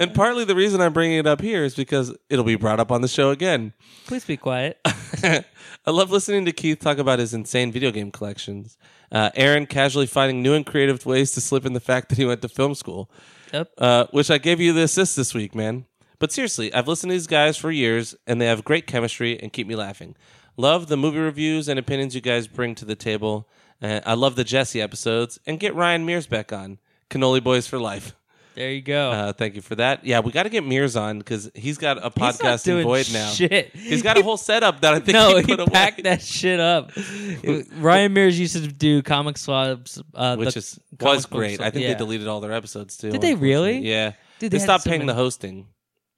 S2: and partly the reason I'm bringing it up here is because it'll be brought up on the show again.
S1: Please be quiet.
S2: uh, I love listening to Keith talk about his insane video game collections. Uh, Aaron casually finding new and creative ways to slip in the fact that he went to film school,
S1: Yep.
S2: uh, which I gave you the assist this week, man. But seriously, I've listened to these guys for years, and they have great chemistry and keep me laughing. Love the movie reviews and opinions you guys bring to the table. Uh, I love the Jesse episodes. And get Ryan Mears back on. Cannoli Boys for Life.
S1: There you go.
S2: Uh, thank you for that. Yeah, we got to get Mears on because he's got a
S1: He's not
S2: podcast in
S1: doing
S2: void now.
S1: Shit.
S2: He's got a whole setup that I think
S1: no,
S2: he
S1: he
S2: put away.
S1: packed that shit up. It- Ryan Mears used to do comic swabs, uh,
S2: which
S1: the-
S2: is
S1: comic
S2: was
S1: book
S2: great. I
S1: stuff,
S2: think
S1: yeah.
S2: they deleted all their episodes too.
S6: Did they really?
S2: unfortunately. Yeah,
S6: Dude,
S2: they,
S6: had
S2: stopped
S6: so
S2: paying
S6: many-
S2: the hosting,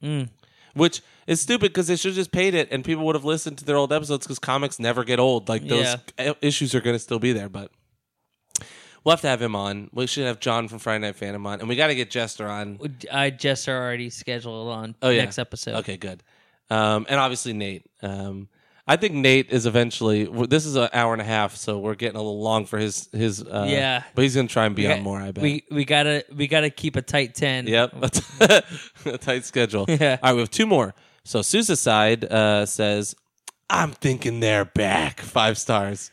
S6: Mm.
S2: which is stupid because they should have just paid it, and people would have listened to their old episodes because comics never get old. Like those i- issues are going to still be there, but. We'll have to have him on. We should have John from Friday Night Phantom on, and we got to get Jester on.
S1: I just already scheduled on
S2: Oh, yeah.
S1: next episode.
S2: Okay, good. Um, and obviously Nate. Um, I think Nate is eventually. w- This is an hour and a half, so we're getting a little long for his his. Uh,
S1: Yeah.
S2: but he's going to try and be
S1: We
S2: on
S1: got-
S2: more. I bet.
S1: We we gotta we gotta keep a tight ten.
S2: Yep. a tight schedule.
S1: Yeah.
S2: All right, we have two more. So Suicide uh, says, I'm thinking they're back. Five stars.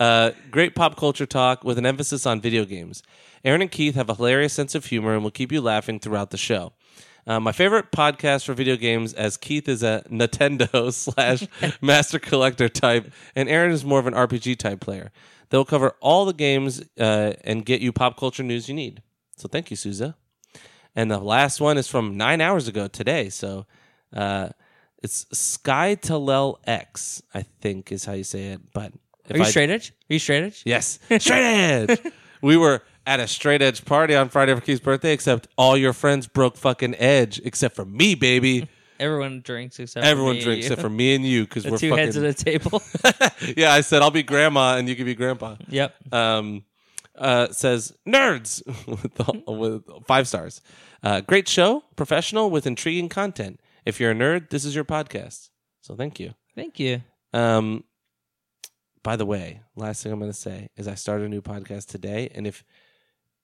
S2: Uh, great pop culture talk with an emphasis on video games. Aaron and Keith have a hilarious sense of humor and will keep you laughing throughout the show. Uh, my favorite podcast for video games, as Keith is a Nintendo slash master collector type, and Aaron is more of an RPG type player. They'll cover all the games uh, and get you pop culture news you need. So thank you, Souza. And the last one is from nine hours ago today. So uh, it's Sky Talel X, I think is how you say it. But if
S1: Are you
S2: I-
S1: straight edge? Are you straight edge?
S2: Yes, straight edge. we were at a straight edge party on Friday for Keith's birthday, except all your friends broke fucking edge, except for me, baby.
S1: Everyone drinks except for
S2: Everyone
S1: me and
S2: drinks
S1: you.
S2: except for me and you because
S1: the
S2: we're
S1: two
S2: fucking.
S1: heads of the table.
S2: yeah, I said I'll be grandma and you can be grandpa
S1: yep.
S2: um, uh, says nerds with, the, with five stars. Uh, great show, professional with intriguing content. If you're a nerd, this is your podcast. So thank you.
S1: Thank you.
S2: Um, by the way, last thing I'm going to say is I started a new podcast today, and if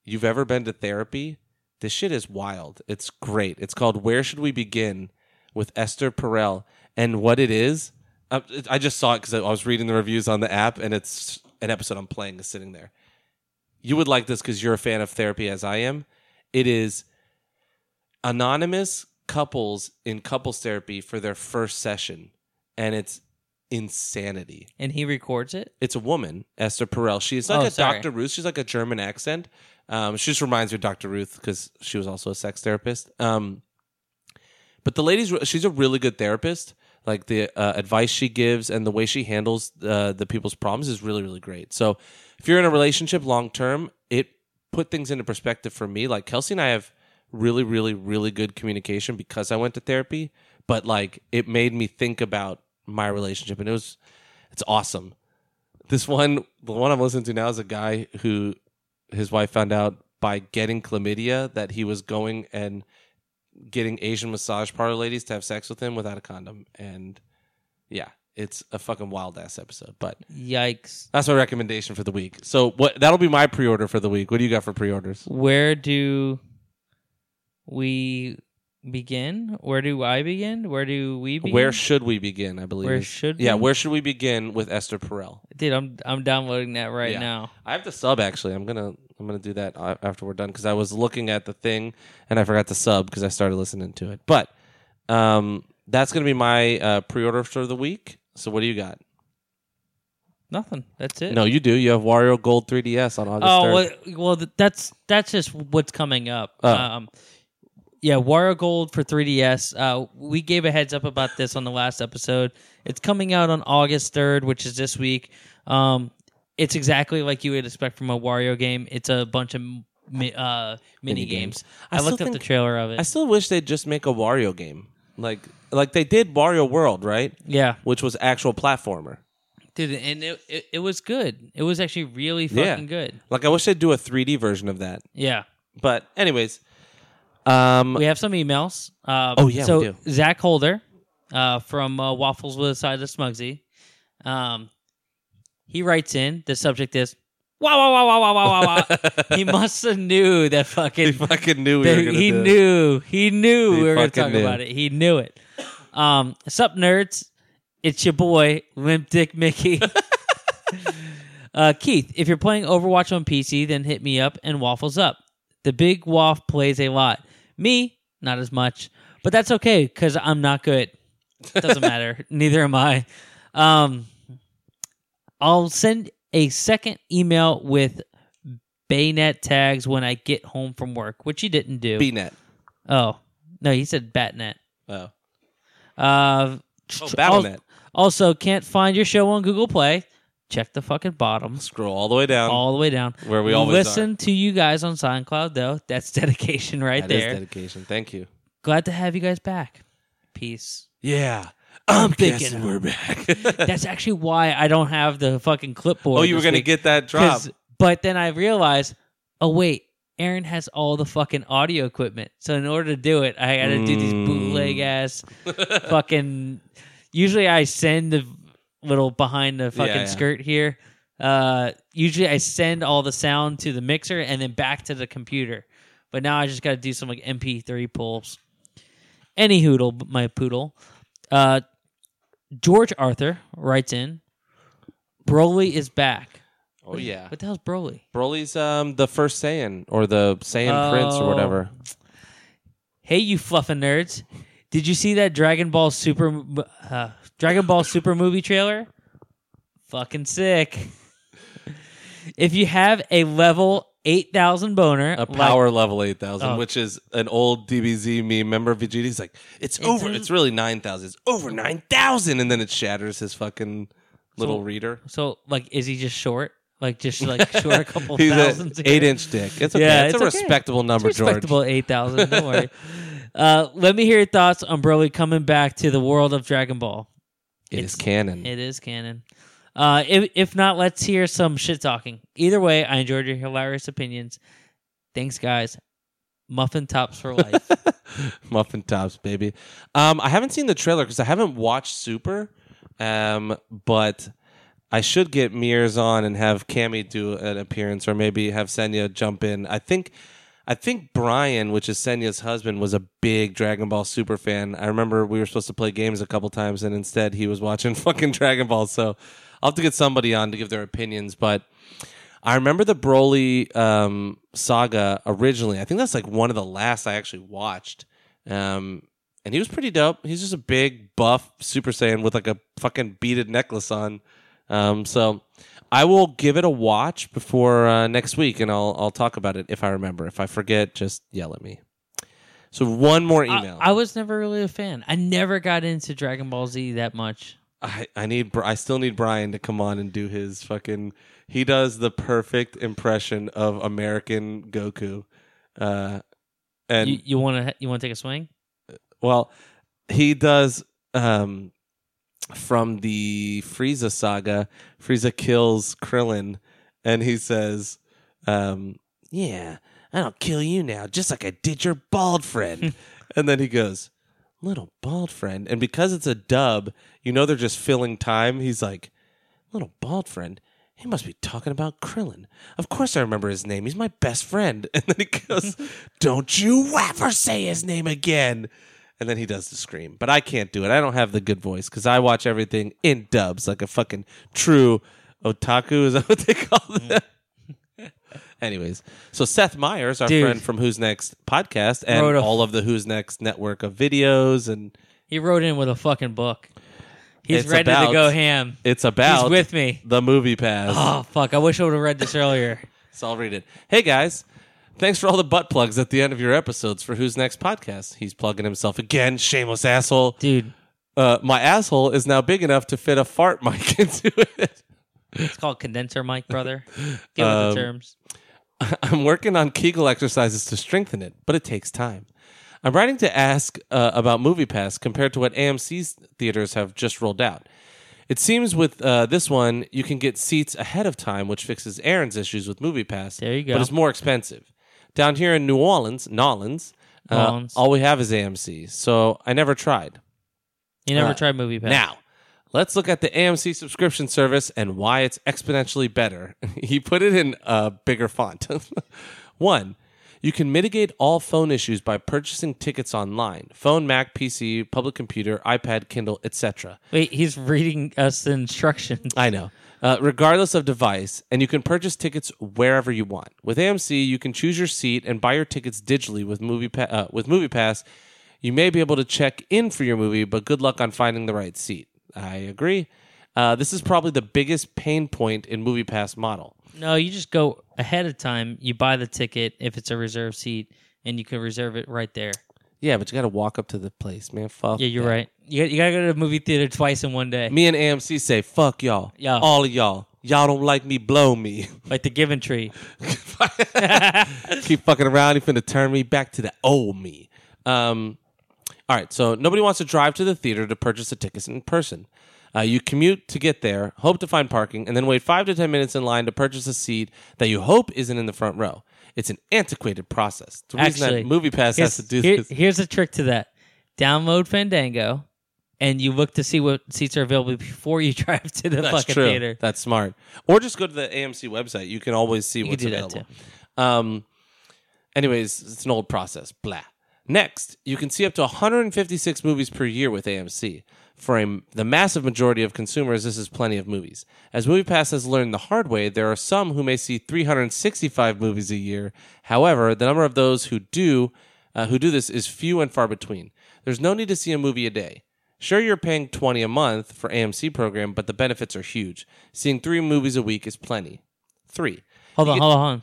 S2: you've ever been to therapy, this shit is wild. It's great. It's called Where Should We Begin with Esther Perel, and what it is, I, I just saw it because I was reading the reviews on the app, and it's an episode I'm playing is sitting there. You would like this because you're a fan of therapy, as I am. It is anonymous couples in couples therapy for their first session, and it's insanity.
S1: And he records it.
S2: It's a woman, Esther Perel. She's like
S1: Oh,
S2: a
S1: sorry.
S2: Dr. Ruth. She's like a German accent. Um, she just reminds me of Dr. Ruth because she was also a sex therapist. Um, but the lady's, re- she's a really good therapist. Like the uh, advice she gives and the way she handles uh, the people's problems is really, really great. So if you're in a relationship long term, it put things into perspective for me. Like Kelsey and I have really, really, really good communication because I went to therapy, but like it made me think about my relationship and it was, it's awesome this one the one i'm listening to now is a guy who his wife found out by getting chlamydia that he was going and getting asian massage parlor ladies to have sex with him without a condom and yeah it's a fucking wild ass episode but
S1: Yikes.
S2: that's my recommendation for the week so what that'll be my pre-order for the week what do you got for pre-orders
S1: Where do we begin? Where do I begin? Where do we begin?
S2: where should we begin i believe
S1: Where
S2: is-
S1: should
S2: yeah
S1: we?
S2: where should we begin with esther perel
S1: Dude, I'm I'm downloading that right
S2: Yeah.
S1: now.
S2: I have to sub actually. I'm gonna I'm gonna do that a- after we're done because I was looking at the thing and I forgot to sub because I started listening to it. But um, that's gonna be my uh, pre-order for the week. So what do you got?
S1: Nothing. That's it.
S2: No, you do. You have Wario Gold 3DS on August.
S1: Oh
S2: 3rd.
S1: well, well, th- that's that's just what's coming up.
S2: Oh.
S1: Um, yeah, Wario Gold for 3DS. Uh, we gave a heads up about this on the last episode. It's coming out on August 3rd, which is this week. Um, it's exactly like you would expect from a Wario game. It's a bunch of mi- uh, mini games.
S2: I
S1: I,
S2: still
S1: looked up the
S2: think-
S1: trailer of it.
S2: I still wish they'd just make a Wario game like like they did Wario World, right?
S1: yeah,
S2: Which was actual platformer.
S1: dude, and it, it it was good. It was actually really fucking
S2: Yeah.
S1: good.
S2: Like I wish they'd do a 3D version of that.
S1: Yeah.
S2: But anyways, um,
S1: we have some emails. Um,
S2: Oh, yeah,
S1: so
S2: we do.
S1: Zach Holder uh, from uh, Waffles with a Side of Smugsy, um, he writes in. The subject is wow, wow, wow, wow, wow, wow, wow, wow. he must have knew that
S2: he
S1: fucking.
S2: fucking knew we
S1: that
S2: were gonna
S1: he
S2: do it.
S1: knew. He knew
S2: He
S1: we were going to talk
S2: fucking knew.
S1: about it. He knew it. Um, sup, nerds? It's your boy Limp Dick Mickey. Uh, Keith, if you're playing Overwatch on PC, then hit me up and waffles up. The big waff plays a lot. Me, not as much, but that's okay because I'm not good. Doesn't matter. Neither am I. Um, I'll send a second email with Baynet tags when I get home from work, which he didn't do.
S2: BNet.
S1: oh, no, he said Batnet.
S2: Oh.
S1: Uh,
S2: Oh, BattleNet.
S1: Also, can't find your show on Google Play. Check the fucking bottom,
S2: Scroll all the way down
S1: all the way down.
S2: where Um, we always
S1: listen to you guys on SoundCloud, though. That's dedication
S2: are.
S1: right
S2: That is
S1: there.
S2: dedication. Thank you.
S1: Glad to have you guys back. Peace.
S2: Yeah.
S1: I'm thinking-
S2: guessing we're back.
S1: That's actually why I don't have the fucking clipboard.
S2: oh, you were
S1: this
S2: going to
S1: week,
S2: get that drop.
S1: 'cause- But then I realized, oh wait, Aaron has all the fucking audio equipment. So in order to do it, I got to do these
S2: Mm.
S1: bootleg ass fucking. Usually I send the little behind the fucking
S2: yeah.
S1: skirt here. Uh, usually I send all the sound to the mixer and then back to the computer. But now I just got to do some like MP3 pulls. Any hoodle, my poodle. Uh, George Arthur writes in. Broly is back.
S2: Oh, yeah.
S1: What the hell's Broly?
S2: Broly's um, the first Saiyan or the Saiyan Prince or
S1: Oh.
S2: whatever.
S1: Hey, you fluffin' nerds! Did you see that Dragon Ball Super uh, Dragon Ball Super movie trailer? Fucking sick! if you have a level eight thousand boner,
S2: A
S1: like-
S2: power level 8000,
S1: Oh.
S2: which is an old DBZ meme. Member Vegeta's like, it's, over.
S1: in-
S2: It's really 9,000. It's over 9,000. And then it shatters his fucking little
S1: So-
S2: reader.
S1: so like, is he just short? Like, just like short a couple
S2: He's an
S1: thousands? here?
S2: eight inch dick. It's okay.
S1: Yeah,
S2: it's,
S1: it's
S2: a
S1: okay.
S2: respectable number,
S1: It's respectable
S2: George.
S1: eight thousand. Don't worry. Uh, let me hear your thoughts on Broly coming back to the world of Dragon Ball.
S2: It is
S1: It's-
S2: canon.
S1: It is canon. Uh, if, if not, let's hear some shit talking. Either way, I enjoyed your hilarious opinions. Thanks, guys. Muffin tops for life.
S2: Muffin tops, baby. Um, I haven't seen the trailer because I haven't watched Super, um, but I should get Mears on and have Cammy do an appearance, or maybe have Senya jump in. I think, I think Brian, which is Senya's husband, was a big Dragon Ball Super fan. I remember we were supposed to play games a couple times, and instead he was watching fucking Dragon Ball. So I'll have to get somebody on to give their opinions, but. I remember the Broly um, saga originally. I think that's like one of the last I actually watched. Um, and he was pretty dope. He's just a big buff Super Saiyan with like a fucking beaded necklace on. Um, so I will give it a watch before uh, next week, and I'll I'll talk about it if I remember. If I forget, just yell at me. So one more
S1: I,
S2: email.
S1: I was never really a fan. I never got into Dragon Ball Z that much.
S2: I, I need Bri- I still need Brian to come on and do his fucking he does the perfect impression of American Goku. Uh and
S1: you you want to you want to take a swing?
S2: well, he does um from the Frieza saga, Frieza kills Krillin and he says um yeah, and I'll kill you now just like I did your bald friend. and then he goes, "Little bald friend." And because it's a dub, you know they're just filling time. He's like, little bald friend. He must be talking about Krillin. Of course I remember his name. He's my best friend. And then he goes, Don't you ever say his name again. And then he does the scream. But I can't do it. I don't have the good voice because I watch everything in dubs like a fucking true otaku. Is that what they call them? Anyways, so Seth Meyers, our
S1: Dude.
S2: friend from Who's Next podcast, and
S1: Wrote a-
S2: all of the Who's Next network of videos, and
S1: He wrote in with a fucking book. He's
S2: It's
S1: ready
S2: about-
S1: to go ham.
S2: it's about
S1: He's with me.
S2: the movie pass.
S1: Oh fuck! I wish I would have read this earlier.
S2: So I'll read it. Hey guys, thanks for all the butt plugs at the end of your episodes for Who's Next podcast. He's plugging himself again, shameless asshole.
S1: Dude,
S2: Uh, my asshole is now big enough to fit a fart mic into it.
S1: it's called condenser mic, brother. Deal with
S2: Um,
S1: the terms.
S2: I'm working on Kegel exercises to strengthen it, but it takes time. I'm writing to ask uh, about MoviePass compared to what AMC's theaters have just rolled out. It seems with uh, this one, you can get seats ahead of time, which fixes Aaron's issues with MoviePass.
S1: There you go.
S2: But it's more expensive. Down here in New Orleans, Nolans, uh,
S1: Nolans.
S2: all we have is AMC, so I never tried.
S1: You never
S2: uh,
S1: tried movie pass.
S2: Now, let's look at the AMC subscription service and why it's exponentially better. he put it in a bigger font. One, you can mitigate all phone issues by purchasing tickets online phone, Mac, PC, public computer, iPad, Kindle, etc.
S1: Wait, he's reading us the instructions.
S2: I know. Uh, regardless of device, and you can purchase tickets wherever you want. With AMC, you can choose your seat and buy your tickets digitally with Movie pa- uh, with MoviePass. You may be able to check in for your movie, but good luck on finding the right seat. I agree. Uh, this is probably the biggest pain point in MoviePass model.
S1: No, you just go ahead of time. You buy the ticket if it's a reserved seat, and you can reserve it right there.
S2: Yeah, but you got to walk up to the place, man. Fuck.
S1: Yeah, you're
S2: that.
S1: right. You, you gotta go to the movie theater twice in one day,
S2: Me and AMC say, fuck y'all.
S1: Yeah.
S2: All of y'all. Y'all don't like me, blow me.
S1: like the Given Tree.
S2: Keep fucking around. You finna turn me back to the old me. Um, all right, so nobody wants to drive to the theater to purchase the tickets in person. Uh, you commute to get there, hope to find parking, and then wait five to 10 minutes in line to purchase a seat that you hope isn't in the front row. It's an antiquated process. The reason
S1: Actually,
S2: that Movie Pass
S1: Here's,
S2: has to do
S1: here-
S2: this.
S1: here's a trick to that: download Fandango, and you look to see what seats are available before you drive to the
S2: That's
S1: fucking
S2: true.
S1: theater.
S2: That's smart. Or just go to the AMC website. You can always see what's
S1: do that,
S2: available. Um, anyways, it's an old process. Blah. Next, you can see up to 156 movies per year with AMC. For a, the massive majority of consumers, this is plenty of movies. As MoviePass has learned the hard way, there are some who may see 365 movies a year. However, the number of those who do uh, who do this is few and far between. There's no need to see a movie a day. Sure, you're paying 20 a month for AMC program, but the benefits are huge. Seeing three movies a week is plenty. Three.
S1: Hold on,
S2: get-
S1: hold on, hold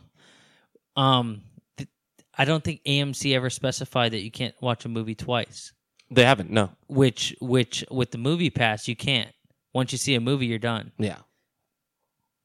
S1: on. Um, th- I don't think AMC ever specified that you can't watch a movie twice.
S2: They haven't. No.
S1: Which, which, with the movie pass, you can't. Once you see a movie, you're done.
S2: Yeah.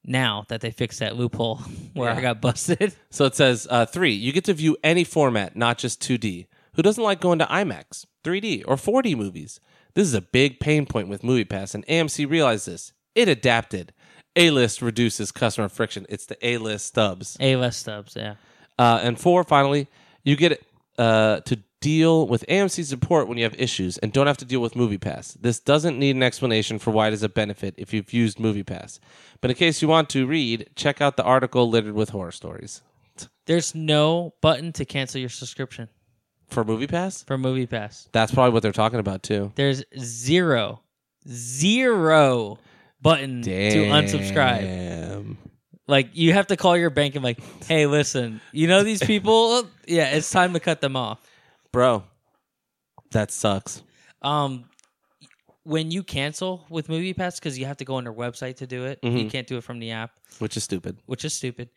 S1: Now that they fixed that loophole where
S2: Yeah.
S1: I got busted,
S2: So it says uh, three. You get to view any format, not just 2D. Who doesn't like going to IMAX, 3D, or 4D movies? This is a big pain point with MoviePass, and AMC realized this. It adapted. A list reduces customer friction. It's the A list stubs.
S1: A less stubs. Yeah,
S2: Uh, and four, finally, you get uh, to deal with AMC support when you have issues and don't have to deal with MoviePass. This doesn't need an explanation for why it is a benefit if you've used MoviePass. But in case you want to read, check out the article littered with horror stories
S1: there's no button to cancel your subscription
S2: for MoviePass.
S1: for movie pass.
S2: That's probably what they're talking about too.
S1: There's zero, zero button to unsubscribe.
S2: Damn.
S1: Like you have to call your bank and like, hey, listen, you know these people? yeah, it's time to cut them off.
S2: bro. That sucks.
S1: Um, when you cancel with MoviePass, because you have to go on their website to do it, you
S2: Mhm.
S1: can't do it from the app,
S2: Which is stupid.
S1: which is stupid.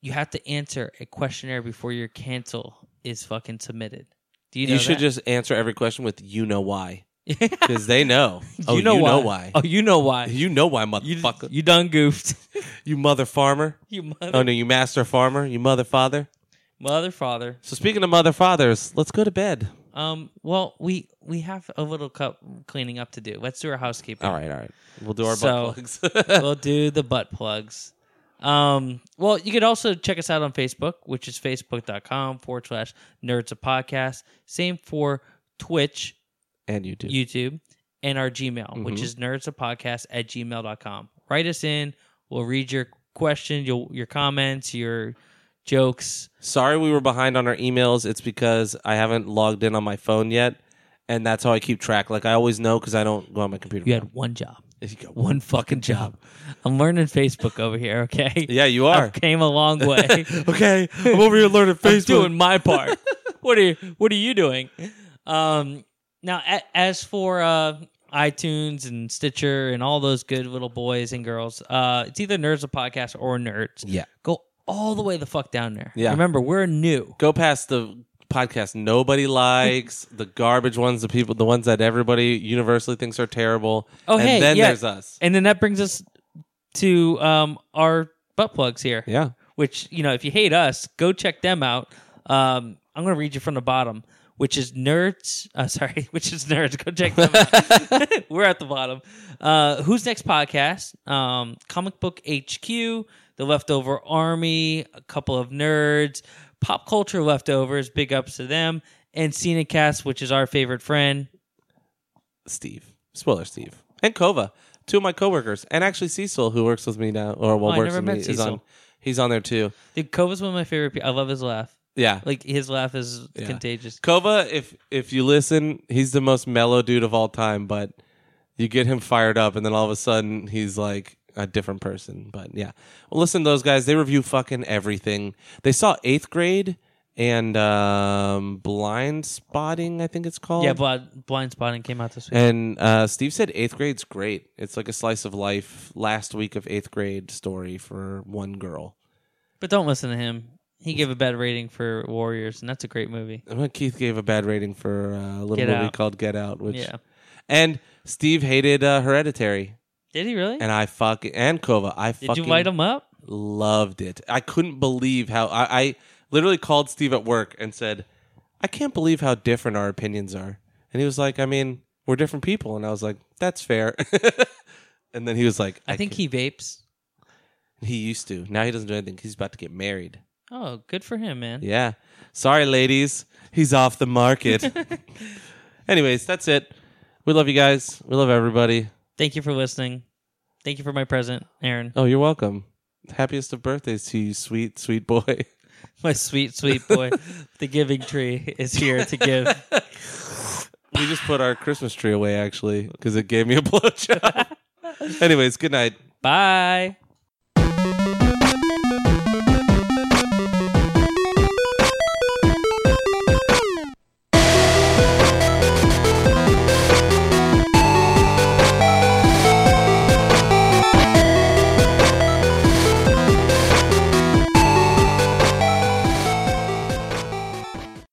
S1: You have to answer a questionnaire before your cancel is fucking submitted. Do you
S2: You,
S1: know
S2: should
S1: that?
S2: just answer every question with "you know why" because they know. oh,
S1: you know why.
S2: why.
S1: Oh, you know why.
S2: You know why,
S1: You,
S2: motherfucker.
S1: you done goofed.
S2: You mother farmer.
S1: you mother,
S2: Oh no, you master farmer. You mother father.
S1: mother father.
S2: So speaking of mother fathers, let's go to bed.
S1: Um. Well, we we have a little cup cleaning up to do. Let's do our housekeeping.
S2: All right, all right. We'll do our
S1: So-
S2: butt plugs.
S1: we'll do the butt plugs. Um, well, you could also check us out on Facebook, which is facebook.com forward slash nerds of podcast. Same for Twitch,
S2: and you do.
S1: YouTube, and our Gmail, which
S2: Mhm.
S1: is nerds of podcast at gmail.com. Write us in. We'll read your question, your, your comments, your jokes.
S2: Sorry, we were behind on our emails. It's because I haven't logged in on my phone yet, and that's how I keep track. Like I always know because I don't go on my computer.
S1: You had one job,
S2: You go, "What?"
S1: one fucking job. I'm learning Facebook over here, okay?
S2: Yeah, you
S1: I
S2: are.
S1: came a long way.
S2: okay, I'm over here learning
S1: I'm
S2: Facebook.
S1: doing my part. what are you, what are you doing? Um, now, a, as for uh, iTunes and Stitcher and all those good little boys and girls, uh, it's either Nerds of Podcast or Nerds.
S2: yeah,
S1: Go all the way the fuck down there.
S2: Yeah.
S1: Remember, we're new.
S2: go past the podcast nobody likes, the garbage ones, the people, the ones that everybody universally thinks are terrible.
S1: Oh,
S2: and
S1: hey,
S2: then
S1: yeah.
S2: there's us.
S1: And then that brings us to um, our butt plugs here.
S2: Yeah,
S1: which you know if you hate us go check them out um, i'm going to read you from the bottom which is nerds uh, sorry which is nerds go check them out we're at the bottom uh, who's next podcast um, comic book hq the leftover army a couple of nerds pop culture leftovers big ups to them and Cinecast, which is our favorite friend
S2: Steve, spoiler Steve, and Kova, two of my coworkers, and actually Cecil, who works with me now, or well,
S1: Oh, I
S2: works
S1: never
S2: with
S1: met
S2: me, is
S1: Cecil.
S2: on. He's on there too.
S1: dude kova's one of my favorite people i love his laugh
S2: Yeah,
S1: like his laugh is
S2: Yeah.
S1: contagious
S2: Kova, if if you listen, he's the most mellow dude of all time, but you get him fired up and then all of a sudden he's like a different person. But yeah. Well, listen to those guys. They review fucking everything. They saw eighth grade and um, Blind Spotting, I think it's called.
S1: Yeah, blind, blind spotting came out this week.
S2: And uh, Steve said eighth grade's great. It's like a slice of life, last week of eighth grade story for one girl.
S1: But don't listen to him. He gave a bad rating for Warriors, and that's a great movie.
S2: And what Keith gave a bad rating for uh, a little
S1: Get
S2: movie
S1: Out.
S2: called Get Out, which
S1: Yeah.
S2: and Steve hated uh, Hereditary,
S1: Did he really?
S2: and I fuck and Kova, I
S1: Did
S2: fucking
S1: you light him up?
S2: loved it. I couldn't believe how I, I literally called Steve at work and said, "I can't believe how different our opinions are." And he was like, "I mean, we're different people," and I was like, "That's fair." and then he was like,
S1: I, think
S2: can't-
S1: he vapes.
S2: He used to. Now he doesn't do anything. 'cause He's about to get married.
S1: Oh, good for him, man.
S2: Yeah. Sorry, ladies. He's off the market. Anyways, that's it. We love you guys. We love everybody.
S1: Thank you for listening. Thank you for my present, Aaron.
S2: Oh, you're welcome. Happiest of birthdays to you, sweet, sweet boy.
S1: My sweet, sweet boy. the giving tree is here to give.
S2: We just put our Christmas tree away, actually, because it gave me a blowjob. Anyways, good night.
S1: Bye.